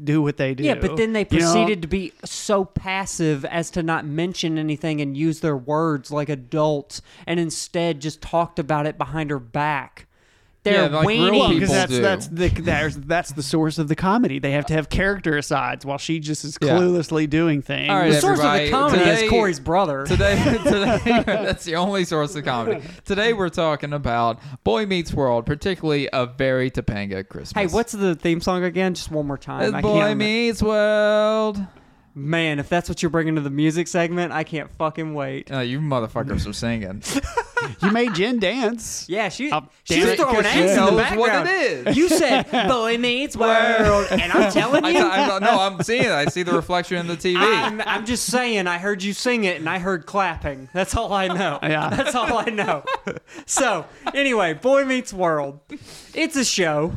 S3: do what they do.
S2: yeah, but then they
S3: you know?
S2: proceeded to be so passive as to not mention anything and use their words like adults, and instead just talked about it behind her back. They're
S4: Yeah, like real
S2: weenie.
S4: people
S3: because Oh, that's
S4: do.
S3: that's the there's, that's the source of the comedy. They have to have character asides while she just is
S4: Yeah.
S3: cluelessly doing things.
S4: All right,
S2: The source of
S4: everybody.
S2: the comedy
S4: Today-
S2: is Corey's brother.
S4: today, today that's the only source of comedy. Today we're talking about Boy Meets World, particularly a very Topanga Christmas.
S2: Hey, what's the theme song again? Just one more
S4: Uh,
S2: time. I can't
S4: Boy
S2: remember.
S4: Meets World?
S2: Man, if that's what you're bringing to the music segment, I can't fucking wait.
S4: Uh, you motherfuckers are singing.
S3: You made Jen dance.
S2: Yeah, she
S3: I'll
S2: she was
S3: dance
S2: throwing
S4: 'cause she
S2: ass in the
S4: knows
S2: background.
S4: what it is.
S2: You said "Boy Meets World," and I'm telling
S4: I,
S2: you,
S4: I, I, no, I'm seeing it. I see the reflection in the TV.
S2: I'm, I'm just saying. I heard you sing it, and I heard clapping. That's all I know.
S3: Yeah.
S2: that's all I know. So anyway, Boy Meets World. It's a show.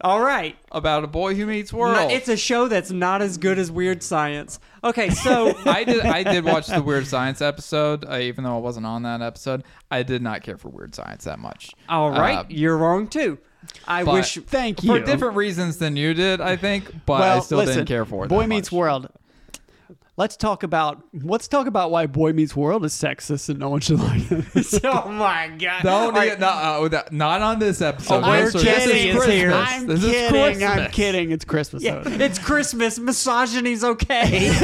S2: All right.
S4: about a boy who meets world.
S2: No, it's a show that's not as good as Weird Science. Okay, so
S4: I did. I did watch the Weird Science episode, uh, even though I wasn't on that episode. I did not care for Weird Science that much.
S2: all right,
S4: Uh,
S2: you're wrong too. I
S4: but-
S2: wish
S3: Thank you.
S4: for different reasons than you did, I think. But
S3: well,
S4: I still
S3: listen,
S4: didn't care for it.
S3: Boy
S4: that
S3: Meets
S4: much.
S3: World. Let's talk about let's talk about why Boy Meets World is sexist and no one should like it.
S2: Oh my god!
S4: No,
S2: All right,
S4: nigga, no, uh, that- not on this episode.
S2: we're
S4: Oh, This is
S2: kidding,
S4: Christmas.
S2: it's here.
S3: I'm
S4: This is
S3: kidding. I'm
S4: Christmas.
S3: kidding. It's Christmas.
S2: yeah,
S3: though.
S2: it's Christmas. Misogyny's okay.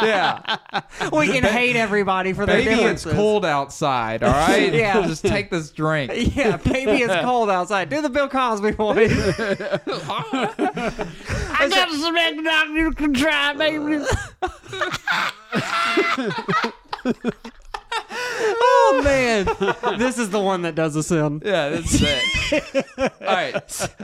S4: Yeah,
S2: we can hate everybody for their
S4: baby, it's
S2: differences.
S4: cold outside. All right,
S2: Yeah.
S4: just take this drink.
S2: Yeah, baby, it's cold outside. Do the Bill Cosby voice. I got some eggnog you can try, baby. oh man, this is the one that does us in.
S4: Yeah, that's it. All right,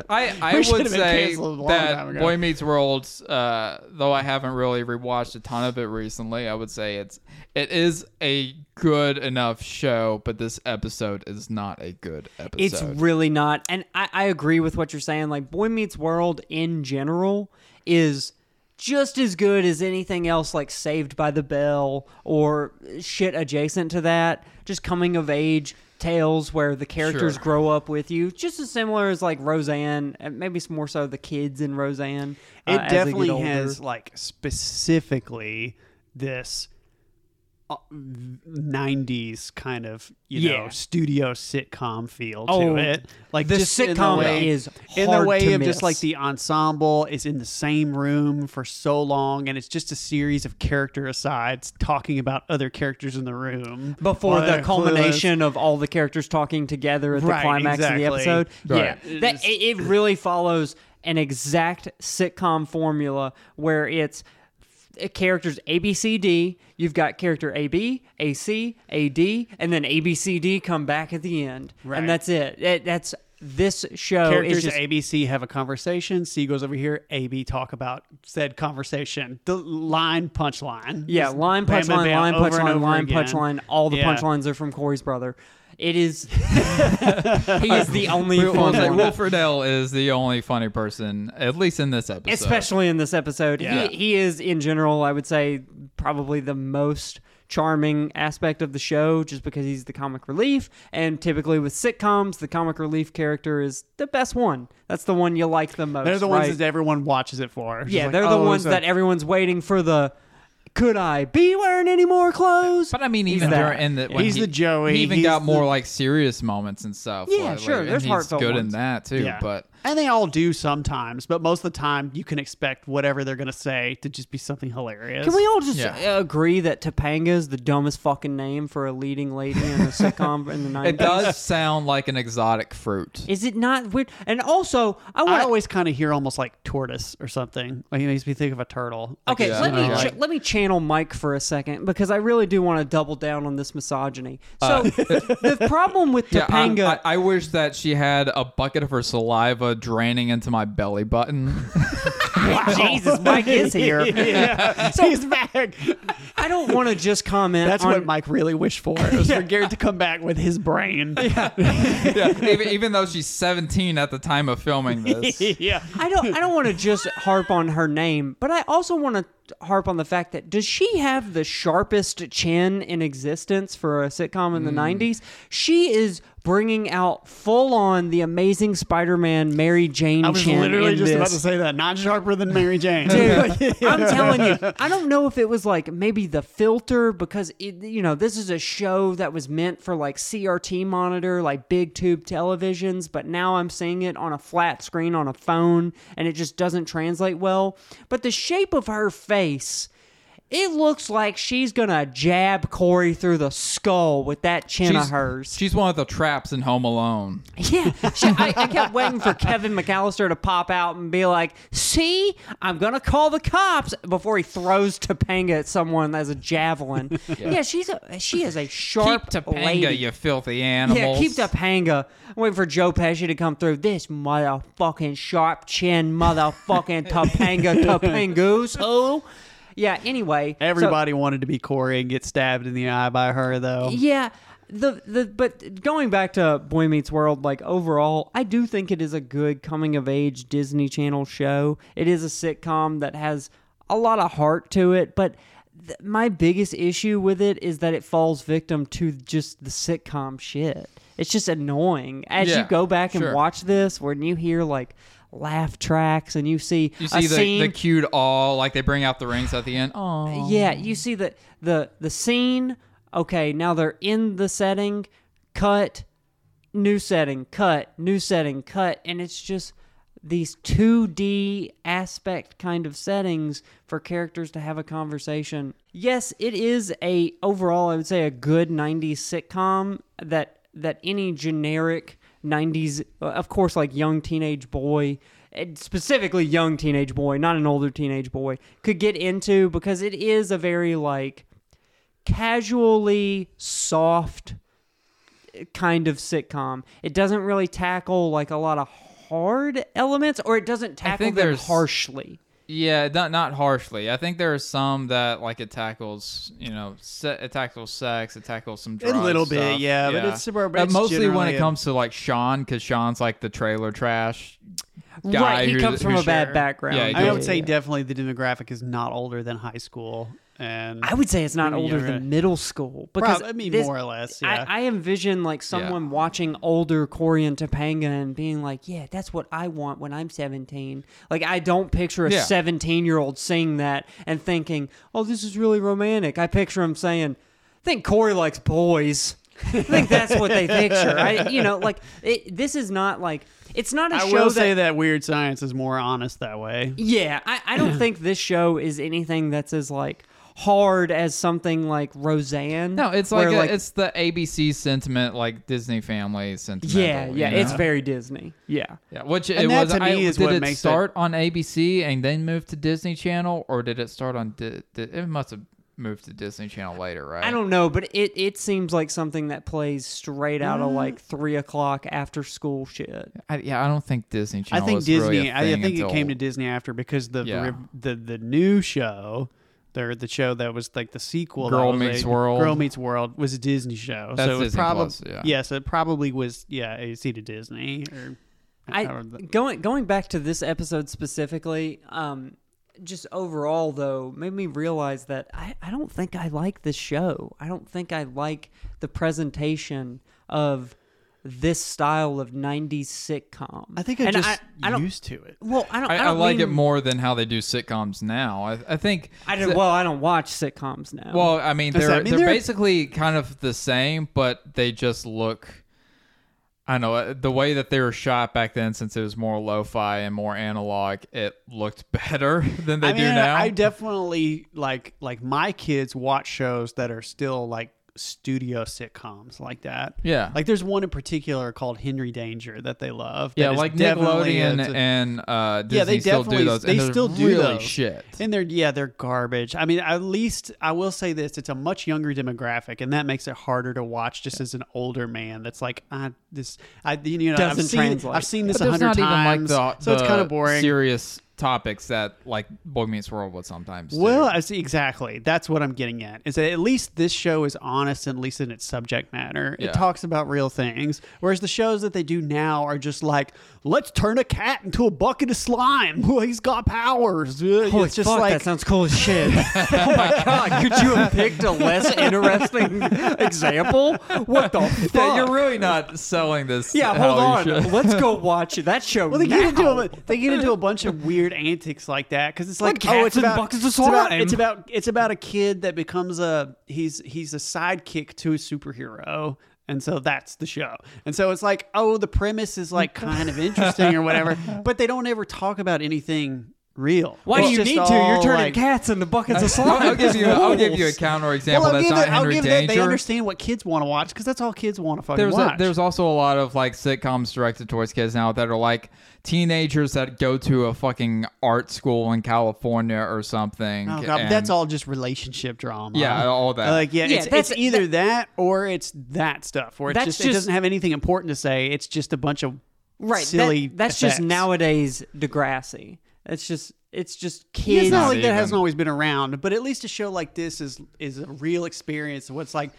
S4: I I
S3: We should
S4: would
S3: have been
S4: say
S3: canceled a long time
S4: that
S3: ago.
S4: Boy Meets World, uh, though I haven't really rewatched a ton of it recently, I would say it's it is a good enough show, but this episode is not a good episode.
S2: It's really not. And I, I agree with what you're saying. Like, Boy Meets World in general is just as good as anything else, like Saved by the Bell or shit adjacent to that. Just coming of age tales where the characters
S4: Sure.
S2: grow up with you. Just as similar as like Roseanne, and maybe some more so the kids in Roseanne. uh,
S3: it
S2: as they get
S3: definitely
S2: older.
S3: has like specifically this uh, 90s kind of you know
S2: Yeah.
S3: studio sitcom feel
S2: Oh,
S3: to it like
S2: the
S3: just in
S2: sitcom
S3: the way,
S2: is
S3: in the
S2: hard
S3: way
S2: to
S3: of just
S2: miss.
S3: like the ensemble is in the same room for so long and it's just a series of character asides talking about other characters in the room
S2: before
S3: while
S2: the
S3: they're clueless.
S2: culmination of all the characters talking together at the
S3: Right,
S2: climax of
S3: exactly.
S2: the episode.
S4: Right.
S2: Yeah, that it, it really follows an exact sitcom formula where it's f- characters A B C D. You've got character A B A C A D, and then A B C D come back at the end,
S3: Right.
S2: and that's it. It- that's this show
S3: characters
S2: is just
S3: ABC have a conversation. C goes over here. AB talk about said conversation. The line punchline.
S2: Yeah,
S3: Just
S2: line
S3: bam, bam,
S2: punchline,
S3: bam,
S2: line
S3: over and
S2: punchline,
S3: over
S2: line
S3: again.
S2: punchline. All the
S3: Yeah.
S2: punchlines are from Corey's brother. It is. he is the only
S4: We'll,
S2: fun
S4: we'll say
S2: one.
S4: Wilfred L is the only funny person, at least in this episode.
S2: especially in this episode.
S3: Yeah.
S2: He, he is, in general, I would say, probably the most charming aspect of the show just because he's the comic relief. And typically with sitcoms, the comic relief character is the best one. That's the one you like the most.
S3: They're the ones
S2: right?
S3: that everyone watches it for. It's just
S2: Yeah,
S3: like,
S2: they're the
S3: oh,
S2: ones
S3: so-
S2: that everyone's waiting for the. Could I be wearing any more clothes?
S4: But I mean, even
S2: that.
S4: during in the when
S3: He's
S4: he-
S3: the Joey,
S4: he even
S3: he's
S4: got more
S3: the-
S4: like serious moments and stuff.
S2: Yeah,
S4: like-
S2: sure,
S4: and
S2: there's
S4: he's
S2: heartfelt
S4: good in
S2: ones.
S4: that too.
S3: Yeah.
S4: But
S3: And they all do sometimes, but most of the time you can expect whatever they're going to say to just be something hilarious.
S2: Can we all just
S4: Yeah.
S2: uh agree that Topanga is the dumbest fucking name for a leading lady in a sitcom in the 90s?
S4: It does sound like an exotic fruit.
S2: Is it not weird? And also, I
S3: I
S2: want to
S3: always kind of hear almost like tortoise or something. Like it makes me think of a turtle. Like,
S2: Okay,
S4: Yeah.
S2: let me
S4: Yeah.
S2: ch- let me channel Mike for a second because I really do want to double down on this misogyny. So
S3: Uh.
S2: the problem with
S4: Yeah, I'm-
S2: Topanga,
S4: I, I wish that she had a bucket of her saliva draining into my belly button.
S2: Jesus, Mike is here.
S3: he's back.
S2: I don't want to just comment.
S3: That's
S2: on,
S3: what Mike really wished for. It was for Garrett to come back with his brain.
S4: yeah, even, even though she's 17 at the time of filming this.
S3: yeah.
S2: I don't I don't want to just harp on her name, but I also want to harp on the fact that does she have the sharpest chin in existence for a sitcom in
S3: Mm.
S2: the 90s? She is bringing out full on the amazing Spider-Man Mary Jane
S3: I was
S2: chin
S3: literally
S2: in
S3: just
S2: this.
S3: about to say that. Not sharper than Mary Jane.
S2: Dude, I'm telling you, I don't know if it was like maybe the filter because it, you know this is a show that was meant for like CRT monitor, like big tube televisions, but now I'm seeing it on a flat screen on a phone, and it just doesn't translate well. But the shape of her face. It looks like she's gonna jab Corey through the skull with that chin of
S4: She's,
S2: hers.
S4: she's one of the traps in Home Alone.
S2: Yeah, Shit, I, I kept waiting for Kevin McAllister to pop out and be like, "See, I'm gonna call the cops" before he throws Topanga at someone as a javelin. Yeah, she's a she is a sharp
S4: keep Topanga,
S2: lady.
S4: you filthy
S2: Yeah,
S4: animals.
S2: keep Topanga. I'm waiting for Joe Pesci to come through. This motherfucking sharp chin, motherfucking Topanga, Topangoose. Oh, yeah. Anyway, so-
S3: Everybody wanted to be Corey and get stabbed in the eye by her, though.
S2: yeah. The the but going back to Boy Meets World, like overall, I do think it is a good coming of age Disney Channel show. It is a sitcom that has a lot of heart to it, but th- my biggest issue with it is that it falls victim to just the sitcom shit. It's just annoying as you
S4: Yeah,
S2: go back and
S4: sure.
S2: watch this, when you hear like laugh tracks and you see
S4: You
S2: a
S4: see the,
S2: scene,
S4: the cued all, like they bring out the rings at the end. Oh,
S2: yeah, you see the the the scene. Okay, now they're in the setting. Cut. New setting. Cut. New setting. Cut. And it's just these 2D aspect kind of settings for characters to have a conversation. Yes, it is a overall I would say a good 90s sitcom that that any generic 90s uh, of course like young teenage boy and specifically young teenage boy not an older teenage boy could get into because it is a very like casually soft kind of sitcom it doesn't really tackle like a lot of hard elements or it doesn't tackle
S4: think
S2: them
S4: there's-
S2: harshly
S4: Yeah, not not harshly. I think there are some that like it tackles, you know, se- it tackles sex, it tackles some drugs.
S3: little bit,
S4: stuff.
S3: yeah, but it's super-
S4: But
S3: it's
S4: mostly when
S3: generally
S4: it
S3: a-
S4: comes to like Sean, because Sean's like the trailer trash guy.
S2: right he
S4: who-
S2: comes from
S4: who's-
S2: a bad background
S4: Yeah, he
S3: I
S4: goes-
S3: would say definitely the demographic is not older than high school. And
S2: I would say it's not older
S3: younger.
S2: than middle school because
S3: Prob- I mean,
S2: this-
S3: more or less,
S2: I-
S3: yeah.
S2: I, envision like someone watching older Corey and Topanga and being like, "Yeah, that's what I want when I'm 17." Like I don't picture a
S4: Yeah.
S2: 17 year old seeing that and thinking, "Oh, this is really romantic." I picture him saying, "I think Corey likes boys." I think that's what they picture. I, you know, like it, this is not like it's not a
S3: I
S2: show
S3: will say that Weird Science is more honest that way.
S2: yeah, I, I don't think this show is anything that's as like hard as something like Roseanne.
S4: No, it's
S2: where,
S4: like, a, it's the ABC sentiment, like Disney family sentiment.
S2: yeah, yeah, it's very Disney. Yeah,
S4: Yeah, which it
S3: And that
S4: was.
S3: to me
S4: I,
S3: is
S4: did
S3: what
S4: it
S3: makes it-
S4: start on ABC and then move to Disney Channel, or did it start on? Di- Di- it must have moved to Disney Channel later, right?
S2: I don't know, but it it seems like something that plays straight out of like three o'clock after school shit.
S4: I, yeah, I don't think Disney
S3: I
S4: Channel.
S3: think
S4: was really
S3: Disney.
S4: a
S3: I, I
S4: thing
S3: think it came to
S4: until-
S3: Disney after because the
S4: Yeah.
S3: the, the new show, the the show that was like the sequel, that
S4: Girl
S3: was
S4: Meets
S3: a-
S4: World.
S3: Girl Meets World was a Disney show.
S4: That's
S3: so it
S4: Disney
S3: probably
S4: Plus, yeah.
S3: so it probably was yeah AC to Disney or
S2: I
S3: or the-
S2: going going back to this episode specifically, um, just overall though, made me realize that I, I don't think I like this show. I don't think I like the presentation of this style of '90s sitcom.
S3: I think I
S2: And
S3: just
S2: I don't,
S3: used to it.
S2: Well, I don't. I,
S4: I, I,
S2: don't
S4: like it
S2: mean-
S4: more than how they do sitcoms now. I, I think.
S2: I don't, well, I don't watch sitcoms now.
S4: Well, I mean,
S3: Does
S4: they're
S3: that mean
S4: they're
S3: they're-
S4: basically kind of the same, but they just look. I don't know uh, the way that they were shot back then, since it was more lo-fi and more analog, it looked better than they
S3: I
S4: do
S3: mean,
S4: now.
S3: I definitely like like my kids watch shows that are still like studio sitcoms like that.
S4: Yeah.
S3: Like there's one in particular called Henry Danger that they love.
S4: yeah,
S3: that is
S4: like
S3: definitely
S4: Nickelodeon
S3: a-
S4: and uh, Disney
S3: yeah, they
S4: still
S3: definitely
S4: do those.
S3: they
S4: and they're
S3: still do
S4: really
S3: those.
S4: shit.
S3: And they're yeah, they're garbage. I mean, at least I will say this, it's a much younger demographic and that makes it harder to watch just as an older man that's like I this I you know
S2: Doesn't
S3: I've seen
S2: translate.
S3: I've seen
S4: But
S3: this a
S4: there's
S3: hundred
S4: not
S3: times.
S4: even like the,
S3: so it's
S4: the
S3: kind of boring.
S4: serious topics that like Boy Meets World would sometimes. do.
S3: Well, I see exactly. That's what I'm getting at. Is that at least this show is honest, at least in its subject matter.
S4: Yeah.
S3: It talks about real things, whereas the shows that they do now are just like, let's turn a cat into a bucket of slime. He's got powers. Uh,
S2: Holy
S3: it's just
S2: Oh, fuck,
S3: like
S2: that sounds cool as shit. oh my god, could you have picked a less interesting example? What the fuck?
S4: yeah, you're really not selling this.
S2: Yeah,
S4: how
S2: hold
S4: you
S2: on.
S4: should.
S2: Let's go watch that show.
S3: Well, they
S2: now.
S3: get into a, they get into a bunch of weird antics like that because it's like
S2: Like
S3: oh,
S2: cats
S3: it's
S2: in
S3: about,
S2: buckets of
S3: it's about
S2: slime.
S3: it's about it's about a kid that becomes a he's he's a sidekick to a superhero. And so that's the show. And so it's like, oh, the premise is like kind of interesting or whatever, but they don't ever talk about anything real.
S2: Why
S3: It's
S2: do you
S3: just
S2: need to? You're
S3: all,
S2: turning
S3: like-
S2: cats into buckets of slime.
S4: I'll give you. I'll give you a
S2: Rules.
S4: counter
S3: Well,
S4: example
S3: I'll
S4: that's
S3: give,
S4: not
S3: that, I'll
S4: Henry
S3: give that
S4: Danger.
S3: they understand what kids want to watch because that's all kids want to fucking
S4: there's a,
S3: watch.
S4: there's also a lot of like sitcoms directed towards kids now that are like teenagers that go to a fucking art school in California or something.
S3: Oh god, but
S4: and-
S3: that's all just relationship drama.
S4: Yeah, all that.
S3: Like yeah,
S2: Yeah,
S3: it's,
S2: that's-
S3: it's either that or it's that stuff where it's
S2: That's
S3: just, it
S2: just-
S3: doesn't have anything important to say. It's just a bunch of
S2: right. that-
S3: silly.
S2: that's just
S3: effects.
S2: nowadays Degrassi. It's just it's just
S3: Yeah,
S2: kids.
S3: it's not like
S4: even.
S3: that hasn't always been around, but at least a show like this is is a real experience. of What's like,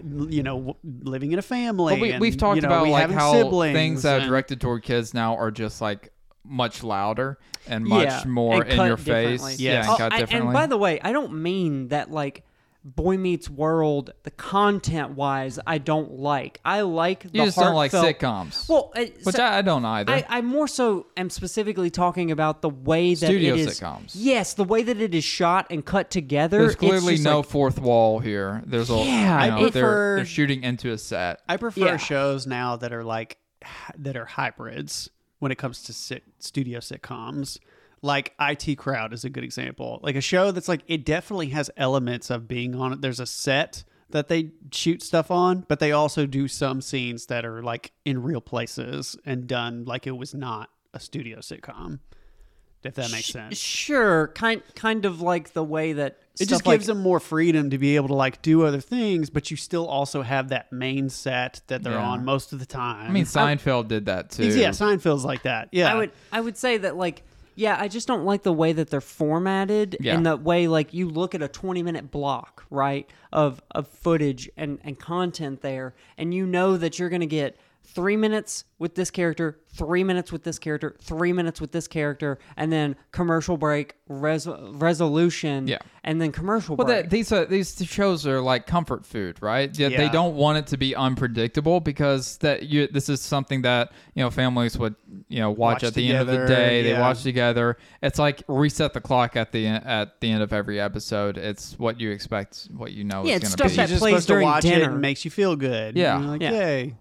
S3: you know, w- living in a family.
S4: But we,
S3: and,
S4: we've talked
S3: you know,
S4: about
S3: we
S4: like
S3: having
S4: how
S3: siblings
S4: things that are
S3: and-
S4: directed toward kids now are just like much louder and much
S2: Yeah,
S4: more
S2: and
S4: in
S2: cut
S4: your face.
S2: differently.
S4: Yeah,
S3: Yes.
S4: and
S2: Oh,
S4: cut
S2: I-
S4: differently.
S2: and by the way, I don't mean that like Boy Meets World, the content wise, I don't like. I like the
S4: you just don't like
S2: heartfelt-
S4: sitcoms.
S2: Well, uh,
S4: which
S2: so-
S4: I, I don't either.
S2: I, I more so am specifically talking about the way that
S4: Studio
S2: it is.
S4: sitcoms.
S2: Yes, the way that it is shot and cut together.
S4: There's
S2: it's
S4: clearly
S2: just
S4: no
S2: like-
S4: fourth wall here. There's a
S2: Yeah, I
S4: you know, they're,
S3: prefer-
S4: they're shooting into a set.
S3: I prefer
S2: Yeah.
S3: shows now that are like that are hybrids when it comes to sit, studio sitcoms. Like IT Crowd is a good example. Like a show that's like it definitely has elements of being on it. There's a set that they shoot stuff on, but they also do some scenes that are like in real places and done like it was not a studio sitcom. If that makes sense.
S2: Sure, kind kind of like the way that
S3: It
S2: stuff
S3: just
S2: like,
S3: gives them more freedom to be able to like do other things, but you still also have that main set that they're
S4: Yeah.
S3: on most of the time.
S4: I mean, Seinfeld did that too.
S3: Yeah, Seinfeld's like that. Yeah.
S2: I would I would say that like yeah, I just don't like the way that they're formatted
S4: Yeah.
S2: and the way like you look at a 20 minute block, right, of of footage and and content there and you know that you're going to get 3 minutes with this character, 3 minutes with this character, 3 minutes with this character and then commercial break, res- resolution
S4: Yeah.
S2: and then commercial
S4: Well,
S2: break.
S4: that, these are, these shows are like comfort food, right? Yet They
S3: Yeah.
S4: don't want it to be unpredictable because that you this is something that you know families would you know watch,
S3: Watch
S4: at the end of the
S3: together,
S4: day. They
S3: yeah.
S4: watch together. It's like reset the clock at the en- at the end of every episode. It's what you expect, what you know.
S2: Yeah,
S4: it's
S2: it's stuff
S4: going
S2: that
S4: to be.
S3: You're just
S2: plays
S3: supposed to
S2: during
S3: watch it
S2: dinner.
S3: and makes you feel good.
S4: Yeah.
S3: And you're like,
S2: Yeah.
S3: yay.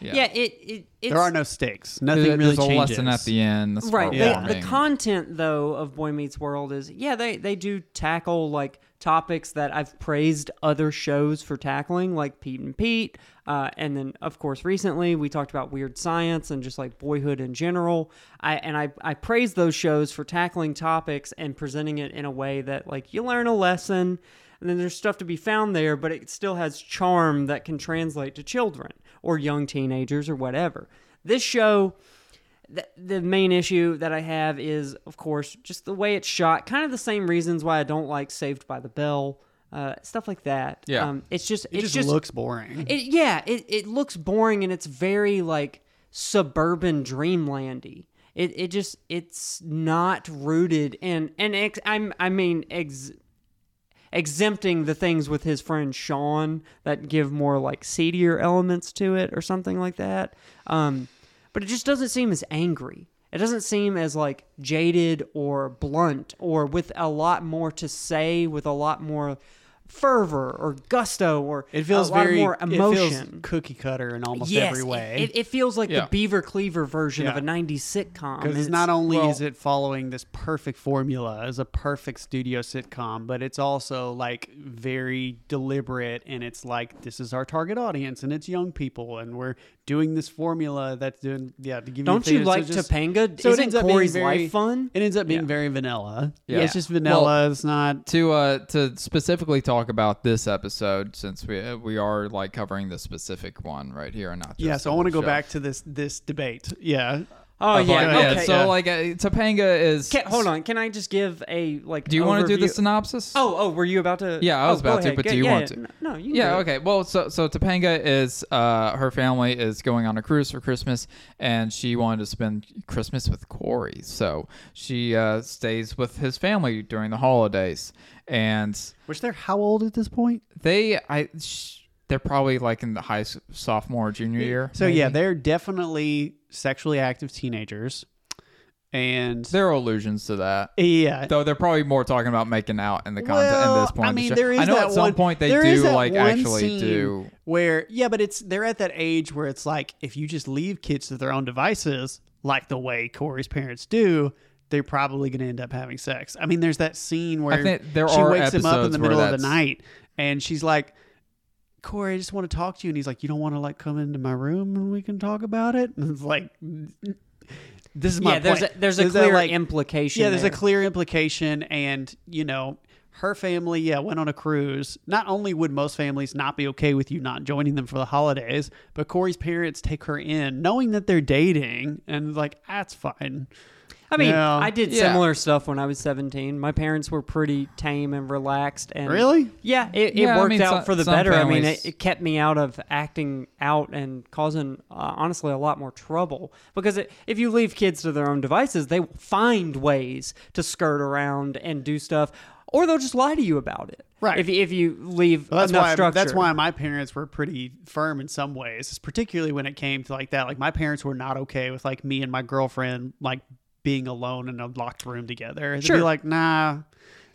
S2: yeah, it, it it's
S3: There are no stakes.
S4: There-
S3: Nothing really
S4: there's a
S3: changes.
S4: lesson at the end. That's
S2: right
S3: Yeah.
S2: the, the
S4: heartwarming.
S2: content though of boy meets world is yeah they they do tackle like topics that i've praised other shows for tackling like pete and pete uh, and then of course recently we talked about weird science and just like boyhood in general i and i i praise those shows for tackling topics and presenting it in a way that like you learn a lesson and then there's stuff to be found there but it still has charm that can translate to children or young teenagers or whatever this show the, the main issue that I have is, of course, just the way it's shot. Kind of the same reasons why I don't like Saved by the Bell, uh, stuff like that. Um,
S4: Yeah.
S2: it's just
S3: It
S2: it's
S3: just, looks boring.
S2: It, yeah, it, it looks boring and it's very like suburban dreamlandy. It it just it's not rooted in and ex, I'm I mean ex, exempting the things with his friend Sean that give more like seedier elements to it or something like that. Um, but it just doesn't seem as angry. It doesn't seem as like jaded or blunt or with a lot more to say, with a lot more fervor or gusto or
S3: It feels
S2: a lot
S3: very
S2: more emotion.
S3: It feels cookie cutter in almost
S2: yes,
S3: every
S2: it-
S3: way.
S2: It, it feels like
S4: Yeah.
S2: the Beaver Cleaver version of
S3: Yeah.
S2: a '90s sitcom.
S3: because
S2: and
S3: Um, it's not only
S4: well-
S3: is it following this perfect formula as a perfect studio sitcom, but it's also like very deliberate and it's like this is our target audience and it's young people and we're doing this formula that's doing yeah to give
S2: Don't you
S3: you, a thing.
S2: like
S3: so just,
S2: Topanga?
S3: So it
S2: Isn't
S3: ends up being
S2: Corey's
S3: very-
S2: life fun?
S3: It ends up being very vanilla.
S4: Yeah.
S3: Yeah, it's just vanilla.
S4: Well-
S3: it's not
S4: to uh to specifically talk about this episode since we uh, we are like covering the specific one right here and not just
S3: yeah. So I
S4: the
S3: want to go
S4: show.
S3: back to this this debate. Yeah,
S2: Oh
S4: Of,
S2: yeah,
S4: like,
S2: okay.
S4: so like uh, Topanga is
S2: Can- hold on, can I just give a like?
S4: do you want to do the
S2: overview-
S4: synopsis
S2: Oh, oh, were you about to?
S4: Yeah, I was
S2: Oh, go
S4: about to,
S2: ahead.
S4: but
S2: Go-
S4: do you
S2: yeah,
S4: want to?
S2: n- No,
S3: Mm-hmm.
S2: you. can
S4: Yeah,
S2: do it.
S4: okay. Well, so so Topanga is uh her family is going on a cruise for Christmas and she wanted to spend Christmas with Corey. So she uh stays with his family during the holidays and
S3: which they're how old at this point?
S4: they I sh- they're probably like in the high s- sophomore junior year.
S3: So
S4: maybe.
S3: yeah, they're definitely sexually active teenagers, and
S4: there are allusions to that.
S3: yeah,
S4: Though they're probably more talking about making out in the content at this point.
S3: I
S4: in the
S3: mean,
S4: show.
S3: there is
S4: I know
S3: that
S4: at some
S3: one,
S4: point they
S3: there
S4: do
S3: is that
S4: like
S3: one
S4: actually
S3: scene
S4: do.
S3: where yeah, but it's they're at that age where it's like if you just leave kids to their own devices, like the way Corey's parents do, they're probably going to end up having sex. I mean, there's that scene where
S4: think there
S3: she
S4: are
S3: wakes him up in
S4: episodes
S3: the
S4: where
S3: middle of the
S4: that's-
S3: night and she's like. Corey, I just want to talk to you, and he's like, "You don't want to like come into my room and we can talk about it." And it's like, this is my
S2: Yeah, there's a,
S3: point.
S2: there's a
S3: Is that,
S2: clear
S3: like-
S2: implication.
S3: yeah, there's
S2: there.
S3: a clear implication, and you know, her family, yeah, went on a cruise. Not only would most families not be okay with you not joining them for the holidays, but Corey's parents take her in, knowing that they're dating, and like that's fine.
S2: I mean,
S3: Yeah.
S2: I did
S4: Yeah.
S2: similar stuff when I was 17. My parents were pretty tame and relaxed. And
S3: Really?
S2: Yeah, it, it
S4: Yeah, I
S2: worked
S4: mean,
S2: out
S4: some-
S2: for the
S4: some
S2: better. I mean,
S4: families-
S2: it, it kept me out of acting out and causing, uh, honestly, a lot more trouble. Because it, if you leave kids to their own devices, they will find ways to skirt around and do stuff, or they'll just lie to you about it.
S3: Right.
S2: If, if you leave
S3: Well, that's
S2: enough
S3: why
S2: structure.
S3: that's why my parents were pretty firm in some ways, particularly when it came to like that. Like my parents were not okay with like me and my girlfriend like being alone in a locked room together. They'd
S2: Sure.
S3: be like, nah.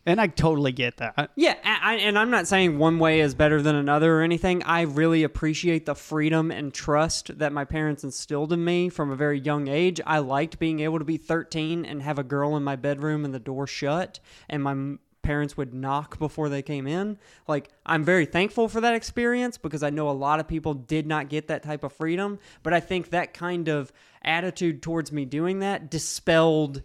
S3: And I totally get that.
S2: Yeah, I, I- and I'm not saying one way is better than another or anything. I really appreciate the freedom and trust that my parents instilled in me from a very young age. I liked being able to be 13 and have a girl in my bedroom and the door shut, and my m- parents would knock before they came in. Like, I'm very thankful for that experience because I know a lot of people did not get that type of freedom, but I think that kind of attitude towards me doing that dispelled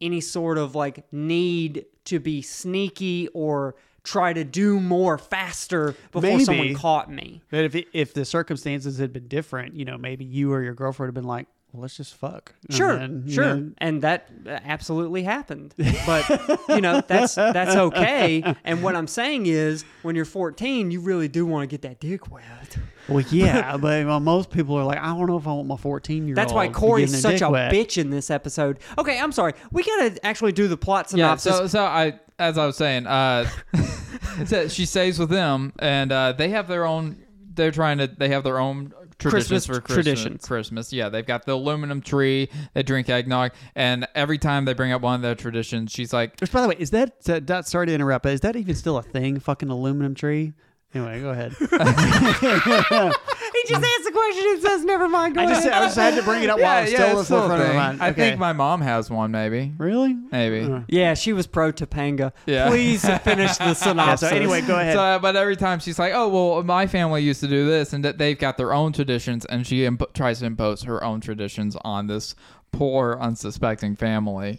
S2: any sort of like need to be sneaky or try to do more faster before someone
S3: Maybe.
S2: caught me.
S3: But if it, if the circumstances had been different, you know, maybe you or your girlfriend had been like, well, "Let's just fuck." And
S2: Sure,
S3: then, you
S2: sure,
S3: know,
S2: and that uh, absolutely happened. But you know that's that's okay. And what I'm saying is, when you're 14, you really do want to get that dick wet.
S3: well, yeah, but well, most people are like, "I don't know if I want my fourteen year old."
S2: That's why Corey's such a bitch in this episode. Okay, I'm sorry. We gotta actually do the plot
S4: Yeah,
S2: synopsis.
S4: so so I as I was saying, uh so she stays with them and uh they have their own they're trying to they have their own traditions
S2: Christmas
S4: for Christmas,
S2: traditions.
S4: Christmas. Yeah, they've got the aluminum tree, they drink eggnog, and every time they bring up one of their traditions, she's like
S3: Which, by the way, is that, that, that sorry to interrupt, but is that even still a thing? Fucking aluminum tree. Anyway, go ahead.
S2: he just asked the question and says, "Never mind." Go
S3: I just,
S2: ahead.
S3: I just had to bring it up while
S4: yeah,
S3: it's
S4: yeah,
S3: still
S4: it's still
S3: in front
S4: a
S3: of
S4: thing.
S3: my mind.
S4: I
S3: Okay. Uh,
S4: think my mom has one maybe.
S3: really.
S4: Maybe.
S2: Yeah, she was pro Topanga.
S4: Yeah.
S2: Please finish the synopsis.
S3: So anyway, go ahead.
S4: So, uh, but every time she's like, "Oh, well, my family used to do this, and that they've got their own traditions," and she imp- tries to impose her own traditions on this poor, unsuspecting family.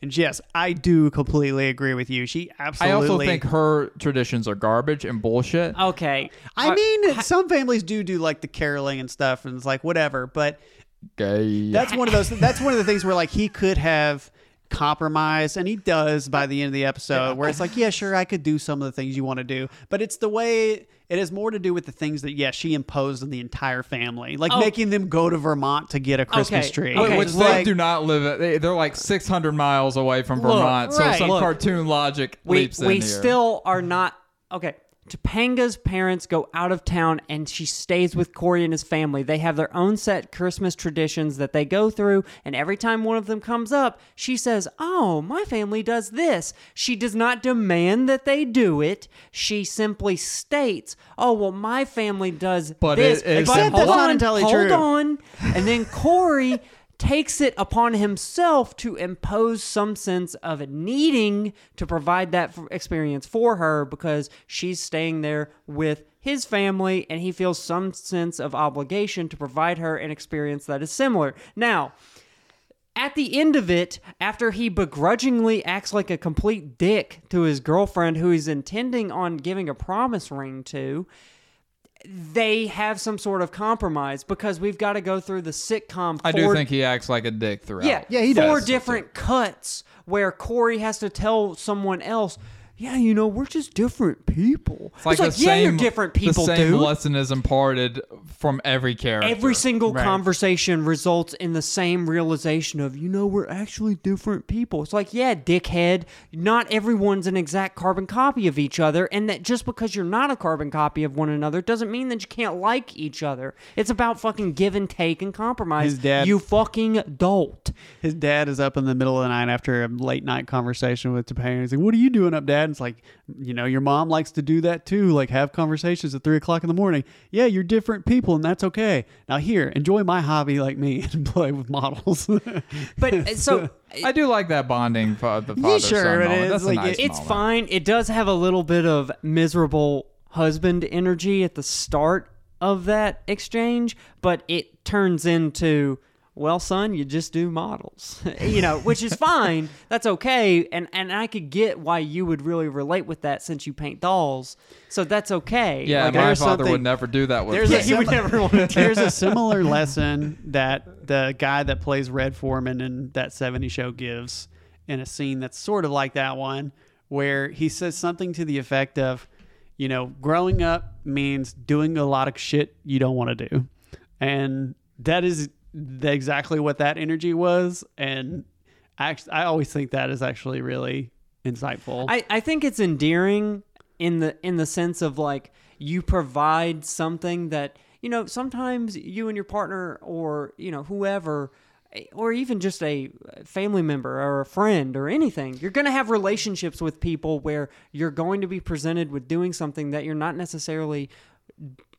S3: and yes, I do completely agree with you. She
S4: I
S3: absolutely.
S4: also think her traditions are garbage and bullshit.
S2: Uh, Okay.
S3: I mean, some families do do like the caroling and stuff, and it's like whatever. But
S4: Gay.
S3: That's one of those. That's one of the things where like he could have compromised, and he does by the end of the episode, where it's like, yeah, sure, I could do some of the things you want to do, but it's the way. It has more to do with the things that, yeah, she imposed on the entire family, like making them go to Vermont to get a Christmas
S2: Oh. Okay,
S3: tree,
S2: okay.
S4: Which
S3: It's
S4: they
S3: like-
S4: do not live. At, they, they're like 600 miles away from Vermont, so
S3: right.
S4: some
S2: Look.
S4: cartoon logic
S2: We
S4: leaps in
S2: we
S4: here.
S2: still are not okay. Topanga's parents go out of town and she stays with Corey and his family. They have their own set Christmas traditions that they go through, and every time one of them comes up, she says, Oh, my family does this. She does not demand that they do it. She simply states, Oh, well, my family does
S4: But
S2: this.
S4: it is
S2: But
S4: simple.
S2: hold
S11: That's not
S2: on,
S11: entirely
S2: hold
S11: true.
S2: on. And then Corey takes it upon himself to impose some sense of needing to provide that f- experience for her because she's staying there with his family and he feels some sense of obligation to provide her an experience that is similar. Now, at the end of it, after he begrudgingly acts like a complete dick to his girlfriend who he's intending on giving a promise ring to, they have some sort of compromise because we've got to go through the sitcom.
S4: I do
S2: four-
S4: think he acts like a dick throughout.
S2: yeah,
S12: Yeah, he
S2: Four
S12: does.
S2: different cuts where Corey has to tell someone else, "Yeah, you know, we're just different people." It's
S4: It's like, the
S2: yeah,
S4: same,
S2: you're different people,
S4: The same
S2: dude.
S4: lesson is imparted from every character.
S2: Every single conversation results in the same realization of, you know, we're actually different people. It's like, yeah, dickhead, not everyone's an exact carbon copy of each other. And that just because you're not a carbon copy of one another doesn't mean that you can't like each other. It's about fucking give and take and compromise.
S3: His dad-
S2: You fucking dolt.
S3: His dad is up in the middle of the night after a late night conversation with Topanga. He's like, "What are you doing up, Dad?" And it's like, you know, your mom likes to do that too. Like have conversations at three o'clock in the morning. Yeah, you're different people, and that's okay. Now here, enjoy my hobby like me and play with models.
S2: But uh, so.
S4: I do like that bonding for the father
S3: sure, it is.
S4: That's
S3: Like,
S4: a nice
S2: it's
S4: moment.
S2: fine. It does have a little bit of miserable husband energy at the start of that exchange, but it turns into well, son, you just do models, you know, which is fine. That's okay, and and I could get why you would really relate with that since you paint dolls, so that's okay.
S4: Yeah,
S2: Like,
S4: my
S3: there's
S4: father would
S3: something-
S4: never do that with
S3: there's
S4: me.
S3: a
S2: you would
S3: similar-
S2: never want to.
S3: There's a similar lesson that the guy that plays Red Foreman in that 70 show gives in a scene that's sort of like that one, where he says something to the effect of, you know, growing up means doing a lot of shit you don't want to do. And that is the- exactly what that energy was. And I, act- I always think that is actually really insightful.
S2: I, I think it's endearing in the in the sense of like you provide something that you know sometimes you and your partner or you know whoever or even just a family member or a friend or anything you're going to have relationships with people where you're going to be presented with doing something that you're not necessarily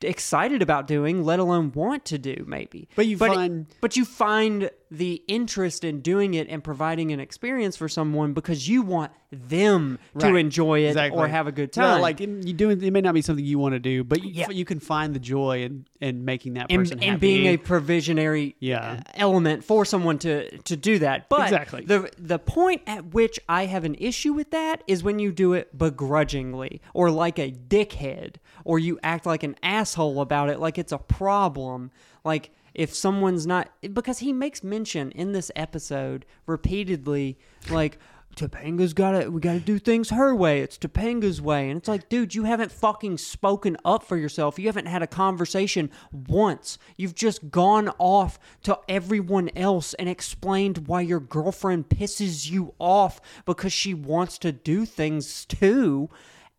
S2: excited about doing let alone want to do maybe
S3: But you
S2: it-
S3: find-
S2: but you find the interest in doing it and providing an experience for someone because you want them to
S3: Right.
S2: enjoy it
S3: Exactly.
S2: or have a good
S3: No,
S2: time.
S3: like it- you doing, it may not be something you want to do, but you,
S2: Yeah.
S3: you can find the joy in, in making that
S2: and,
S3: person
S2: and
S3: happy.
S2: being a provisionary
S3: Yeah.
S2: uh, element for someone to to do that. But
S3: Exactly.
S2: the the point at which I have an issue with that is when you do it begrudgingly or like a dickhead or you act like an asshole about it like it's a problem. Like if someone's not because he makes mention in this episode repeatedly like Topanga's gotta we gotta do things her way. It's Topanga's way. And it's like, dude, you haven't fucking spoken up for yourself. You haven't had a conversation once. You've just gone off to everyone else and explained why your girlfriend pisses you off because she wants to do things too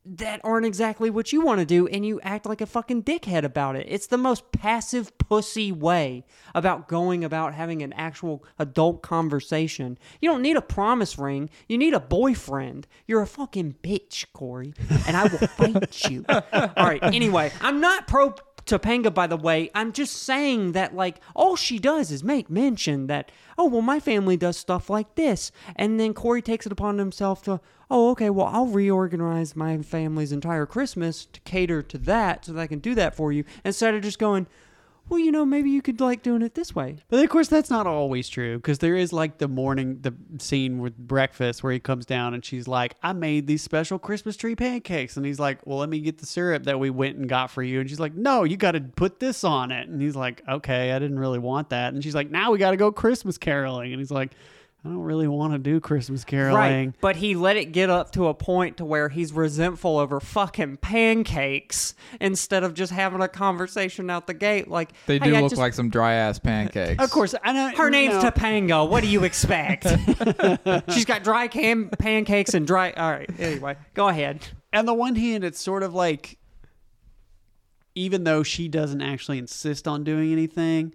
S2: that aren't exactly what you want to do and you act like a fucking dickhead about it. It's the most passive pussy way about going about having an actual adult conversation. You don't need a promise ring, you need a boyfriend. You're a fucking bitch, Corey, and I will fight you. All right, anyway, I'm not pro Topanga, by the way, I'm just saying that, like, all she does is make mention that, oh, well, my family does stuff like this. And then Corey takes it upon himself to, oh, okay, well, I'll reorganize my family's entire Christmas to cater to that so that I can do that for you. Instead of just going, well, you know, maybe you could like doing it this way.
S3: But of course, that's not always true because there is like the morning, the scene with breakfast where he comes down and she's like, I made these special Christmas tree pancakes. And he's like, Well, let me get the syrup that we went and got for you. And she's like, No, you got to put this on it. And he's like, Okay, I didn't really want that. And she's like, Now we got to go Christmas caroling. And he's like, I don't really want to do Christmas caroling.
S2: Right. But he let it get up to a point to where he's resentful over fucking pancakes instead of just having a conversation out the gate. Like,
S4: They
S2: "Hey,
S4: do
S2: I
S4: look
S2: just-
S4: like some dry ass pancakes.
S3: Of course, I know
S2: Her name's
S3: no.
S2: Topanga. What do you expect? She's got dry cam pancakes and dry. All right. Anyway, go ahead.
S3: on the one hand, it's sort of like even though she doesn't actually insist on doing anything,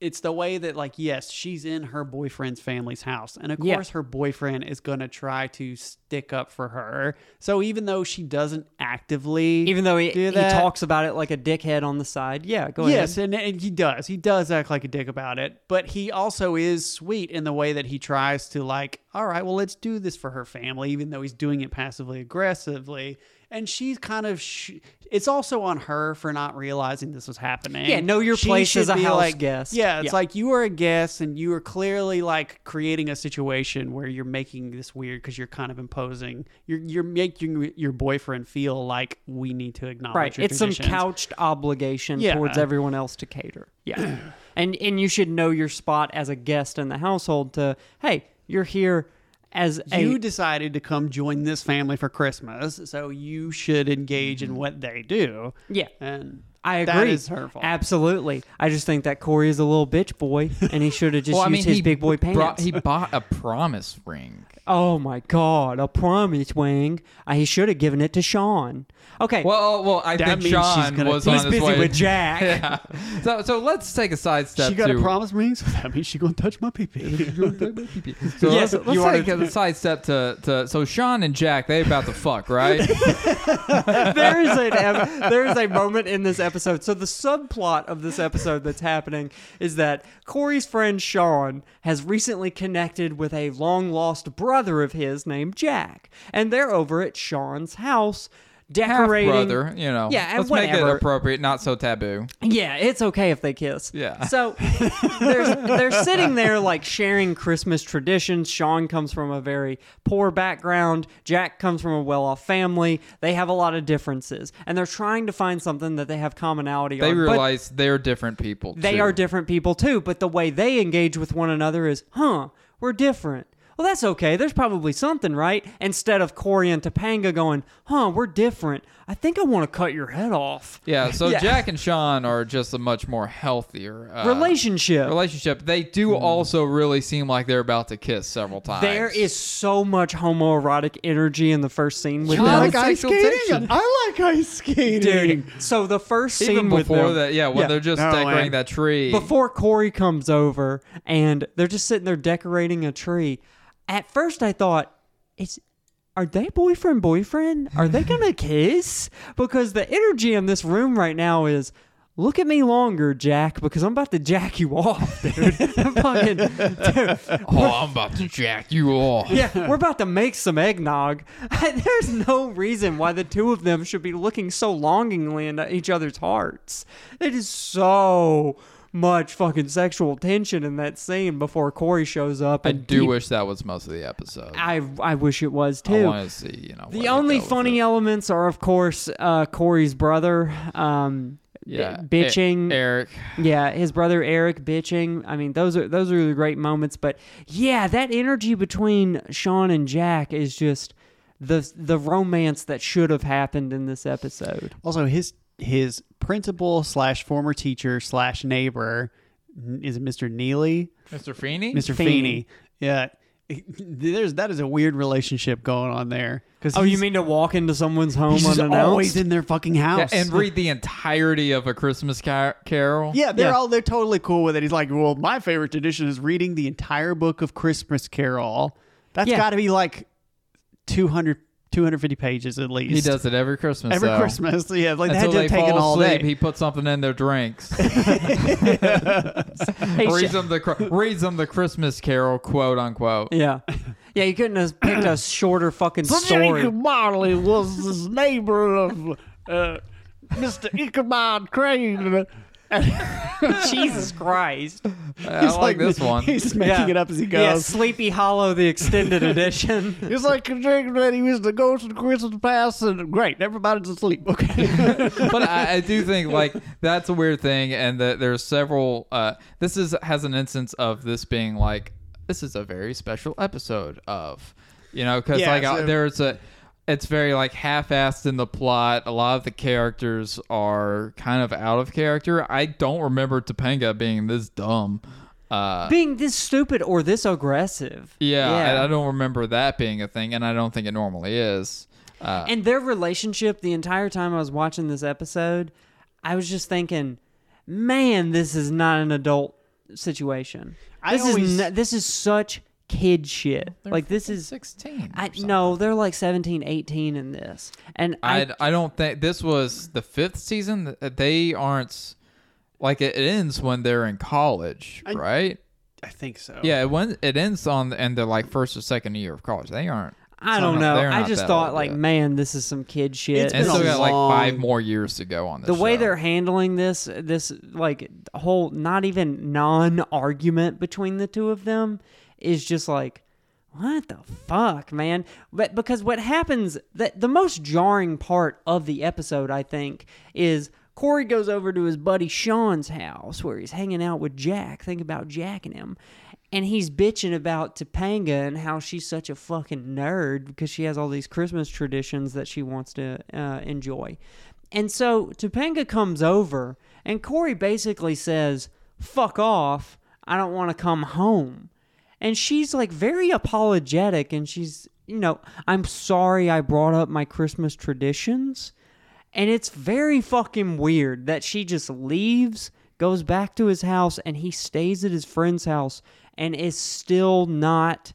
S3: it's the way that like yes, she's in her boyfriend's family's house, and of
S2: Yeah.
S3: course her boyfriend is gonna try to stick up for her. So even though she doesn't actively,
S2: Even though he,
S3: do
S2: he
S3: that-
S2: talks about it like a dickhead on the side. Yeah, go
S3: yes,
S2: ahead.
S3: and, and he does. He does act like a dick about it, but he also is sweet in the way that he tries to like, all right, well, let's do this for her family, even though he's doing it passively aggressively. And she's kind of, sh- it's also on her for not realizing this was happening.
S2: Yeah, know your
S3: She
S2: place
S3: should
S2: as a
S3: be
S2: house
S3: like-
S2: guest.
S3: Yeah, it's
S2: Yeah.
S3: like you are a guest, and you are clearly like creating a situation where you're making this weird because you're kind of imposing. You're you're making your boyfriend feel like we need to acknowledge.
S2: Right.
S3: your
S2: It's some
S3: traditions."
S2: couched obligation
S3: Yeah.
S2: towards everyone else to cater. Yeah. and and you should know your spot as a guest in the household to, hey, you're here as a
S3: you decided to come join this family for Christmas, so you should engage in what they do.
S2: Yeah.
S3: And
S2: I agree.
S3: That is her fault.
S2: Absolutely. I just think that Corey is a little bitch boy, and he should have just used his big boy pants.
S4: brought- he bought a promise ring.
S2: oh my God! A promise wing. Uh, he should have given it to Sean. Okay.
S4: Well, well, I
S3: That
S4: think
S3: means she's
S4: Sean
S3: gonna-
S4: was
S2: he's
S4: on his
S2: busy
S4: way.
S2: with Jack.
S4: Yeah. So, so let's take a sidestep.
S3: she got
S4: to,
S3: a promise ring, so that means she's gonna touch my pee pee.
S4: So
S2: Yes,
S4: let's,
S2: you
S4: let's
S2: wanted
S4: take a sidestep to, to. So Sean and Jack, they about to fuck, right?
S2: there is an ep- there is a moment in this episode. So the subplot of this episode that's happening is that Corey's friend Sean has recently connected with a long lost brother of his named Jack, and they're over at Sean's house decorating.
S4: Brother, you know.
S2: Yeah, and
S4: let's make it
S2: whatever.
S4: appropriate, not so taboo.
S2: Yeah, it's okay if they kiss.
S4: Yeah.
S2: So they're, they're sitting there like sharing Christmas traditions. Sean comes from a very poor background. Jack comes from a well off family. They have a lot of differences. And they're trying to find something that they have commonality
S4: They
S2: on. but
S4: realize they're different people.
S2: they
S4: too.
S2: are different people too, but the way they engage with one another is, huh, we're different. Well, that's okay. There's probably something, right? Instead of Corey and Topanga going, huh, we're different. I think I want to cut your head off.
S4: Yeah, so
S2: Yeah.
S4: Jack and Sean are just a much more healthier uh,
S2: Relationship. Mm-hmm.
S4: Relationship. They do also really seem like they're about to kiss several times.
S2: There is so much homoerotic energy in the first scene with
S4: John,
S2: them.
S4: like ice Sexual skating. tension.
S3: I like ice skating.
S2: Dude, so the first scene
S4: even
S2: with
S4: before
S2: them-
S4: that. Yeah, when they're just
S3: No,
S4: decorating
S3: and-
S4: that tree.
S2: before Corey comes over and they're just sitting there decorating a tree. At first, I thought, "Is are they boyfriend boyfriend? Are they gonna kiss?" Because the energy in this room right now is. Look at me longer, Jack, because I'm about to jack you off, dude. I'm fucking, dude,
S4: oh, I'm about to jack you off.
S2: yeah, we're about to make some eggnog. There's no reason why the two of them should be looking so longingly into each other's hearts. It is so much fucking sexual tension in that scene before Corey shows up.
S4: I
S2: And
S4: do
S2: he-
S4: wish that was most of the episode. I,
S2: I I wish it was too.
S4: want to see, you know. where
S2: the
S4: they
S2: only
S4: go with
S2: funny
S4: it.
S2: elements are, of course, uh, Corey's brother. Um,
S4: yeah.
S2: b- bitching.
S4: E- Eric.
S2: Yeah, his brother Eric bitching. I mean, those are those are the great moments. But yeah, that energy between Sean and Jack is just the the romance that should have happened in this episode.
S3: Also, his his principal slash former teacher slash neighbor n- is it Mr. Neely,
S4: Mr. Feeney?
S3: Mr.
S2: Feeney.
S3: Feeney. Yeah, there's that is a weird relationship going on there. Because
S2: Oh, you mean to walk into someone's home
S3: he's just
S2: unannounced?
S3: always in their fucking
S4: Yeah,
S3: house
S4: and read the entirety of A Christmas Car- Carol.
S3: Yeah, they're
S2: Yeah.
S3: all they're totally cool with it. He's like, well, my favorite tradition is reading the entire book of Christmas Carol. That's
S2: Yeah.
S3: got to be like 200, 250 pages at least.
S4: He does it every Christmas.
S3: every
S4: though.
S3: Christmas. Yeah, like
S4: Until
S3: that
S4: they
S3: had to take
S4: fall
S3: it all
S4: asleep,
S3: day.
S4: he puts something in their drinks.
S2: Hey, Sha-
S4: reads them the cr- reads them the Christmas Carol, quote unquote.
S2: yeah, yeah. You couldn't have picked a shorter fucking story.
S3: Marley was his neighbor of uh, Mr. Ichabod Crane.
S2: Jesus Christ!
S4: I like, this one.
S3: He's just making
S2: Yeah.
S3: it up as he goes.
S2: Yeah, Sleepy Hollow, the extended edition.
S3: It's like a drink that he was the ghost of Christmas past, and great, everybody's asleep. Okay.
S4: but I, I do think like that's a weird thing, and that there's several. Uh, this is has an instance of this being like this is a very special episode of, you know, because
S3: Yeah,
S4: like I-
S3: so-
S4: there's a. It's very like half-assed in the plot. A lot of the characters are kind of out of character. I don't remember Topanga being this dumb. Uh,
S2: Being this stupid or this aggressive.
S4: yeah, I, I don't remember that being a thing, and I don't think it normally is. Uh,
S2: and their relationship the entire time I was watching this episode, I was just thinking, man, this is not an adult situation.
S3: I
S2: This
S3: always-
S2: is n- this is such kid shit. like this is
S4: 16.
S2: I no, they're like 17, 18 in this. And I,
S4: I, I don't think this was the fifth season. Th- uh, They aren't like it ends when they're in college, right?
S3: I think so.
S4: Yeah, it when it ends on and they're like first or second year of college. They aren't.
S2: I
S4: so
S2: don't
S4: not-
S2: know.
S4: they're
S2: I
S4: not
S2: just
S4: that
S2: thought
S4: old
S2: like,
S4: yet.
S2: man, this is some kid shit.
S4: And
S3: It's
S4: still
S3: been a
S4: got like five
S3: long-
S4: more years to go on this.
S2: the way
S4: show.
S2: they're handling this this like whole not even non-argument between the two of them is just like what the fuck man but because what happens that the most jarring part of the episode i think is corey goes over to his buddy sean's house where he's hanging out with jack think about jack and him and he's bitching about Topanga and how she's such a fucking nerd because she has all these Christmas traditions that she wants to uh, enjoy. And so Topanga comes over, and Corey basically says, Fuck off. I don't want to come home. And she's like very apologetic, and she's, you know, I'm sorry I brought up my Christmas traditions. And it's very fucking weird that she just leaves, goes back to his house, and he stays at his friend's house and is still not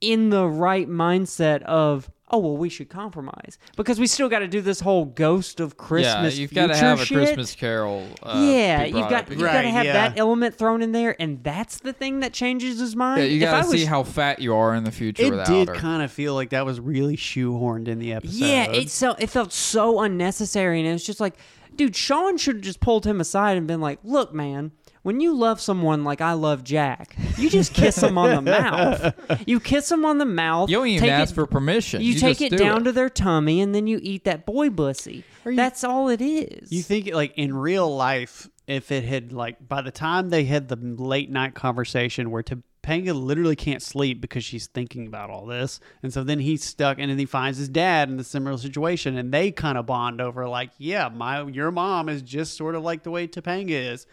S2: in the right mindset of, oh, well, we should compromise. Because we still got to do this whole ghost of Christmas.
S4: yeah, you've
S2: got to
S4: have a Christmas Carol. Uh,
S2: yeah,
S4: be
S2: you've
S4: brought
S2: got
S4: up
S2: you've
S4: again.
S2: got to
S3: Right,
S2: have
S3: yeah.
S2: that element thrown in there, and that's the thing that changes his mind.
S4: Yeah, you
S2: If I
S4: gotta
S2: was-
S4: see how fat you are in the future
S3: It
S4: without
S3: did
S4: her.
S3: kind of feel like that was really shoehorned in the episode.
S2: Yeah, it so it felt so unnecessary, and it was just like, dude, Sean should have just pulled him aside and been like, "Look, man, when you love someone like I love Jack, you just kiss him on the mouth. You kiss him on the mouth.
S4: you don't even
S2: take
S4: ask
S2: it-
S4: for permission.
S2: You, take
S4: just
S2: it
S4: do
S2: down
S4: it.
S2: to their tummy, and then you eat that boy bussy. That's all it is.
S3: You think like in real life, if it had like by the time they had the late night conversation where Topanga literally can't sleep because she's thinking about all this, and so then he's stuck, and then he finds his dad in a similar situation, and they kind of bond over like, yeah, my your mom is just sort of like the way Topanga is.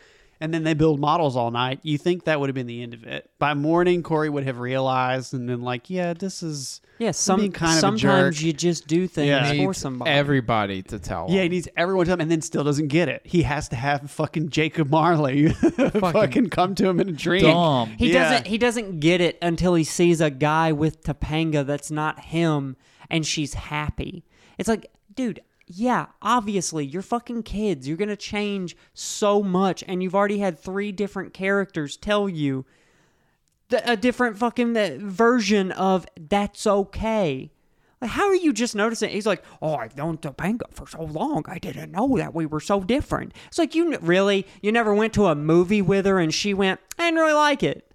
S3: And then they build models all night. You think that would have been the end of it? By morning, Corey would have realized, and then like, yeah, this is
S2: yeah, some
S3: being kind of a
S2: sometimes
S3: jerk.
S2: you just do things
S3: Yeah.
S2: for
S4: Needs
S2: somebody.
S4: everybody to tell.
S3: Yeah, he
S4: him.
S3: needs everyone to him, and then still doesn't get it. He has to have fucking Jacob Marley fucking, come to him in a dream.
S4: dumb.
S2: He
S3: Yeah.
S2: doesn't. He doesn't get it until he sees a guy with Topanga that's not him, and she's happy. It's like, dude, yeah, obviously you're fucking kids. You're gonna change so much, and you've already had three different characters tell you th- a different fucking uh, version of that's okay. Like, how are you just noticing? He's like, oh, I've known Topanga for so long. I didn't know that we were so different. It's like, you n- really? You never went to a movie with her and she went, I didn't really like it.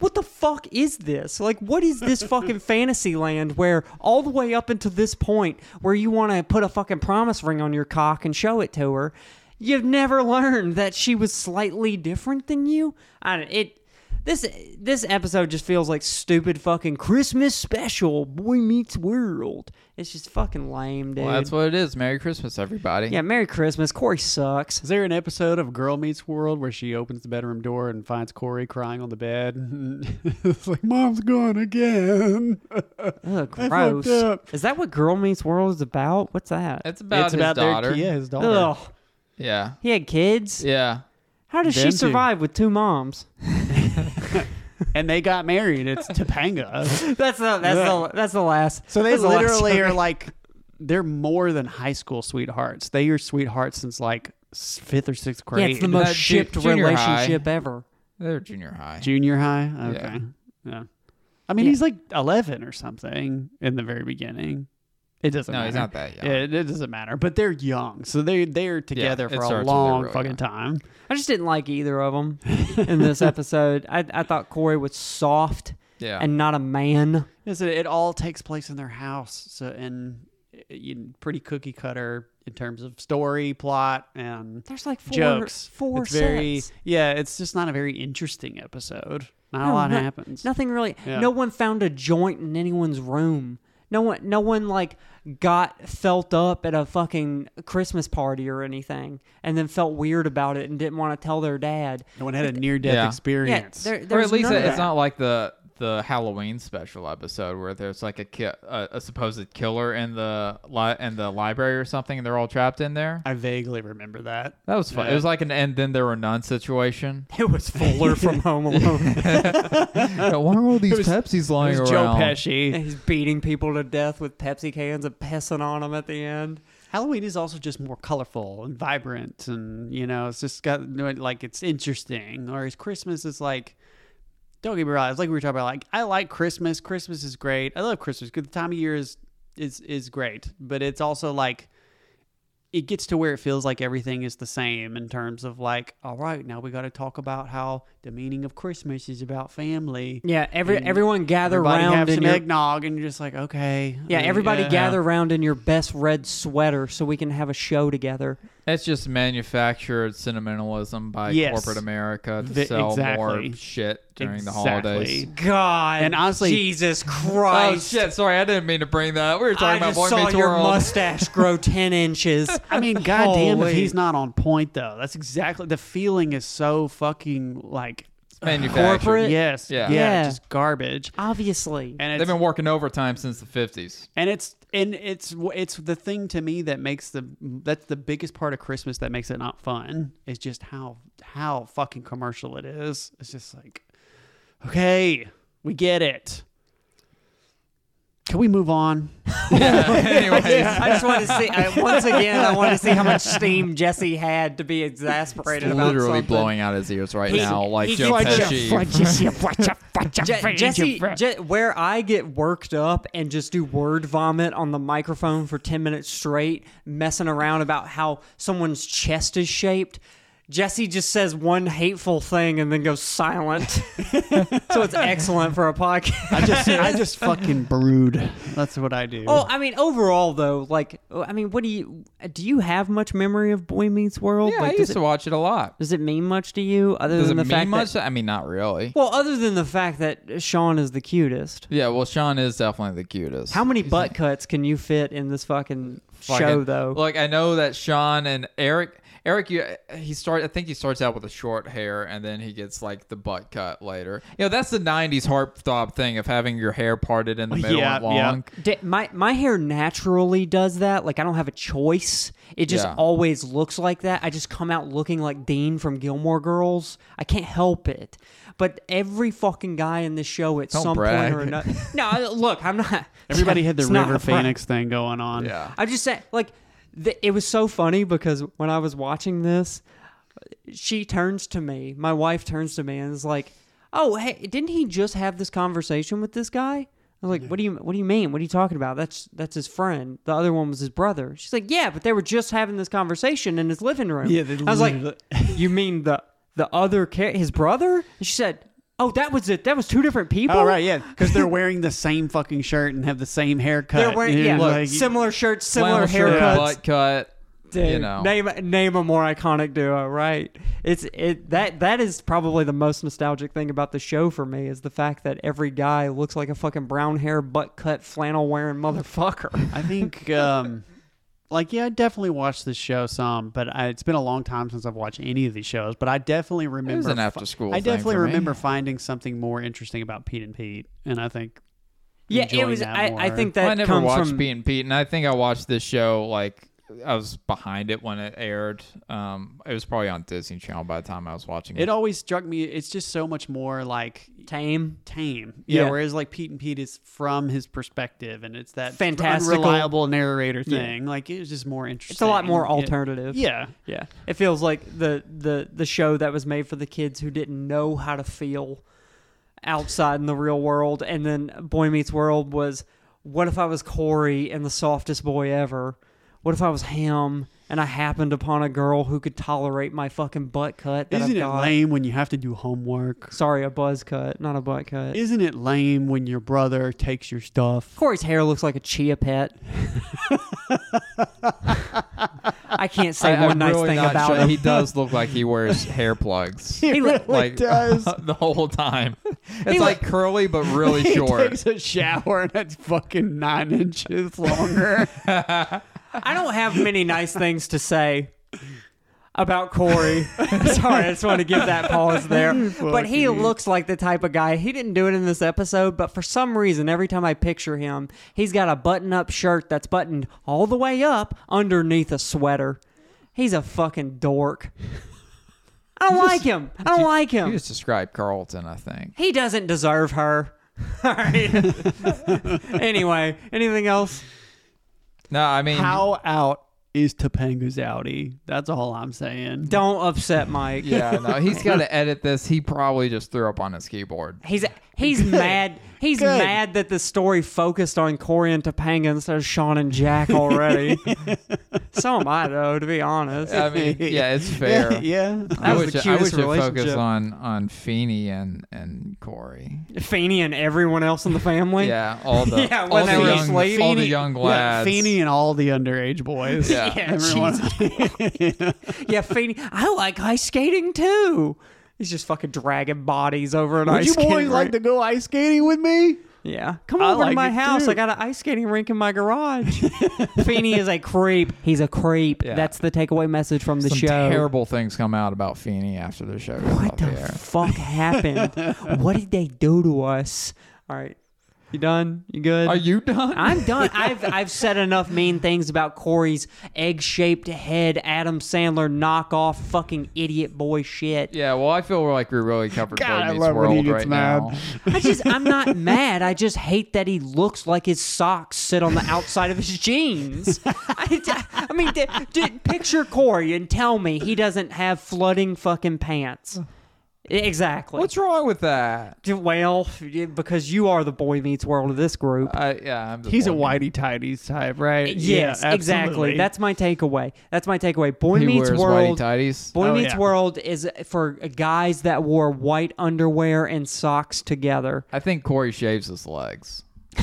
S2: What the fuck is this? Like, what is this fucking fantasy land where all the way up until this point where you want to put a fucking promise ring on your cock and show it to her, you've never learned that she was slightly different than you? I don't, it, this this episode just feels like stupid fucking Christmas special boy meets world. It's just fucking lame, dude.
S4: Well, that's what it is. Merry Christmas, everybody.
S2: yeah, Merry Christmas. Corey sucks.
S3: Is there an episode of Girl Meets World where she opens the bedroom door and finds Corey crying on the bed? it's like, Mom's gone again.
S2: Ugh, gross.
S3: up.
S2: Is that what Girl Meets World is about? What's that?
S4: It's about
S3: it's
S4: his
S3: about
S4: daughter.
S3: their yeah, his daughter.
S2: Ugh.
S4: yeah.
S2: He had kids.
S4: Yeah.
S2: How does
S3: Them
S2: she
S3: two.
S2: survive with two moms?
S3: And they got married. It's Topanga.
S2: That's the that's the that's the last.
S3: So they
S2: that's the last
S3: literally
S2: joke.
S3: are like, they're more than high school sweethearts. They are sweethearts since like s- fifth or sixth
S2: Yeah,
S3: grade.
S2: it's the most
S4: That ju-
S2: shipped
S4: junior high.
S2: relationship ever.
S4: They're junior high.
S3: Junior high? Okay.
S4: Yeah.
S3: Yeah. I mean, he's like 11 or something in the very beginning. It doesn't
S4: No,
S3: matter.
S4: he's not that young.
S3: eh? Yeah, It, it doesn't matter. But they're young. So they, they're together
S4: it
S3: for
S4: starts
S3: a
S4: when they're
S3: long
S4: really
S3: fucking
S4: young.
S3: time.
S2: I just didn't like either of them in this episode. I I thought Corey was soft
S4: Yeah.
S2: and not a man.
S3: Yes, it, it all takes place in their house. So, and it- it- pretty cookie cutter in terms of story, plot, and
S2: There's like four
S3: jokes.
S2: four
S3: it's very,
S2: sets.
S3: yeah, it's just not a very interesting episode. Not a
S2: No,
S3: lot
S2: no-
S3: happens.
S2: Nothing really.
S3: Yeah.
S2: No one found a joint in anyone's room. No one. No one like got felt up at a fucking Christmas party or anything, and then felt weird about it and didn't want to tell their dad.
S3: No one had a near death
S4: Yeah.
S3: experience.
S2: Yeah, there,
S4: or
S2: there's
S4: at least
S2: none of
S4: it's
S2: that.
S4: not like the the Halloween special episode where there's like a ki- a, a supposed killer in the li- in the library or something, and they're all trapped in there.
S3: I vaguely remember that.
S4: That was fun. It was like an and then there were none situation.
S2: It was Fuller from Home Alone.
S4: Yeah, why are all these Pepsis lying
S3: It was Joe
S4: around?
S3: Pesci.
S2: He's beating people to death with Pepsi cans and pissing on them at the end.
S3: Halloween is also just more colorful and vibrant, and you know, it's just got like it's interesting. Whereas Christmas is like, don't get me wrong, it's like we were talking about. Like, I like Christmas. Christmas is great. I love Christmas because the time of year is is is great, but it's also like it gets to where it feels like everything is the same in terms of like, all right, now we got to talk about how the meaning of Christmas is about family.
S2: Yeah, every everyone gather
S3: Everybody
S2: round
S3: have
S2: in
S3: some
S2: your,
S3: eggnog, and you're just like, okay.
S2: Yeah,
S3: uh,
S2: everybody
S3: yeah.
S2: gather round in your best red sweater so we can have a show together.
S4: That's just manufactured sentimentalism by
S3: Yes.
S4: corporate America to
S3: The-
S4: sell
S3: exactly.
S4: more shit during the holidays.
S3: Exactly.
S2: God,
S3: And honestly-
S2: Jesus
S4: Oh
S2: Christ!
S4: shit! Sorry, I didn't mean to bring that. We were talking
S2: I
S4: about
S2: just
S4: Boy
S2: saw
S4: Meets
S2: your
S4: World.
S2: mustache grow ten inches.
S3: I mean, goddamn, if
S2: Holy.
S3: he's not on point though, that's exactly the feeling is so fucking like
S4: Manufactured.
S2: corporate-
S3: yes,
S4: Yeah.
S3: yeah,
S2: Yeah.
S3: just garbage.
S2: Obviously,
S3: And
S4: They've
S3: it's
S4: been working overtime since the fifties.
S3: and it's and it's it's the thing to me that makes the that's the biggest part of Christmas that makes it not fun is just how how fucking commercial it is. It's just like, okay, we get it. Can we move on?
S4: Anyways,
S2: I just wanted to see. I, once again, I wanted to see how much steam Jesse had to be exasperated about
S4: literally
S2: something.
S4: blowing out his ears right
S2: He-
S4: now, like
S2: he
S4: Joe
S2: gets-
S4: Pesci.
S2: Je- Jesse, Je- where I get worked up and just do word vomit on the microphone for 10 minutes straight, messing around about how someone's chest is shaped. Jesse just says one hateful thing and then goes silent. so it's excellent for a podcast.
S3: I just I just fucking brood. That's what I do.
S2: Oh, I mean, overall though, like, I mean, what do you do? You have much memory of Boy Meets World?
S4: Yeah,
S2: like,
S4: I
S2: does
S4: used
S2: it,
S4: to watch it a lot.
S2: Does it mean much to you? Other
S4: Does it
S2: than the
S4: mean
S2: fact
S4: much?
S2: that,
S4: I mean, not really.
S2: well, other than the fact that Sean is the cutest.
S4: Yeah, well, Sean is definitely the cutest.
S2: How many butt cuts can you fit in this fucking
S4: Fucking-
S2: show, though?
S4: Like I know that Sean and Eric, Eric, you, he start. I think he starts out with the short hair, and then he gets like the butt cut later. You know, that's the '90s heartthrob thing of having your hair parted in the middle
S3: Yeah,
S4: and
S3: yeah.
S4: long.
S2: D- my my hair naturally does that. Like I don't have a choice. It just
S4: Yeah.
S2: always looks like that. I just come out looking like Dean from Gilmore Girls. I can't help it. But every fucking guy in this show at some
S4: brag.
S2: point or another. No, I- look, I'm not.
S3: Everybody had the
S2: it's not
S3: River
S2: a brag.
S3: Phoenix thing going on.
S4: Yeah.
S2: I just said like th- it was so funny because when I was watching this, she turns to me. My wife turns to me and is like, "Oh, hey, didn't he just have this conversation with this guy?" I was like, "What do you What do you mean? What are you talking about? That's that's his friend. The other one was his brother." She's like, "Yeah, but they were just having this conversation in his living room."
S3: Yeah, they
S2: I was like,
S3: literally-
S2: "You mean the the other ca- his brother?" And she said. Oh, that was it. That was two different people.
S3: Oh right, yeah, because they're wearing the same fucking shirt and have the same haircut.
S2: They're wearing
S3: You're
S2: yeah,
S3: like-
S2: similar shirts, similar
S4: Flannel shirt,
S2: haircuts.
S4: butt cut.
S2: Dude,
S4: you know,
S2: name name a more iconic duo, right? It's it that that is probably the most nostalgic thing about the show for me is the fact that every guy looks like a fucking brown hair, butt cut, flannel wearing motherfucker.
S3: I think, um, like, yeah, I definitely watched this show some, but I, it's been a long time since I've watched any of these shows. But I definitely remember
S4: an
S3: fi- I
S4: after-school thing
S3: definitely
S4: for me.
S3: remember finding something more interesting about Pete and Pete, and I think
S2: yeah, it
S3: enjoying
S2: was.
S3: that
S2: I, I
S3: more.
S2: think that
S4: I never
S2: comes
S4: watched
S2: from.
S4: Pete and Pete, and I think I watched this show like I was behind it when it aired. Um, it was probably on Disney Channel by the time I was watching it.
S3: it always struck me. It's just so much more like
S2: Tame.
S3: tame. Yeah,
S2: Yeah.
S3: Whereas like Pete and Pete is from his perspective, and it's that
S2: Fantastical-
S3: reliable narrator thing. Like it was just more interesting.
S2: It's a lot more
S3: Yeah.
S2: alternative.
S3: Yeah.
S2: yeah. It feels like the the the show that was made for the kids who didn't know how to feel outside in the real world, and then Boy Meets World was, what if I was Corey and the softest boy ever? What if I was him and I happened upon a girl who could tolerate my fucking butt cut? That
S3: Isn't
S2: I've
S3: it
S2: got?
S3: lame when you have to do homework?
S2: Sorry, a buzz cut, not a butt cut.
S3: Isn't it lame when your brother takes your stuff?
S2: Corey's hair looks like a chia pet. I can't say
S4: I,
S2: one
S4: am
S2: nice
S4: really
S2: thing
S4: not
S2: about
S4: sure.
S2: him.
S4: He does look like he wears hair plugs.
S2: He look-
S4: like the whole time. It's like curly but really
S3: He
S4: short.
S3: takes a shower and it's fucking nine inches longer.
S2: I don't have many nice things to say about Corey. Sorry, I just want to give that pause there. but he looks like the type of guy. He didn't do it in this episode, but for some reason, every time I picture him, he's got a button-up shirt that's buttoned all the way up underneath a sweater. He's a fucking dork. I don't like him. I don't like him.
S4: You just described Carlton, I think.
S2: He doesn't deserve her. All right. anyway, anything else?
S4: No, I mean,
S9: How out is Topanga's outie? That's all I'm saying.
S2: Don't upset Mike.
S4: yeah, no, he's got to edit this. He probably just threw up on his keyboard.
S2: He's he's mad. He's mad that the story focused on Corey and Topanga instead of Sean and Jack already. so am I, though, to be honest.
S4: I mean, yeah, it's fair.
S9: yeah.
S4: I
S2: That was
S4: wish,
S2: the
S4: I
S2: cutest
S4: wish it focused
S2: relationship.
S4: on on Feeney and and Corey.
S2: Feeney and everyone else in the family.
S4: Yeah, all the
S2: Yeah, when
S4: all,
S2: they
S4: the
S2: were
S4: young,
S2: asleep.
S4: all the young lads.
S9: Feeney and all the underage boys.
S4: Yeah.
S2: Yeah,
S9: Everyone.
S2: yeah, Feeney. I like ice skating too. He's just fucking dragging bodies over an
S9: Would
S2: ice
S9: you
S2: skating
S9: boys like
S2: rink.
S9: to go ice skating with me?
S2: Yeah. Come
S9: I
S2: over to
S9: like
S2: my
S9: it,
S2: house.
S9: too.
S2: I got an ice skating rink in my garage. Feeney is a creep. He's a creep.
S4: Yeah.
S2: That's the takeaway message from the
S4: Some
S2: show.
S4: terrible things come out about Feeney after the show. goes
S2: What
S4: off
S2: the
S4: air.
S2: fuck happened? what did they do to us? All right. You done? You good?
S4: Are you done?
S2: I'm done. I've I've said enough mean things about Corey's egg-shaped head, Adam Sandler knockoff, fucking idiot boy shit.
S4: yeah, well, I feel like we really covered
S9: God, I
S4: Boy Meets
S9: love when he
S4: World
S9: gets
S4: right
S9: mad.
S4: now.
S2: I just I'm not mad. I just hate that he looks like his socks sit on the outside of his jeans. I, I mean, d- d- picture Corey and tell me he doesn't have flooding fucking pants. Exactly.
S4: What's wrong with that?
S2: D- Well, y- because you are the boy meets world of this group.
S4: I, yeah, I'm
S9: He's a whitey
S4: disappointed.
S9: tighties type, right?
S2: yes,
S9: Yeah,
S2: exactly.
S9: absolutely.
S2: That's my takeaway. That's my takeaway. Boy
S4: He
S2: meets
S4: wears
S2: world.
S4: whitey tighties.
S2: Boy
S9: Oh,
S2: meets
S9: yeah.
S2: world is for guys that wore white underwear and socks together.
S4: I think Corey shaves his legs.
S2: All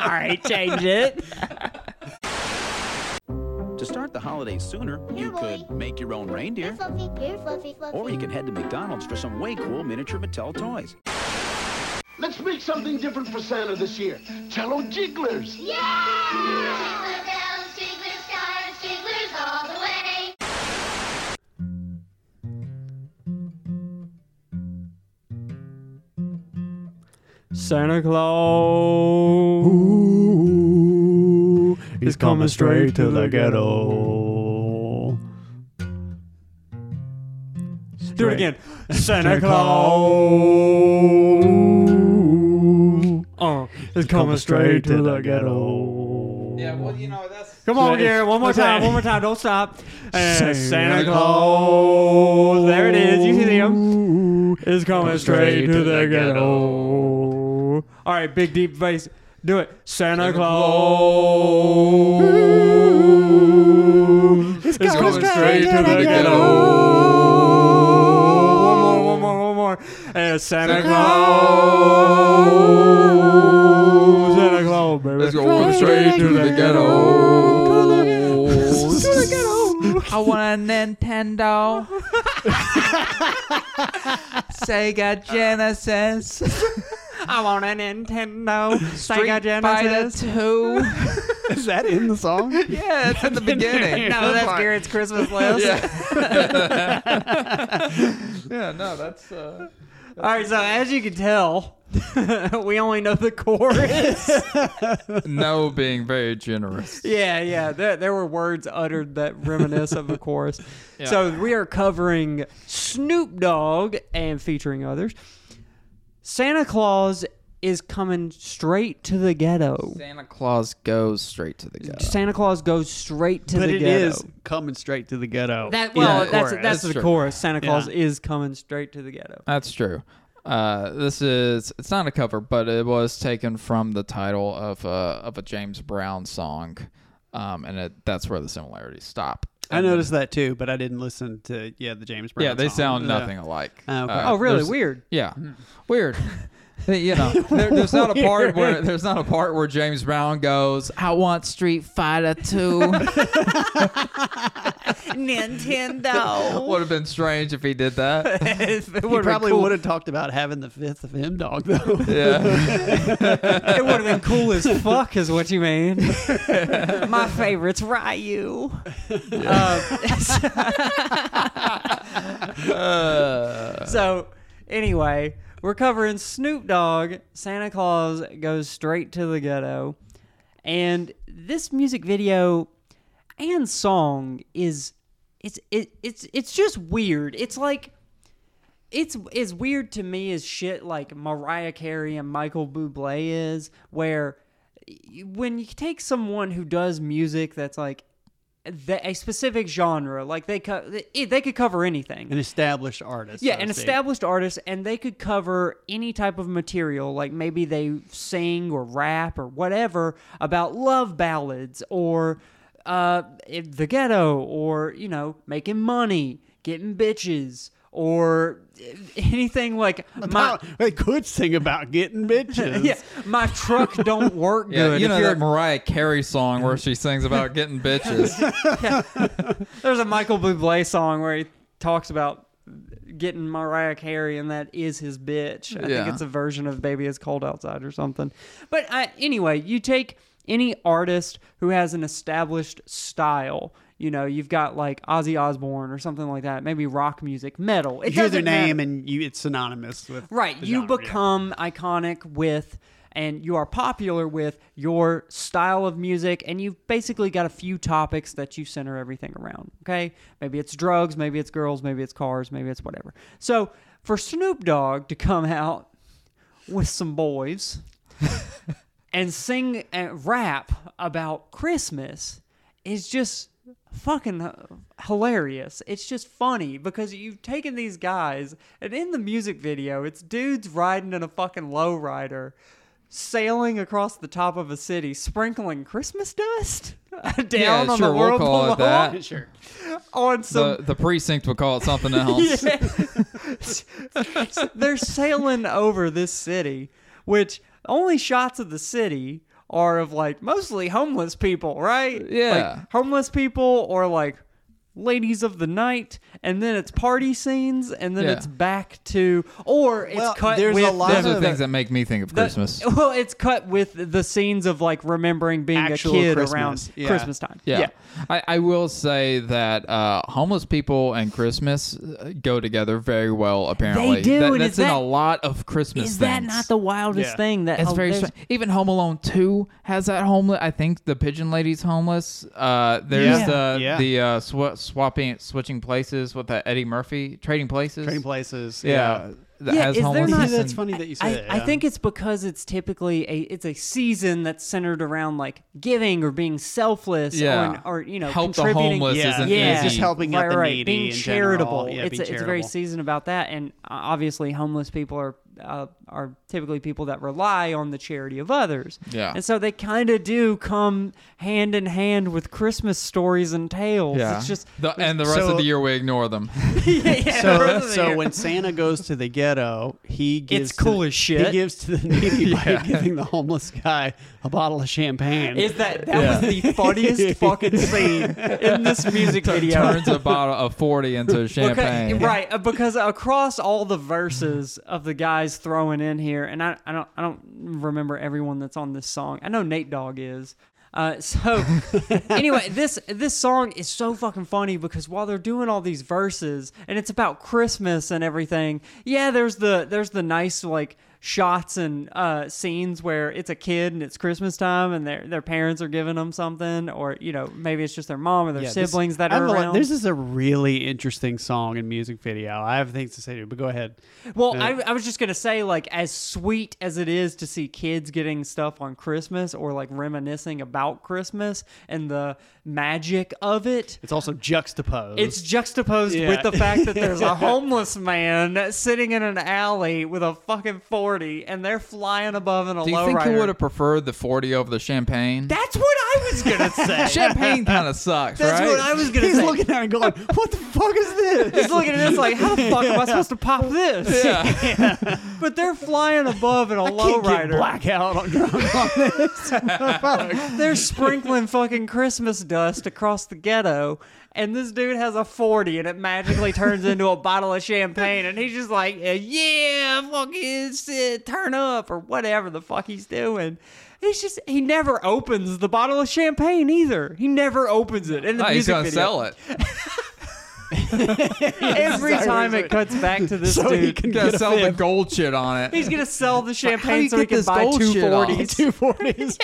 S2: right, change it.
S13: To start the holidays sooner, you could make your own reindeer,
S7: Fluffy, you're fluffy, fluffy.
S13: or you can head to McDonald's for some way cool miniature Mattel toys.
S5: Let's make something different for Santa this year. Cello Jigglers.
S7: Yeah! Jigglers down, jigglers stars, jigglers all the way.
S2: Santa Claus.
S9: Ooh,
S2: He's coming straight to the
S9: ghetto.
S2: Do it again. Santa
S9: Claus.
S2: Uh, it's coming straight to the ghetto.
S4: Yeah, well, you know that's.
S2: Come on, Garrett. One more
S9: What's that?
S2: time. One more time. Don't stop. And
S9: Santa
S2: Santa Claus. There it is. You see him. It's coming straight to the ghetto. All right, big deep bass. Do it. Santa Claus. It's
S9: coming straight to the
S2: One more, one more, one more. And Santa Claus. Santa Claus, baby.
S4: straight to the ghetto.
S2: ghetto.
S4: I want a Nintendo. Sega Genesis.
S2: I want a Nintendo. Sega
S4: Fighter
S2: Genesis.
S4: 2.
S9: Is that in the song?
S4: Yeah, it's at the beginning.
S2: No, that's Garrett's Christmas list.
S4: Yeah, no, that's. Uh...
S2: All right, so as you can tell, we only know the chorus.
S4: No, being very generous.
S2: yeah, yeah. There, there were words uttered that reminisce of the chorus. So we are covering Snoop Dogg and featuring others. Santa Claus is coming straight to the ghetto.
S4: Santa Claus goes straight to the ghetto.
S2: Santa Claus goes straight to
S9: but
S2: the
S9: it
S2: ghetto.
S9: is coming straight to the ghetto.
S2: That well, that's
S4: the chorus.
S2: that's
S4: That's
S2: the
S4: true.
S2: chorus. Santa Claus
S9: Yeah.
S2: is coming straight to the ghetto.
S4: That's true. Uh, this is it's not a cover, but it was taken from the title of a of a James Brown song, um, and it, that's where the similarities stop.
S9: I noticed that too, but I didn't listen to yeah the James Brown.
S4: Yeah, they
S9: song.
S4: sound
S9: Yeah.
S4: nothing alike.
S9: Oh, okay.
S4: Uh,
S2: Oh, really?
S4: there's-
S2: Weird.
S4: Yeah, weird. you know, there, there's not a part where there's not a part where James Brown goes, "I want Street Fighter 2.
S14: Nintendo.
S4: Would have been strange if he did that.
S14: it
S9: He probably would have talked about having the fifth of him dog though.
S2: it would have been cool as fuck, is what you mean.
S14: My favorite's Ryu.
S2: Um,
S4: Uh,
S2: So, anyway, we're covering Snoop Dogg. Santa Claus goes straight to the ghetto. And this music video and song is it's it, it's it's just weird. It's like it's as weird to me as shit like Mariah Carey and Michael Bublé is, where y- when you take someone who does music that's like the, a specific genre, like they co- they, they could cover anything,
S9: An established artist.
S2: yeah,
S9: so to
S2: an
S9: speak.
S2: established artist, and they could cover any type of material, like maybe they sing or rap or whatever about love ballads or uh, it- the ghetto or, you know, making money, getting bitches, or anything like my.
S9: About- they could sing about getting bitches.
S2: Yeah, my truck don't work
S4: yeah,
S2: good.
S4: you
S2: If
S4: know
S2: you're-
S4: that Mariah Carey song where she sings about getting bitches.
S2: There's a Michael Bublé song where he talks about getting Mariah Carey, and that is his bitch. I
S4: Yeah.
S2: think it's a version of "Baby It's Cold Outside" or something. But I, anyway, you take any artist who has an established style. You know, you've got like Ozzy Osbourne or something like that. Maybe rock music, metal. It
S9: You hear
S2: doesn't
S9: their name
S2: matter.
S9: and you it's synonymous with
S2: right.
S9: the
S2: You
S9: genre, yeah.
S2: become iconic with. And you are popular with your style of music, and you've basically got a few topics that you center everything around. Okay, maybe it's drugs, maybe it's girls, maybe it's cars, maybe it's whatever. So for Snoop Dogg to come out with some boys and sing and rap about Christmas is just fucking h- hilarious. It's just funny because you've taken these guys and in the music video, it's dudes riding in a fucking lowrider. Sailing across the top of a city, sprinkling Christmas dust down
S4: yeah,
S2: on
S4: sure,
S2: the world
S4: we'll call
S2: below,
S4: it that.
S9: Sure.
S2: on some
S4: The, the precinct would call it something else.
S2: they're sailing over this city, which only shots of the city are of like mostly homeless people, right?
S4: Yeah.
S2: Like homeless people or like ladies of the night, and then it's party scenes, and then
S4: Yeah.
S2: it's back to or it's
S9: Well,
S2: cut
S9: there's a
S2: with
S9: lot
S4: Those
S2: the-
S4: are things that make me think of Christmas.
S2: well, it's cut with the scenes of like remembering being
S9: Actual
S2: a kid
S9: Christmas,
S2: around
S9: yeah.
S2: Christmas time.
S4: Yeah. I, I will say that uh, homeless people and Christmas uh, go together very well, apparently.
S2: do,
S4: That-
S2: and
S4: that's
S2: is
S4: in
S2: that-
S4: a lot of Christmas
S2: Is that
S4: things.
S2: not the wildest
S9: Yeah.
S2: thing that
S4: It's
S2: oh,
S4: very
S2: there's-
S4: strange. Even Home Alone Two has that homeless. I think the Pigeon Lady's homeless. Uh, there's
S9: Yeah.
S4: the
S9: Yeah.
S4: the uh, sw- swapping switching places with that Eddie Murphy trading places.
S9: Trading places.
S4: Yeah, that
S2: Yeah,
S4: has
S2: is there
S4: homelessness
S2: not-
S9: See, that's
S4: and-
S9: funny that you say
S2: I,
S9: that.
S2: I
S9: yeah.
S2: think it's because it's typically a it's a season that's centered around like giving or being selfless
S4: Yeah.
S2: or, or you know
S4: Help the
S2: contributing.
S4: homeless
S9: Yeah.
S4: isn't
S2: yeah,
S4: easy.
S9: Just helping out
S2: right,
S9: the
S2: right.
S9: needy
S2: being
S9: in general.
S2: charitable.
S9: Yeah,
S2: it's
S9: being
S2: a, it's very
S9: charitable.
S2: season about that, and uh, obviously homeless people are uh, are typically people that rely on the charity of others.
S4: Yeah.
S2: and so they kind of do come hand in hand with Christmas stories and tales.
S4: Yeah,
S2: it's just
S4: the, and the rest
S9: so-
S4: of the year we ignore them.
S2: yeah,
S9: so,
S2: right
S9: so
S2: there.
S9: when Santa goes to the ghetto, he gives
S2: It's cool
S9: to,
S2: as shit.
S9: He gives to the needy by giving the homeless guy a bottle of champagne.
S2: Is that that was the funniest fucking scene in this music video?
S4: Turns a bottle of forty into champagne.
S2: Because, right, uh, because across all the verses of the guys throwing in here, and I, I don't I don't remember everyone that's on this song. I know Nate Dogg is. Uh, so anyway, this this song is so fucking funny because while they're doing all these verses and it's about Christmas and everything, yeah, there's the there's the nice like shots and uh, scenes where it's a kid and it's Christmas time and their their parents are giving them something or you know maybe it's just their mom or their
S9: Yeah, this-
S2: siblings that
S9: I
S2: are
S9: have a lot-
S2: around.
S9: This is a really interesting song and music video. I have things to say to you, but go ahead.
S2: Well, I, I was just gonna say, like, as sweet as it is to see kids getting stuff on Christmas or like reminiscing about Christmas and the magic of it,
S9: It's also juxtaposed.
S2: it's juxtaposed
S9: Yeah.
S2: with the fact that there's a homeless man sitting in an alley with a fucking forty, and they're flying above in a
S4: Do you think you would
S2: lowrider.
S4: have preferred the forty over the champagne?
S2: That's what I was gonna say.
S4: champagne kind of sucks,
S2: That's
S4: right?
S2: what I was gonna
S9: He's
S2: say.
S9: looking at it going, "What the fuck is this?"
S2: He's looking at this like, how the fuck am I supposed to pop this?
S4: yeah.
S2: But they're flying above in a
S9: Can't get
S2: lowrider.
S9: blackout on drunk on this.
S2: They're sprinkling fucking Christmas dust across the ghetto, and this dude has a 40 and it magically turns into a bottle of champagne and he's just like yeah fucking sit, turn up or whatever the fuck he's doing he's just he never opens the bottle of champagne either he never opens it in the
S4: Oh, he's
S2: music
S4: gonna
S2: video.
S4: sell it.
S2: every time it cuts back to this
S4: So
S2: dude
S4: he can Gotta get a sell the fifth. gold shit on it.
S2: he's gonna sell the
S3: How do
S2: champagne
S3: you
S2: so he
S3: get
S2: can
S3: this
S2: buy
S3: gold shit off?
S2: 240s
S3: Two forties,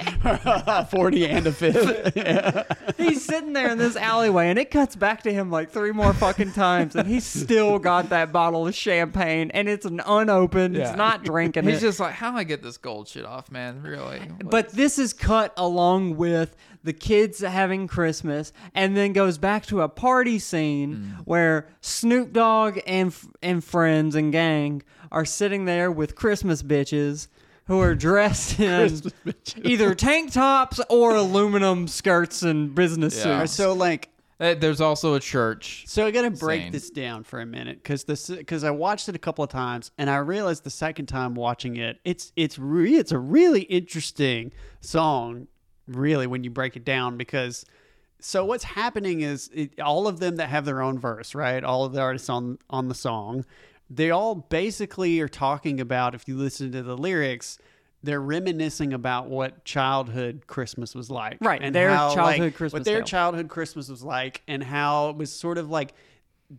S3: forty and a fifth.
S2: He's sitting there in this alleyway, and it cuts back to him like three more fucking times, and he's still got that bottle of champagne, and it's an unopened. He's
S4: Yeah.
S2: not drinking
S4: He's
S2: it.
S4: just like, how do I get this gold shit off, man? Really?
S2: but this is cut along with the kids having Christmas, and then goes back to a party scene
S4: Mm.
S2: where Snoop Dogg and and friends and gang are sitting there with Christmas bitches who are dressed in
S3: Christmas bitches.
S2: either tank tops or aluminum skirts and business
S4: Yeah.
S2: suits.
S3: So like,
S4: there's also a church.
S3: So I gotta break
S4: scene.
S3: this down for a minute because this because I watched it a couple of times and I realized the second time watching it, it's it's re- it's a really interesting song, really when you break it down because. So what's happening is it, all of them that have their own verse, right? All of the artists on on the song, they all basically are talking about. If you listen to the lyrics, they're reminiscing about what childhood Christmas was like,
S2: Right,
S3: And
S2: their
S3: how, like,
S2: childhood Christmas
S3: what their
S2: tale.
S3: childhood Christmas was like, and how it was sort of like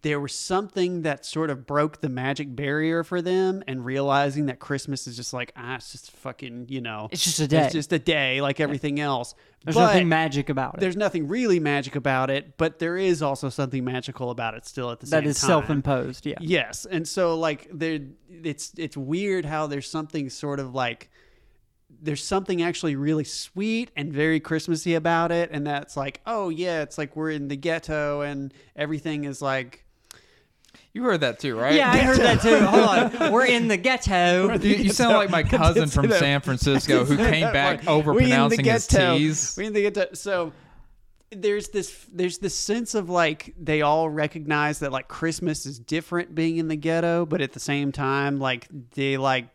S3: there was something that sort of broke the magic barrier for them, and realizing that Christmas is just like ah, it's just fucking, you know,
S2: It's just a day.
S3: it's just a day like everything else.
S2: There's
S3: But
S2: nothing magic about it.
S3: There's nothing really magic about it, but there is also something magical about it still at the
S2: That
S3: same
S2: is
S3: time.
S2: self-imposed, yeah.
S3: Yes, and so like there, it's it's weird how there's something sort of like there's something actually really sweet and very Christmassy about it, and that's like oh yeah, it's like we're in the ghetto and everything is like
S4: You heard that too, right?
S2: Yeah, I heard that too. Hold on. We're in the ghetto.
S4: You, you sound like my cousin from
S3: that.
S4: San Francisco who came back over pronouncing his T's.
S3: We in the ghetto. So there's this there's this sense of like they all recognize that like Christmas is different being in the ghetto, but at the same time, like they like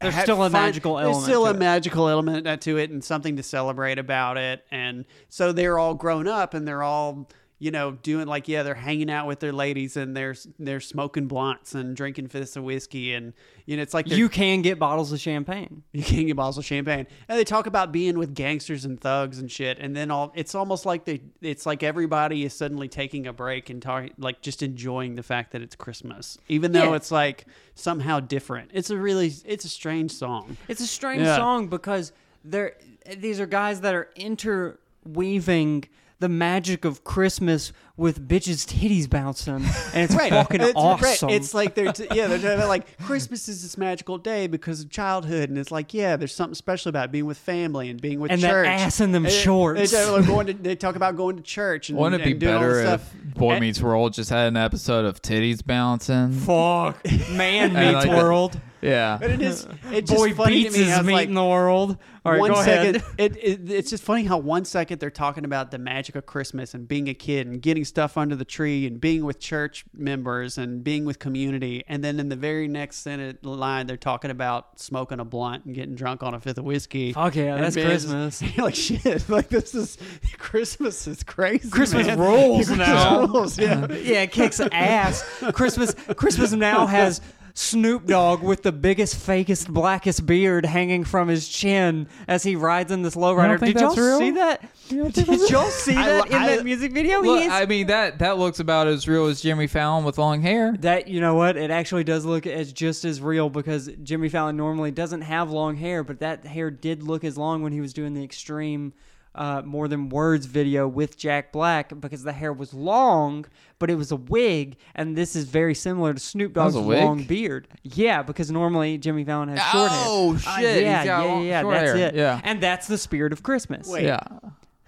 S2: There's
S3: have
S2: still a
S3: fun-
S2: magical
S3: there's
S2: element
S3: still
S2: to
S3: a
S2: it.
S3: magical element uh, to it, and something to celebrate about it. And so they're all grown up, and they're all you know doing like yeah, they're hanging out with their ladies, and they're they're smoking blunts and drinking fists of whiskey, and you know it's like they're-
S2: You can get bottles of champagne.
S3: you can get bottles of champagne. And they talk about being with gangsters and thugs and shit. And then all it's almost like they it's like everybody is suddenly taking a break and talking like just enjoying the fact that it's Christmas. Even though
S2: Yeah.
S3: it's like somehow different. It's a really it's a strange song.
S2: It's a strange
S3: Yeah.
S2: song because they're these are guys that are interweaving the magic of Christmas with bitches' titties bouncing, and it's fucking
S3: it's, right.
S2: awesome.
S3: It's like they're t- yeah, they're talking about, like Christmas is this magical day because of childhood, and it's like yeah, there's something special about being with family and being with
S2: And that
S3: church.
S2: ass in them
S3: And they-
S2: shorts.
S3: They, talk about going to, they talk about going to church. And,
S4: Wouldn't it be
S3: and doing all this
S4: better
S3: stuff.
S4: if Boy Meets World just had an episode of titties bouncing?
S2: fuck man
S4: And
S2: meets
S4: like a-
S2: world.
S4: Yeah.
S3: But it is it's just
S2: Boy
S3: funny
S2: beats
S3: to me
S2: his
S3: how it's
S2: meat
S3: like
S2: in the world. All right,
S3: one
S2: go
S3: second-
S2: ahead.
S3: It, it, it's just funny how one second they're talking about the magic of Christmas and being a kid and getting stuff under the tree and being with church members and being with community, and then in the very next sentence line they're talking about smoking a blunt and getting drunk on a fifth of whiskey.
S2: Fuck yeah,
S3: And
S2: that's
S3: being-
S2: Christmas.
S3: You're like shit. Like this is Christmas is crazy.
S2: Christmas
S3: man.
S2: rolls
S3: Christmas
S2: now.
S3: Rolls, yeah.
S2: yeah, it kicks ass. Christmas Christmas now has Snoop Dogg with the biggest, fakest, blackest beard hanging from his chin as he rides in this
S4: don't
S2: lowrider.
S4: think
S2: Did y'all
S4: that's real?
S2: see that? Did y'all see
S4: I
S2: that
S4: li-
S2: in
S4: I-
S2: that music video? He
S4: Look,
S2: is-
S4: I mean that that looks about as real as Jimmy Fallon with long hair.
S2: that you know what? It actually does look as just as real because Jimmy Fallon normally doesn't have long hair, but that hair did look as long when he was doing the extreme. Uh, more than words video with Jack Black because the hair was long, but it was a wig, and this is very similar to Snoop
S4: That was
S2: Dogg's
S4: a wig?
S2: long beard. Yeah, because normally Jimmy Fallon has short hair.
S4: Oh,
S2: Uh,
S4: shit, he's
S2: yeah, yeah,
S4: got
S2: yeah,
S4: long-
S2: yeah.
S4: short
S2: That's
S4: hair,
S2: it.
S4: yeah.
S2: and that's the spirit of Christmas.
S4: Yeah.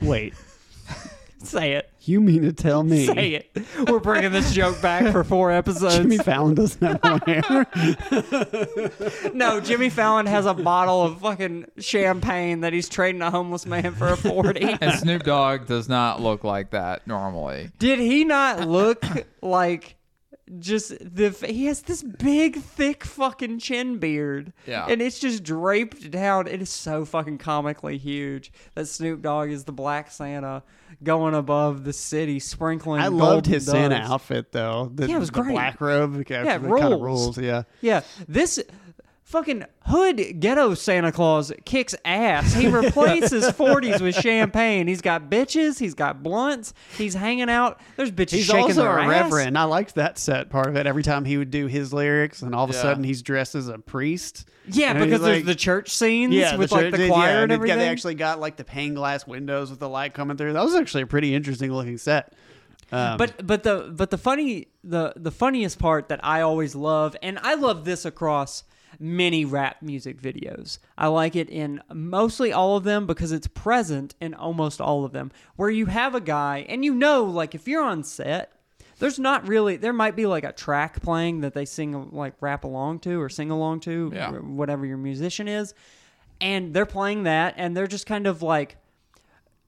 S3: Wait,
S2: say it.
S3: you mean to tell me?
S2: Say it. We're bringing this joke back for four episodes.
S3: Jimmy Fallon doesn't have long hair.
S2: No, Jimmy Fallon has a bottle of fucking champagne that he's trading a homeless man for a 40.
S4: And Snoop Dogg does not look like that normally.
S2: Did he not look like just the f- he has this big thick fucking chin beard
S4: Yeah.
S2: and it's just draped down it is so fucking comically huge that snoop dogg is the black santa going above the city sprinkling
S3: I loved
S2: golden
S3: his Santa
S2: doves.
S3: outfit though. The,
S2: Yeah, it was
S3: the
S2: great.
S3: black robe.
S2: Yeah,
S3: yeah,
S2: it
S3: Kind of
S2: rules.
S3: rules. Yeah.
S2: yeah this fucking hood ghetto santa claus kicks ass he replaces 40s with champagne he's got bitches he's got blunts he's hanging out there's bitches
S3: He's
S2: shaking
S3: also
S2: their
S3: a
S2: ass.
S3: reverend. I liked that set part of it. Every time he would do his lyrics, and all of a
S2: Yeah.
S3: sudden he's dressed as a priest.
S2: Yeah,
S3: And he's
S2: because there's
S3: like-
S2: the church scenes
S3: Yeah,
S2: with like
S3: church-
S2: the
S3: yeah,
S2: choir and
S3: it got-
S2: everything.
S3: They actually got like the pane glass windows with the light coming through. That was actually a pretty interesting looking set. Um,
S2: but but the but the funny the the funniest part that I always love, and I love this across many rap music videos. I like it in mostly all of them because it's present in almost all of them, where you have a guy and you know, like if you're on set. There's not really. There might be like a track playing that they sing like rap along to or sing along to,
S4: Yeah.
S2: or whatever your musician is, and they're playing that, and they're just kind of like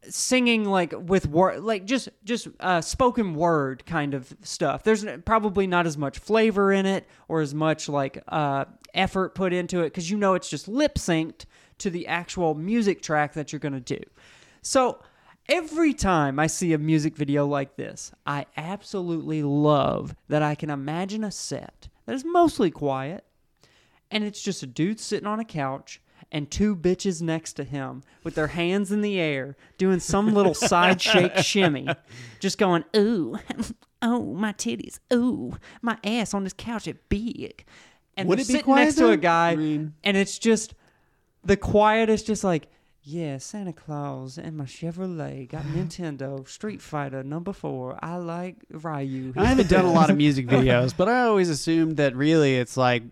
S2: singing like with word like just just uh, spoken word kind of stuff there's n- probably not as much flavor in it or as much like uh, effort put into it because you know it's just lip synced to the actual music track that you're going to do so every time i see a music video like this i absolutely love that i can imagine a set that is mostly quiet and it's just a dude sitting on a couch and two bitches next to him with their hands in the air doing some little side shake shimmy just going ooh oh my titties ooh my ass on this couch is big and
S3: Would
S2: they're
S3: it be
S2: sitting
S3: quiet,
S2: next to
S3: though?
S2: a guy and it's just the quietest just like yeah santa claus and my chevrolet got nintendo street fighter number four i like ryu
S3: I haven't done a lot of music videos, but I always assumed that really it's like,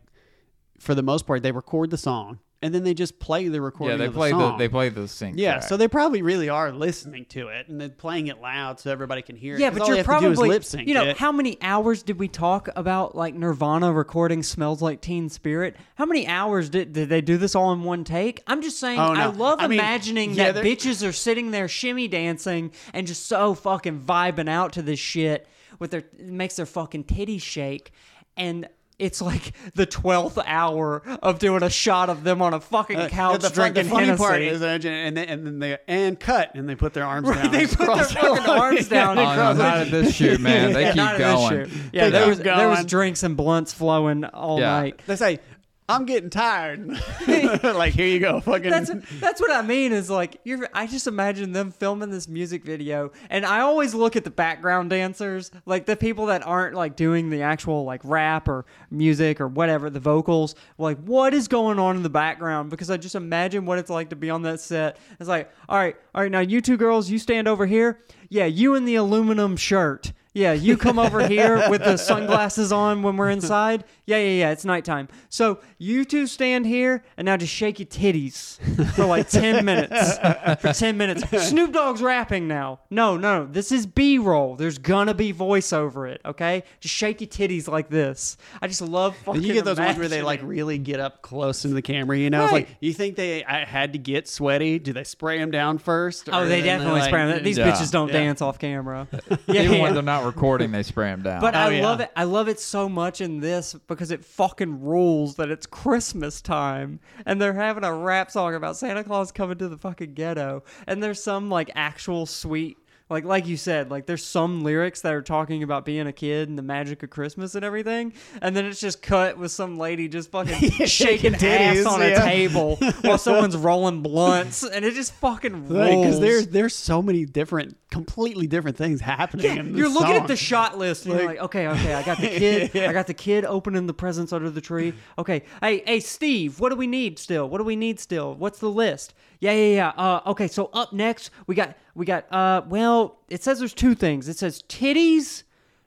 S3: for the most part, they record the song and then they just play the recording.
S4: Yeah, they
S3: of the
S4: play the,
S3: song.
S4: they play the sync.
S3: Yeah,
S4: track.
S3: so they probably really are listening to it and then playing it loud so everybody can hear it.
S2: Yeah,
S3: 'cause
S2: but
S3: all they
S2: you're
S3: have to do is
S2: probably
S3: lip-sync
S2: You know
S3: it.
S2: how many hours did we talk about like Nirvana recording "Smells Like Teen Spirit"? How many hours did did they do this all in one take? I'm just saying,
S3: Oh, no.
S2: I love
S3: I mean,
S2: imagining
S3: yeah,
S2: that
S3: they're-
S2: bitches are sitting there shimmy dancing and just so fucking vibing out to this shit with their it makes their fucking titties shake and. It's like the twelfth hour of doing a shot of them on a fucking
S3: Uh,
S2: couch
S3: the, fun- the
S2: drinking
S3: funny part
S2: Hennessy.
S3: is, uh, and then, and then they and cut, and they put their arms down.
S2: they
S3: Just
S2: put their
S3: cross
S2: fucking
S3: line.
S2: arms down.
S3: They
S4: Oh, no,
S3: cross
S4: not
S3: it.
S4: at this shoot, man. They keep
S2: Not at this
S4: going.
S2: shoot. Yeah,
S3: They
S2: there
S3: keep
S2: was there was
S3: going.
S2: drinks and blunts flowing all
S4: Yeah.
S2: night.
S3: They say, "I'm getting tired." like here you go, fucking.
S2: That's that's what I mean is like you're I just imagine them filming this music video and I always look at the background dancers, like the people that aren't like doing the actual like rap or music or whatever, the vocals, like what is going on in the background because I just imagine what it's like to be on that set. It's like, "All right, all right, now you two girls, you stand over here. Yeah, you in the aluminum shirt." Yeah, you come over here with the sunglasses on when we're inside. Yeah, yeah, yeah. It's nighttime. So you two stand here and now just shake your titties for like 10 minutes. For 10 minutes. Snoop Dogg's rapping now. No, no, no. This is B roll. There's going to be voice over it, okay? Just shake your titties like this. I just love fucking
S3: And you get those ones where they like
S2: imagining.
S3: really get up close into the camera. You know, it's
S2: Right.
S3: like you think they I had to get sweaty. Do they spray them down first?
S2: Oh,
S3: Or
S2: they
S3: then they're
S2: definitely
S3: like-
S2: spray 'em. These
S4: Yeah.
S2: bitches don't
S3: Yeah.
S2: dance off camera. Yeah,
S4: Even
S2: yeah.
S4: when they're not recording, they spray them down.
S2: But
S3: Oh,
S2: I
S3: yeah.
S2: love it. I love it so much in this because it fucking rules that it's Christmas time and they're having a rap song about Santa Claus coming to the fucking ghetto. And there's some like actual sweet, like like you said, like there's some lyrics that are talking about being a kid and the magic of Christmas and everything. And then it's just cut with some lady just fucking shaking ass
S3: titties,
S2: on a
S3: yeah.
S2: table while someone's rolling blunts, and it just fucking rules.
S3: because there's there's so many different, completely different things happening. in this
S2: You're looking
S3: song.
S2: at the shot list and you're
S3: Like-
S2: like, okay, okay, I got the kid, I got the kid opening the presents under the tree. Okay, hey, hey, Steve, what do we need still? What do we need still? What's the list? Yeah, yeah, yeah. Uh, okay, so up next we got we got uh, well, it says there's two things. It says titties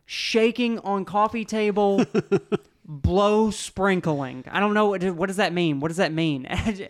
S2: shaking on coffee table. Blow sprinkling. I don't know what, what does that mean. What does that mean?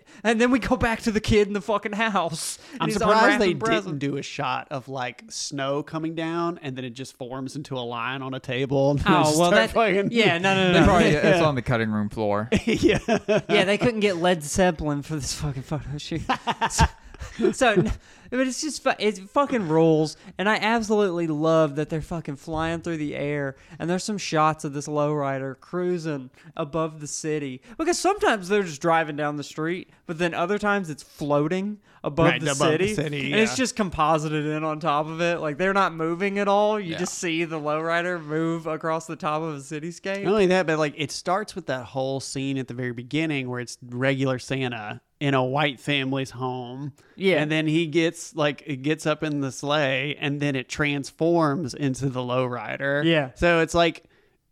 S2: And then we go back to the kid in the fucking house. and
S3: I'm
S2: he's
S3: surprised they
S2: unwrapping presents.
S3: didn't do a shot of like snow coming down and then it just forms into a line on a table. And
S2: Oh
S3: just
S2: well,
S3: start
S2: that
S3: fucking-
S2: yeah, no, no,
S4: They
S2: no.
S4: probably- it's on the cutting room floor.
S2: yeah, they couldn't get Led Zeppelin for this fucking photo shoot. So, so, n- but it's just fu- it fucking rules, and I absolutely love that they're fucking flying through the air, and there's some shots of this lowrider cruising above the city because sometimes they're just driving down the street, but then other times it's floating above,
S3: Right,
S2: the,
S3: above the
S2: city,
S3: city,
S2: and it's
S3: yeah.
S2: just composited in on top of it, like they're not moving at all. You just see the lowrider move across the top of a cityscape.
S3: Not only that, but like it starts with that whole scene at the very beginning where it's regular Santa in a white family's home.
S2: Yeah.
S3: And then he gets like it gets up in the sleigh and then it transforms into the lowrider.
S2: Yeah.
S3: So it's like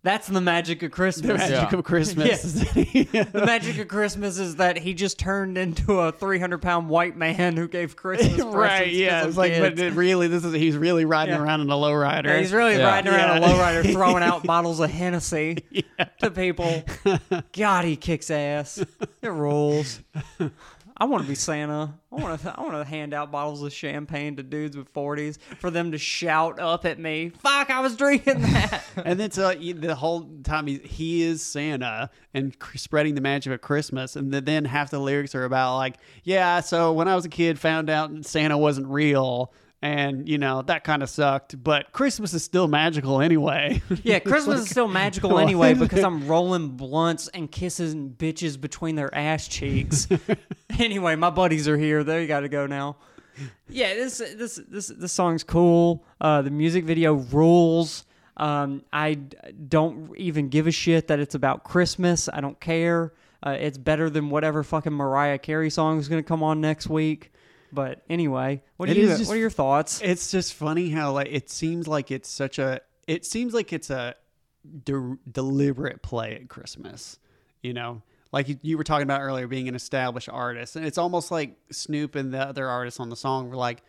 S2: That's the magic of Christmas.
S3: the magic of Christmas.
S2: the magic of Christmas is that he just turned into a 300 pound white man who gave Christmas
S3: right, yeah. It's like but it really this is he's really riding
S2: Yeah.
S3: around in a lowrider.
S2: he's really riding around
S3: Yeah.
S2: a lowrider throwing out bottles of Hennessy to people. God, he kicks ass. It rules. I want to be Santa. I want to. I want to hand out bottles of champagne to dudes with forties for them to shout up at me. Fuck, I was drinking that.
S3: and then so you- the whole time he, he is Santa and cr- spreading the magic of Christmas, and then, then half the lyrics are about like, yeah, so when I was a kid, found out Santa wasn't real, and you know that kind of sucked, but Christmas is still magical anyway.
S2: Yeah,
S3: It's
S2: Christmas
S3: like-
S2: is still magical
S3: Why
S2: anyway
S3: is
S2: because
S3: it-
S2: I'm rolling blunts and kissing bitches between their ass cheeks. anyway, my buddies are here. They got to go now. Yeah, this this this this song's cool. Uh, the music video rules. Um, I d- don't even give a shit that it's about Christmas. I don't care. Uh, it's better than whatever fucking Mariah Carey song is going to come on next week. But anyway, what do
S3: It
S2: you
S3: is just-
S2: what are your thoughts?
S3: It's just funny how like it seems like it's such a it seems like it's a de- deliberate play at Christmas, you know. Like you, you were talking about earlier, being an established artist, and it's almost like Snoop and the other artists on the song were like,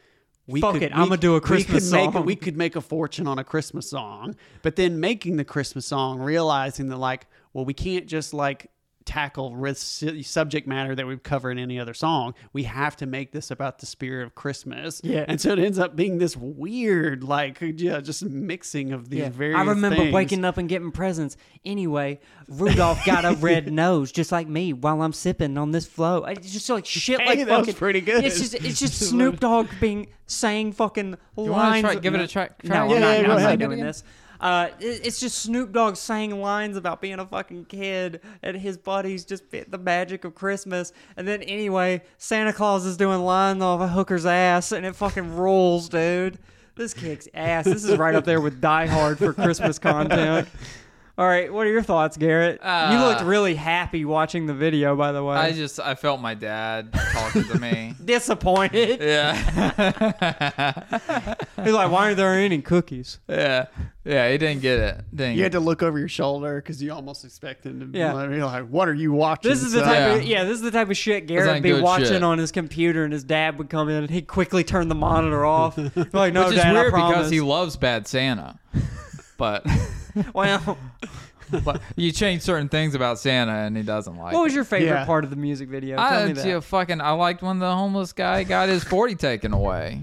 S3: "We
S2: Fuck
S3: could,
S2: it,
S3: we
S2: I'ma do a
S3: could- we could
S2: Christmas
S3: make-
S2: song.
S3: we could make a fortune on a Christmas song, but then making the Christmas song, realizing that like, well, we can't just like tackle with su- subject matter that we've covered in any other song. We have to make this about the spirit of Christmas.
S2: Yeah.
S3: and so it ends up being this weird, like, yeah, just mixing of these very.
S2: I remember waking up and getting presents. Anyway, Rudolph got a red nose just like me while I'm sipping on this flow. It's just like shit
S3: Hey,
S2: like
S3: that was
S2: fucking
S3: pretty good.
S2: It's just it's just Snoop Dogg being saying fucking
S4: you wanna
S2: lines.
S4: try- give it a try- try
S2: no,
S4: it?
S2: I'm
S4: Yeah,
S2: not,
S4: yeah, go
S2: I'm not
S4: ahead.
S2: doing this. Uh, it- it's just Snoop Dogg saying lines about being a fucking kid and his buddies just fit the magic of Christmas. And then anyway, Santa Claus is doing lines off a hooker's ass and it fucking rules, dude. This kicks ass. This is right up there with Die Hard for Christmas content. All right, what are your thoughts, Garrett? you looked
S4: Uh,
S2: really happy watching the video, by the way.
S4: I just I felt my dad talking to me.
S2: disappointed.
S4: Yeah.
S2: He's like, why are there any cookies?
S4: yeah. Yeah, he didn't get it. Didn't
S3: You
S4: get
S3: had to look over your shoulder because you almost expected to be
S2: Yeah.
S3: like, you're like, what are you watching?
S2: This is the
S3: son?"
S2: type
S4: Yeah.
S2: of yeah. This is the type of shit Garrett
S4: That's
S2: would
S4: not
S2: be
S4: good
S2: watching
S4: shit.
S2: on his computer, and his dad would come in and he'd quickly turn the monitor off. Be like, no,
S4: Which
S2: dad,
S4: is weird
S2: I promise.
S4: because he loves Bad Santa. but
S2: Well,
S4: but you change certain things about Santa and he doesn't like
S2: what
S4: it.
S2: was your favorite
S3: Yeah.
S2: part of the music video? Tell
S4: I
S2: me
S4: see a
S2: that.
S4: fucking I liked when the homeless guy got his forty taken away.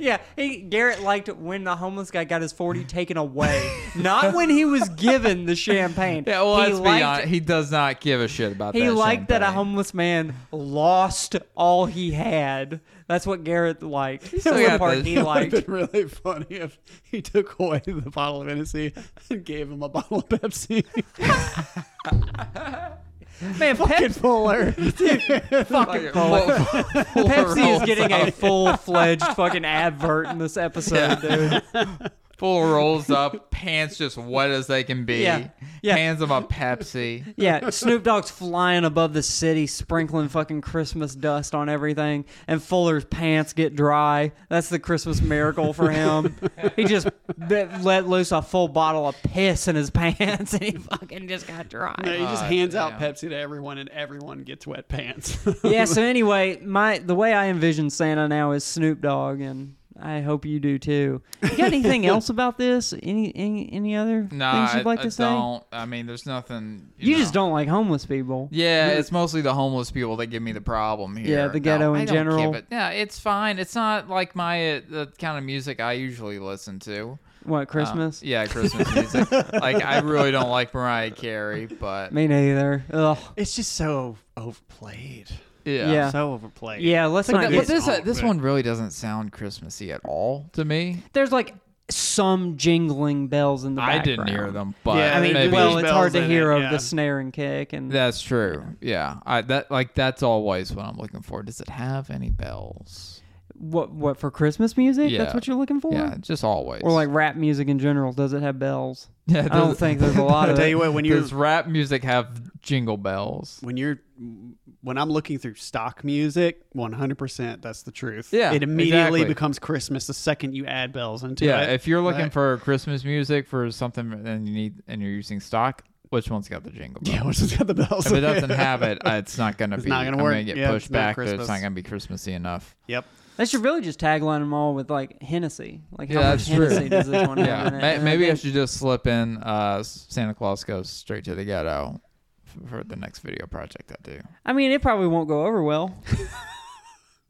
S2: Yeah, he, Garrett liked when the homeless guy got his forty taken away, not when he was given the champagne.
S4: Yeah, well
S2: he
S4: let's be honest. He does not give a shit about
S2: He
S4: that.
S2: liked that a
S4: champagne.
S2: homeless man lost all he had. That's what Garrett liked. That's
S4: still
S2: the
S4: got
S2: part
S4: this.
S2: he
S3: It would
S2: liked.
S3: have been really funny if he took away the bottle of Hennessy and gave him a bottle of Pepsi.
S2: Man, Pep-
S3: Fucking Fuller.
S2: fucking
S4: Full-
S2: Pepsi
S4: full
S2: is
S4: roll
S2: getting
S4: up.
S2: a full fledged fucking advert in this episode, dude.
S4: full rolls up, pants just wet as they can be.
S2: Yeah. Yeah.
S4: Hands him a Pepsi.
S2: Yeah, Snoop Dogg's flying above the city, sprinkling fucking Christmas dust on everything, and Fuller's pants get dry. That's the Christmas miracle for him. he just let let loose a full bottle of piss in his pants, and he fucking just got
S3: Yeah,
S2: dry.
S3: he just
S4: God
S3: hands out
S4: Oh, damn.
S3: Pepsi to everyone, and everyone gets wet pants.
S2: yeah. So anyway, my the way I envision Santa now is Snoop Dogg, and I hope you do too. You got anything else about this? Any any, any other
S4: No,
S2: things you'd
S4: I,
S2: like
S4: I
S2: to say?
S4: don't. I mean, there's nothing.
S2: You
S4: know.
S2: just don't like homeless people.
S4: Yeah, it's mostly the homeless people that give me the problem here.
S2: Yeah, the ghetto in
S4: I don't
S2: general.
S4: give it- Yeah, it's fine. It's not like my uh, the kind of music I usually listen to.
S2: What Christmas?
S4: Uh, yeah, Christmas music. like I really don't like Mariah Carey, but
S2: Me neither. Ugh.
S3: It's just so overplayed.
S4: Yeah.
S2: Yeah.
S3: So overplayed.
S2: Yeah, let's
S4: But
S2: not
S4: th-
S2: get-
S4: But this uh, this one really doesn't sound Christmassy at all to me.
S2: There's like some jingling bells in the
S4: I
S2: background.
S4: didn't hear them, but
S2: I mean,
S4: maybe-
S2: well, it's hard to
S4: Bells in
S2: hear
S4: it,
S2: of
S4: yeah.
S2: the snare and kick and
S4: That's true. Yeah. I that like that's always what I'm looking for. Does it have any bells?
S2: what what for Christmas music?
S4: Yeah.
S2: That's what you're looking for.
S4: Yeah, just always.
S2: Or like rap music in general. Does it have bells?
S4: Yeah,
S2: I don't
S4: does-
S2: think there's a lot of.
S4: Does-
S2: it.
S4: does rap music have jingle bells?
S3: When you're when I'm looking through stock music, 100% that's the truth.
S4: Yeah,
S3: It immediately
S4: exactly.
S3: becomes Christmas the second you add bells into
S4: yeah,
S3: it.
S4: if you're looking
S3: Right.
S4: for Christmas music for something and you need and you're using stock, which one's got the jingle bells?
S3: Yeah, which one's got the bells?
S4: If it doesn't have it, uh, it's not gonna
S3: It's
S4: be
S3: not gonna
S4: I'm
S3: work.
S4: gonna get
S3: Yeah,
S4: pushed
S3: it's not
S4: back. That it's
S3: Christmas.
S4: not gonna be Christmassy enough.
S3: Yep.
S2: They should really just tagline them all with like Hennessy. Like
S4: Yeah,
S2: how
S4: that's
S2: much
S4: true.
S2: Hennessy does this one
S4: yeah,
S2: have? in it?
S4: May-
S2: And I
S4: maybe I
S2: think-
S4: should just slip in. Uh, Santa Claus goes straight to the ghetto f- for the next video project I do.
S2: I mean, it probably won't go over well.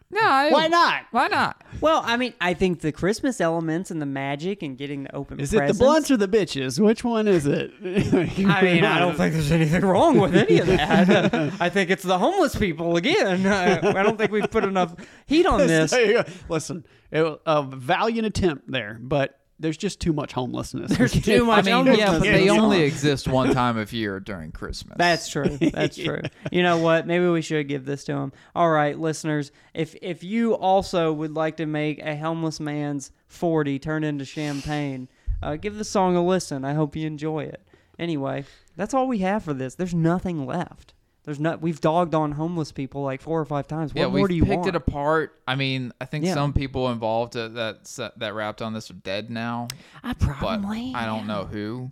S4: No, I-
S2: Why not?
S4: Why not?
S2: Well, I mean, I think the Christmas elements and the magic and getting the open
S3: Is it
S2: presents.
S3: the blunts or the bitches? Which one is it?
S2: I mean, I don't think there's anything wrong with any of that. I think it's the homeless people again. I, I don't think we've put enough heat on this.
S3: There you go. Listen, it, was a valiant attempt there, but there's just too much homelessness.
S2: There's too
S4: I
S2: much
S4: mean,
S2: homelessness
S4: yeah, but
S2: going
S4: they
S2: on.
S4: only exist one time of year during Christmas.
S2: That's true. That's true. You know what? Maybe we should give this to him. All right, listeners, if if you also would like to make a homeless man's forty turn into champagne, uh, give the song a listen. I hope you enjoy it. Anyway, that's all we have for this. There's nothing left. There's not. We've dogged on homeless people like four or five times. What
S4: yeah, we
S2: more do you
S4: picked
S2: want?
S4: it apart. I mean, I think
S2: Yeah.
S4: some people involved uh, that s- that rapped on this are dead now.
S2: I
S4: Uh, probably. I don't know who.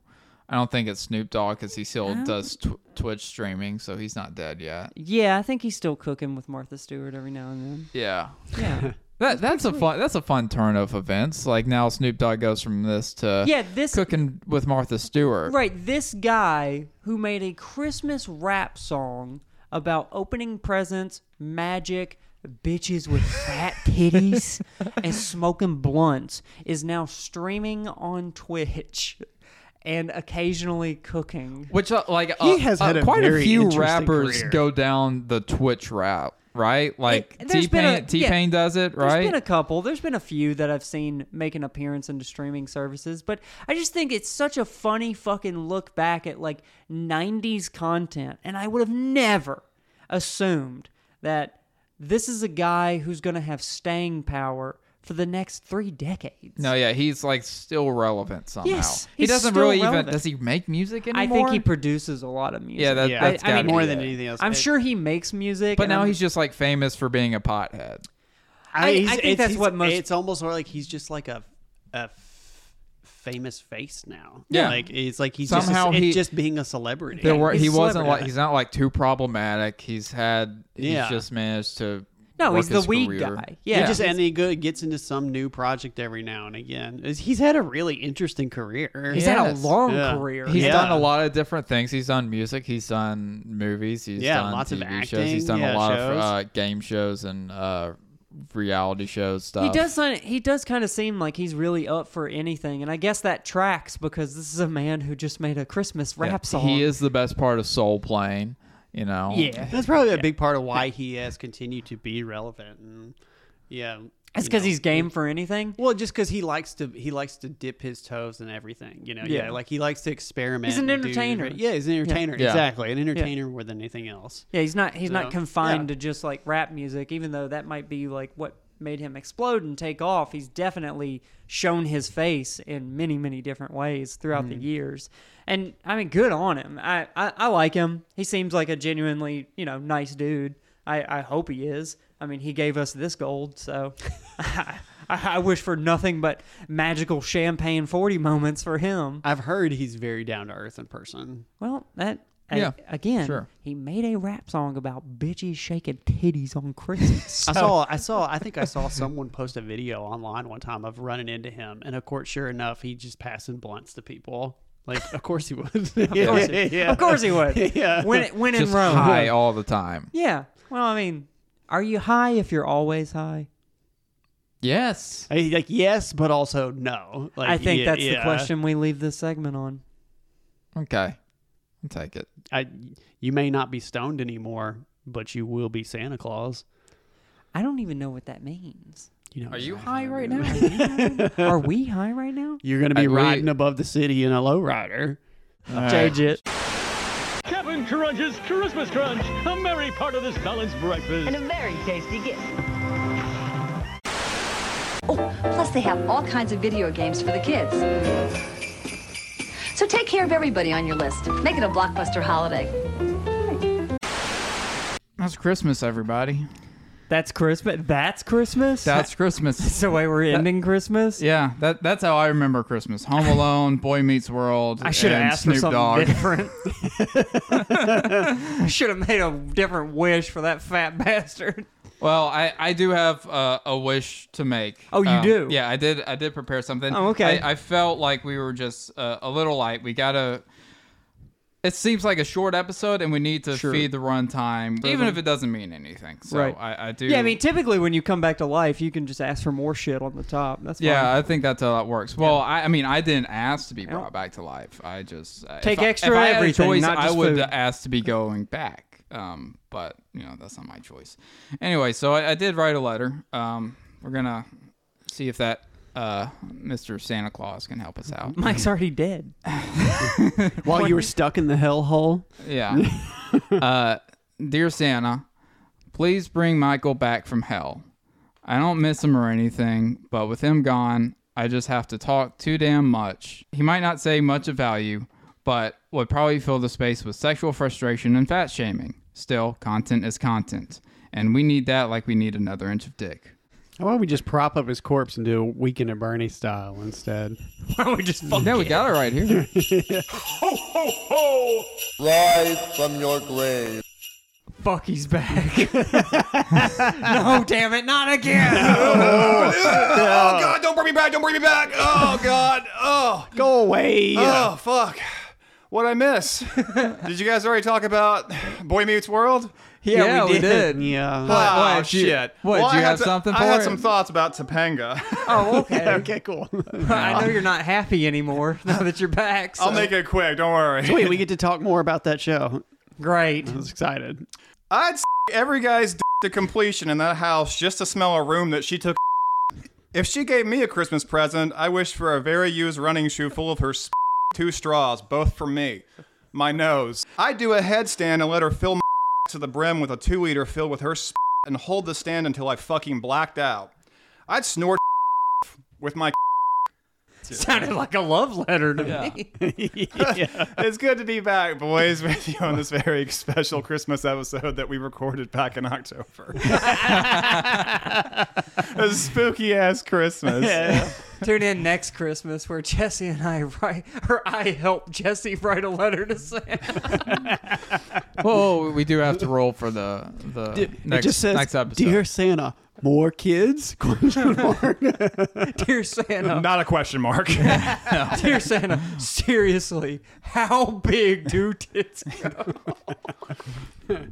S4: I don't think it's Snoop Dogg because he still
S2: Um,
S4: does tw- Twitch streaming, so he's not dead yet.
S2: Yeah, I think he's still cooking with Martha Stewart every now and then.
S4: Yeah.
S2: Yeah.
S4: That, that's a fun that's a fun turn of events. Like now Snoop Dogg goes from this to
S2: Yeah, this-
S4: cooking with Martha Stewart.
S2: Right, this guy who made a Christmas rap song about opening presents, magic, bitches with fat titties, and smoking blunts is now streaming on Twitch and occasionally cooking.
S4: Which uh, like
S2: He
S4: uh,
S2: has
S4: uh,
S2: had a
S4: quite a
S2: very
S4: few
S2: interesting
S4: rappers
S2: career.
S4: go down the Twitch route, right? Like
S2: It-
S4: T
S2: there's been a-
S4: Pain T Pain
S2: yeah.
S4: does it,
S2: There's
S4: right?
S2: been a couple. There's been a few that I've seen make an appearance into streaming services, but I just think it's such a funny fucking look back at like 90s content. And I would have never assumed that this is a guy who's going to have staying power for the next three decades.
S4: no, yeah, he's like still relevant somehow.
S2: Yes,
S4: he
S2: he's
S4: doesn't
S2: still
S4: really
S2: relevant.
S4: even does he make music anymore?
S2: I think he produces a lot of music.
S4: Yeah, that,
S2: I-
S4: that's
S2: I,
S4: gotta
S2: mean,
S4: be
S3: more
S4: it.
S3: than anything else.
S2: I'm sure he makes music.
S4: But
S2: and
S4: now
S2: I'm-
S4: he's just like famous for being a pothead.
S2: I-
S3: he's-
S2: I think
S3: it's-
S2: that's
S3: he's-
S2: what most-
S3: It's almost more like he's just like a, a f- famous face now.
S4: Yeah.
S3: like it's like he's
S4: Somehow
S3: just, it's
S4: he-
S3: just being a celebrity.
S4: There were he wasn't like he's not like too problematic. He's had he's
S3: Yeah.
S4: just managed to
S2: No,
S4: work
S2: he's the
S4: his
S2: weed
S4: career.
S2: guy.
S3: Yeah,
S2: Yeah.
S3: just and he good gets into some new project every now and again. It's- He's had a really interesting career.
S2: He's had a Yes. long career.
S4: He's
S3: Yeah.
S4: done a lot of different things. He's done music. He's done movies. He's
S3: Yeah,
S4: done
S3: lots of
S4: TV shows. He's
S3: acting,
S4: done
S3: yeah,
S4: a lot
S3: shows.
S4: of uh, game shows and uh, reality show stuff.
S2: He does. Kind he does kind of seem like he's really up for anything, and I guess that tracks because this is a man who just made a Christmas
S4: Yeah.
S2: rap song.
S4: He is the best part of Soul Plane. You know.
S2: Yeah.
S3: That's probably a big part of why he has continued to be relevant. And yeah,
S2: That's
S3: you
S2: because
S3: know.
S2: he's game for anything.
S3: Well, just because he likes to he likes to dip his toes in everything, you know. Yeah,
S2: Yeah.
S3: like he likes to experiment.
S2: He's an
S3: and do-
S2: entertainer.
S3: yeah, he's an
S2: Yeah.
S3: entertainer.
S4: Yeah.
S3: Exactly, an
S2: Yeah.
S3: entertainer more than anything else.
S2: Yeah, he's not. He's
S3: So,
S2: not confined to just like rap music, even though that might be like what made him explode and take off. He's definitely shown his face in many, many different ways throughout the years, and I mean, good on him. I, I I like him. He seems like a genuinely you know nice dude. I I hope he is. I mean, he gave us this gold, so. I, I wish for nothing but magical champagne 40 moments for him.
S3: I've heard he's very down to earth in person.
S2: Well, that I-
S3: Yeah,
S2: again,
S3: sure.
S2: he made a rap song about bitches shaking titties on Christmas.
S3: I saw, I saw, I think I saw someone post a video online one time of running into him, and of course, sure enough, he just passing blunts to people. Like, of course he would.
S2: Of course, he, of course he would.
S3: yeah.
S2: When when in
S4: Just
S2: Rome.
S4: high all the time.
S2: Yeah. Well, I mean, are you high if you're always high?
S4: Yes.
S3: I mean, like yes, but also no. Like,
S2: I think
S3: yeah,
S2: that's the
S3: yeah.
S2: question we leave this segment on.
S4: Okay. I'll take it.
S3: I, you may not be stoned anymore, but you will be Santa Claus.
S2: I don't even know what that means.
S3: You know,
S4: are you high right now?
S2: Are we high right now?
S3: You're gonna be riding above the city in a lowrider.
S2: All Change right. it.
S15: Captain Crunch's Christmas Crunch, a merry part of this balanced breakfast.
S16: And a very tasty gift.
S17: Oh, plus they have all kinds of video games for the kids. So take care of everybody on your list. Make it a blockbuster holiday.
S4: That's Christmas, everybody.
S2: That's Christmas. That's Christmas.
S4: That's Christmas.
S2: That's the way we're ending Christmas.
S4: Yeah, that that's how I remember Christmas. Home Alone, Boy Meets World.
S2: I should have asked
S4: Snoop
S2: for something
S4: Dogg.
S2: different. I should have made a different wish for that fat bastard.
S4: Well, I, I do have uh, a wish to make. Um,
S2: Oh, you do?
S4: Yeah, I did. I did prepare something.
S2: Oh, okay.
S4: I, I felt like we were just uh, a little light. We gotta. It seems like a short episode, and we need to
S2: Sure.
S4: feed the runtime, even
S2: Rhythm.
S4: if it doesn't mean anything. So
S2: right.
S4: I, I do.
S2: Yeah, I mean, typically when you come back to life, you can just ask for more shit on the top. That's fine.
S4: Yeah, I think that's how that works. Well, I, I mean, I didn't ask to be brought back to life. I just uh,
S2: Take
S4: if I-
S2: extra
S4: if I had a
S2: everything,
S4: choice,
S2: not
S4: I
S2: just
S4: would
S2: food.
S4: ask to be going back. Um, but you know, that's not my choice. Anyway, so I, I did write a letter. Um, we're gonna see if that uh, Mr. Santa Claus can help us out.
S2: Mike's already dead.
S3: While you were stuck in the hellhole,
S4: Yeah. uh, dear Santa, please bring Michael back from hell. I don't miss him or anything, but with him gone, I just have to talk too damn much. He might not say much of value, but would probably fill the space with sexual frustration and fat shaming. Still, content is content, and we need that like we need another inch of dick.
S3: how about we just prop up his corpse and do a weekend at Bernie style instead?
S2: Why don't we just fuck
S4: Yeah, we got it right here.
S18: Ho, ho, ho!
S19: Rise from your grave.
S2: Fuck, he's back. no, damn it, not again.
S1: oh God! Don't bring me back! Don't bring me back! Oh God! Oh,
S3: Go away.
S1: oh fuck! What I miss? Did you guys already talk about Boy Meets World?
S2: Yeah, we did.
S3: Yeah.
S1: oh
S4: what, you-
S1: shit!
S4: what,
S1: Well,
S4: do you
S1: I had
S4: have
S1: so-
S4: something
S1: I
S4: for
S1: had
S4: it?
S1: some thoughts about Topanga.
S2: oh, okay.
S3: okay, cool.
S2: I know you're not happy anymore now that you're back. so-
S1: I'll make it quick. Don't worry.
S3: Wait, we get to talk more about that show.
S2: great.
S3: I was excited.
S1: I'd s- every guy's d- to completion in that house just to smell a room that she took. If she gave me a Christmas present, I wish for a very used running shoe full of her s- two straws, both for me, my nose. I'd do a headstand and let her fill my to the brim with a two-liter filled with her s- and hold the stand until I fucking blacked out. I'd snort with my.
S2: Sounded like a love letter to me.
S1: It's good to be back, boys, with you on this very special Christmas episode that we recorded back in October. a spooky ass Christmas.
S2: Tune in next Christmas where Jesse and I write, or I help Jesse write a letter to Santa.
S4: Whoa, we do have to roll for the the next,
S3: it just says,
S4: next episode.
S3: "Dear Santa, more kids?" Question mark.
S2: Dear Santa,
S1: Not a question mark.
S2: dear Santa, seriously, how big do tits go?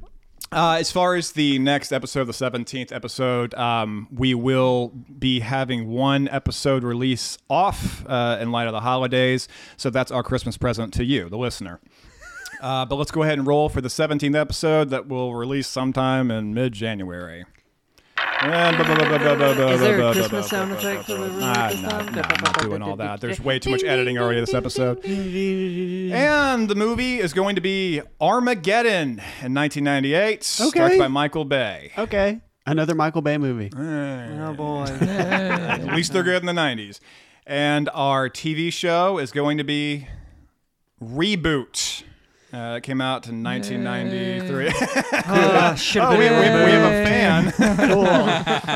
S1: Uh, as far as the next episode, the 17th episode, um, we will be having one episode release off uh, in light of the holidays. So that's our Christmas present to you, the listener. Uh, but let's go ahead and roll for the 17th episode that will release sometime in mid January. Is
S2: there a Christmas sound effect for the room at this time?
S1: No, I'm not doing all that. There's way too much editing already this episode. And the movie is going to be Armageddon in 1998,
S3: Okay.
S1: directed by Michael Bay.
S3: okay, another Michael Bay movie.
S2: Oh boy.
S1: At least they're good in the 90s. And our TV show is going to be Reboot. Uh, it came out in 1993.
S3: Ah,
S2: Uh, should
S1: oh,
S2: have
S1: we
S2: been.
S1: have, we have- we have a fan.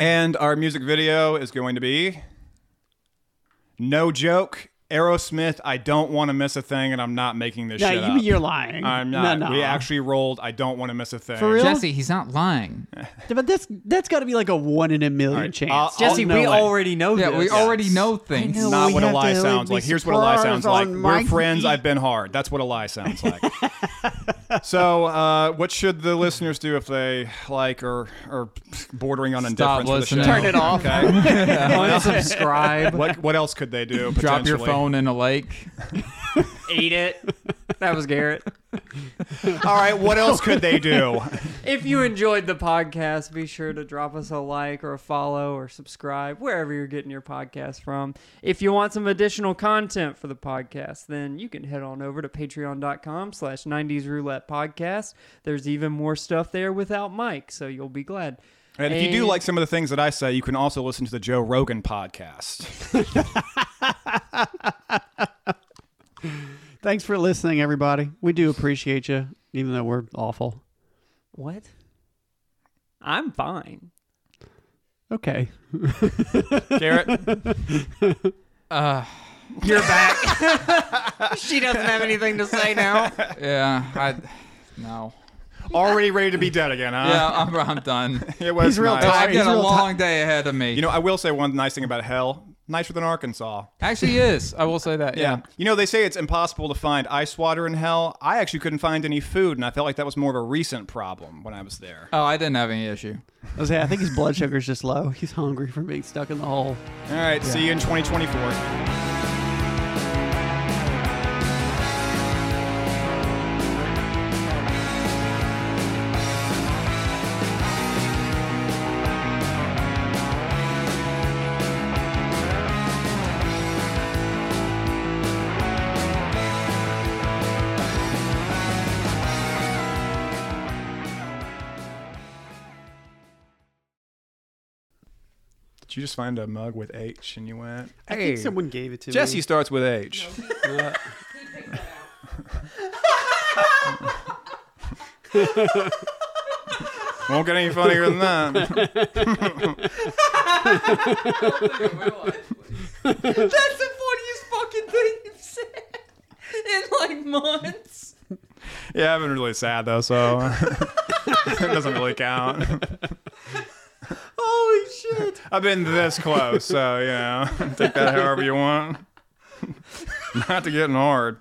S1: And our music video is going to be No Joke, Aerosmith, I Don't Want to Miss a Thing, and I'm not making this
S3: Yeah,
S1: shit
S3: you,
S1: up.
S3: you're lying.
S1: I'm not.
S3: No, no.
S1: We actually rolled I Don't Want to Miss a Thing.
S3: For real?
S4: Jesse, he's not lying.
S3: But that's that's got to be like a one in a 1000000
S1: right,
S3: chance.
S1: I'll-
S2: Jesse,
S1: No
S2: we
S1: way.
S2: already know
S4: Yeah,
S2: this.
S4: we already know things.
S3: know.
S1: not
S3: we
S1: what a
S3: have
S1: lie
S3: to
S1: sounds
S3: be
S1: like. Here's what a lie sounds like.
S3: surprised
S1: We're
S3: on Mike
S1: friends.
S3: Eat.
S1: I've been hard. That's what a lie sounds like. so, uh, what should the listeners do if they like or or bordering on
S4: Stop
S1: indifference? for the
S4: listening.
S1: show?
S4: Turn it
S3: off.
S1: Okay.
S2: Unsubscribe.
S1: what what else could they do?
S4: Drop your
S1: potentially?
S4: phone in a lake.
S2: Eat it. That was Garrett.
S1: All right, what else could they do?
S2: if you enjoyed the podcast, be sure to drop us a like or a follow or subscribe wherever you're getting your podcast from. If you want some additional content for the podcast, then you can head on over to patreon.com slash 90s roulette podcast. There's even more stuff there without Mike, so you'll be glad.
S1: And if you do like some of the things that I say, you can also listen to the Joe Rogan podcast.
S9: Thanks for listening, everybody. We do appreciate you, even though we're awful.
S2: What? I'm fine.
S9: Okay.
S1: Garrett.
S4: Uh,
S2: You're back. she doesn't have anything to say now.
S4: yeah, I no.
S1: Already ready to be dead again, huh?
S4: Yeah, I'm, I'm done.
S1: It was
S4: He's real
S1: nice.
S4: tired. I've got He's a real long ti- day ahead of me.
S1: You know, I will say one nice thing about hell. Nicer than Arkansas.
S4: Actually, is I will say that.
S1: Yeah. You know, they say it's impossible to find ice water in hell. I actually couldn't find any food, and I felt like that was more of a recent problem when I was there.
S4: Oh, I didn't have any issue.
S9: I was like, I think his blood sugar's just low. He's hungry from being stuck in the hole.
S1: All right. See you in 2024. Did you just find a mug with H and you went?
S9: I think someone gave it to me.
S1: Jesse starts with H. Won't get any funnier than that.
S2: That's the funniest fucking thing you've said in like months.
S1: yeah, I've been really sad though, so it doesn't really count.
S2: Holy shit.
S1: I've been this close, so you know, take that however you want. Not to getting hard.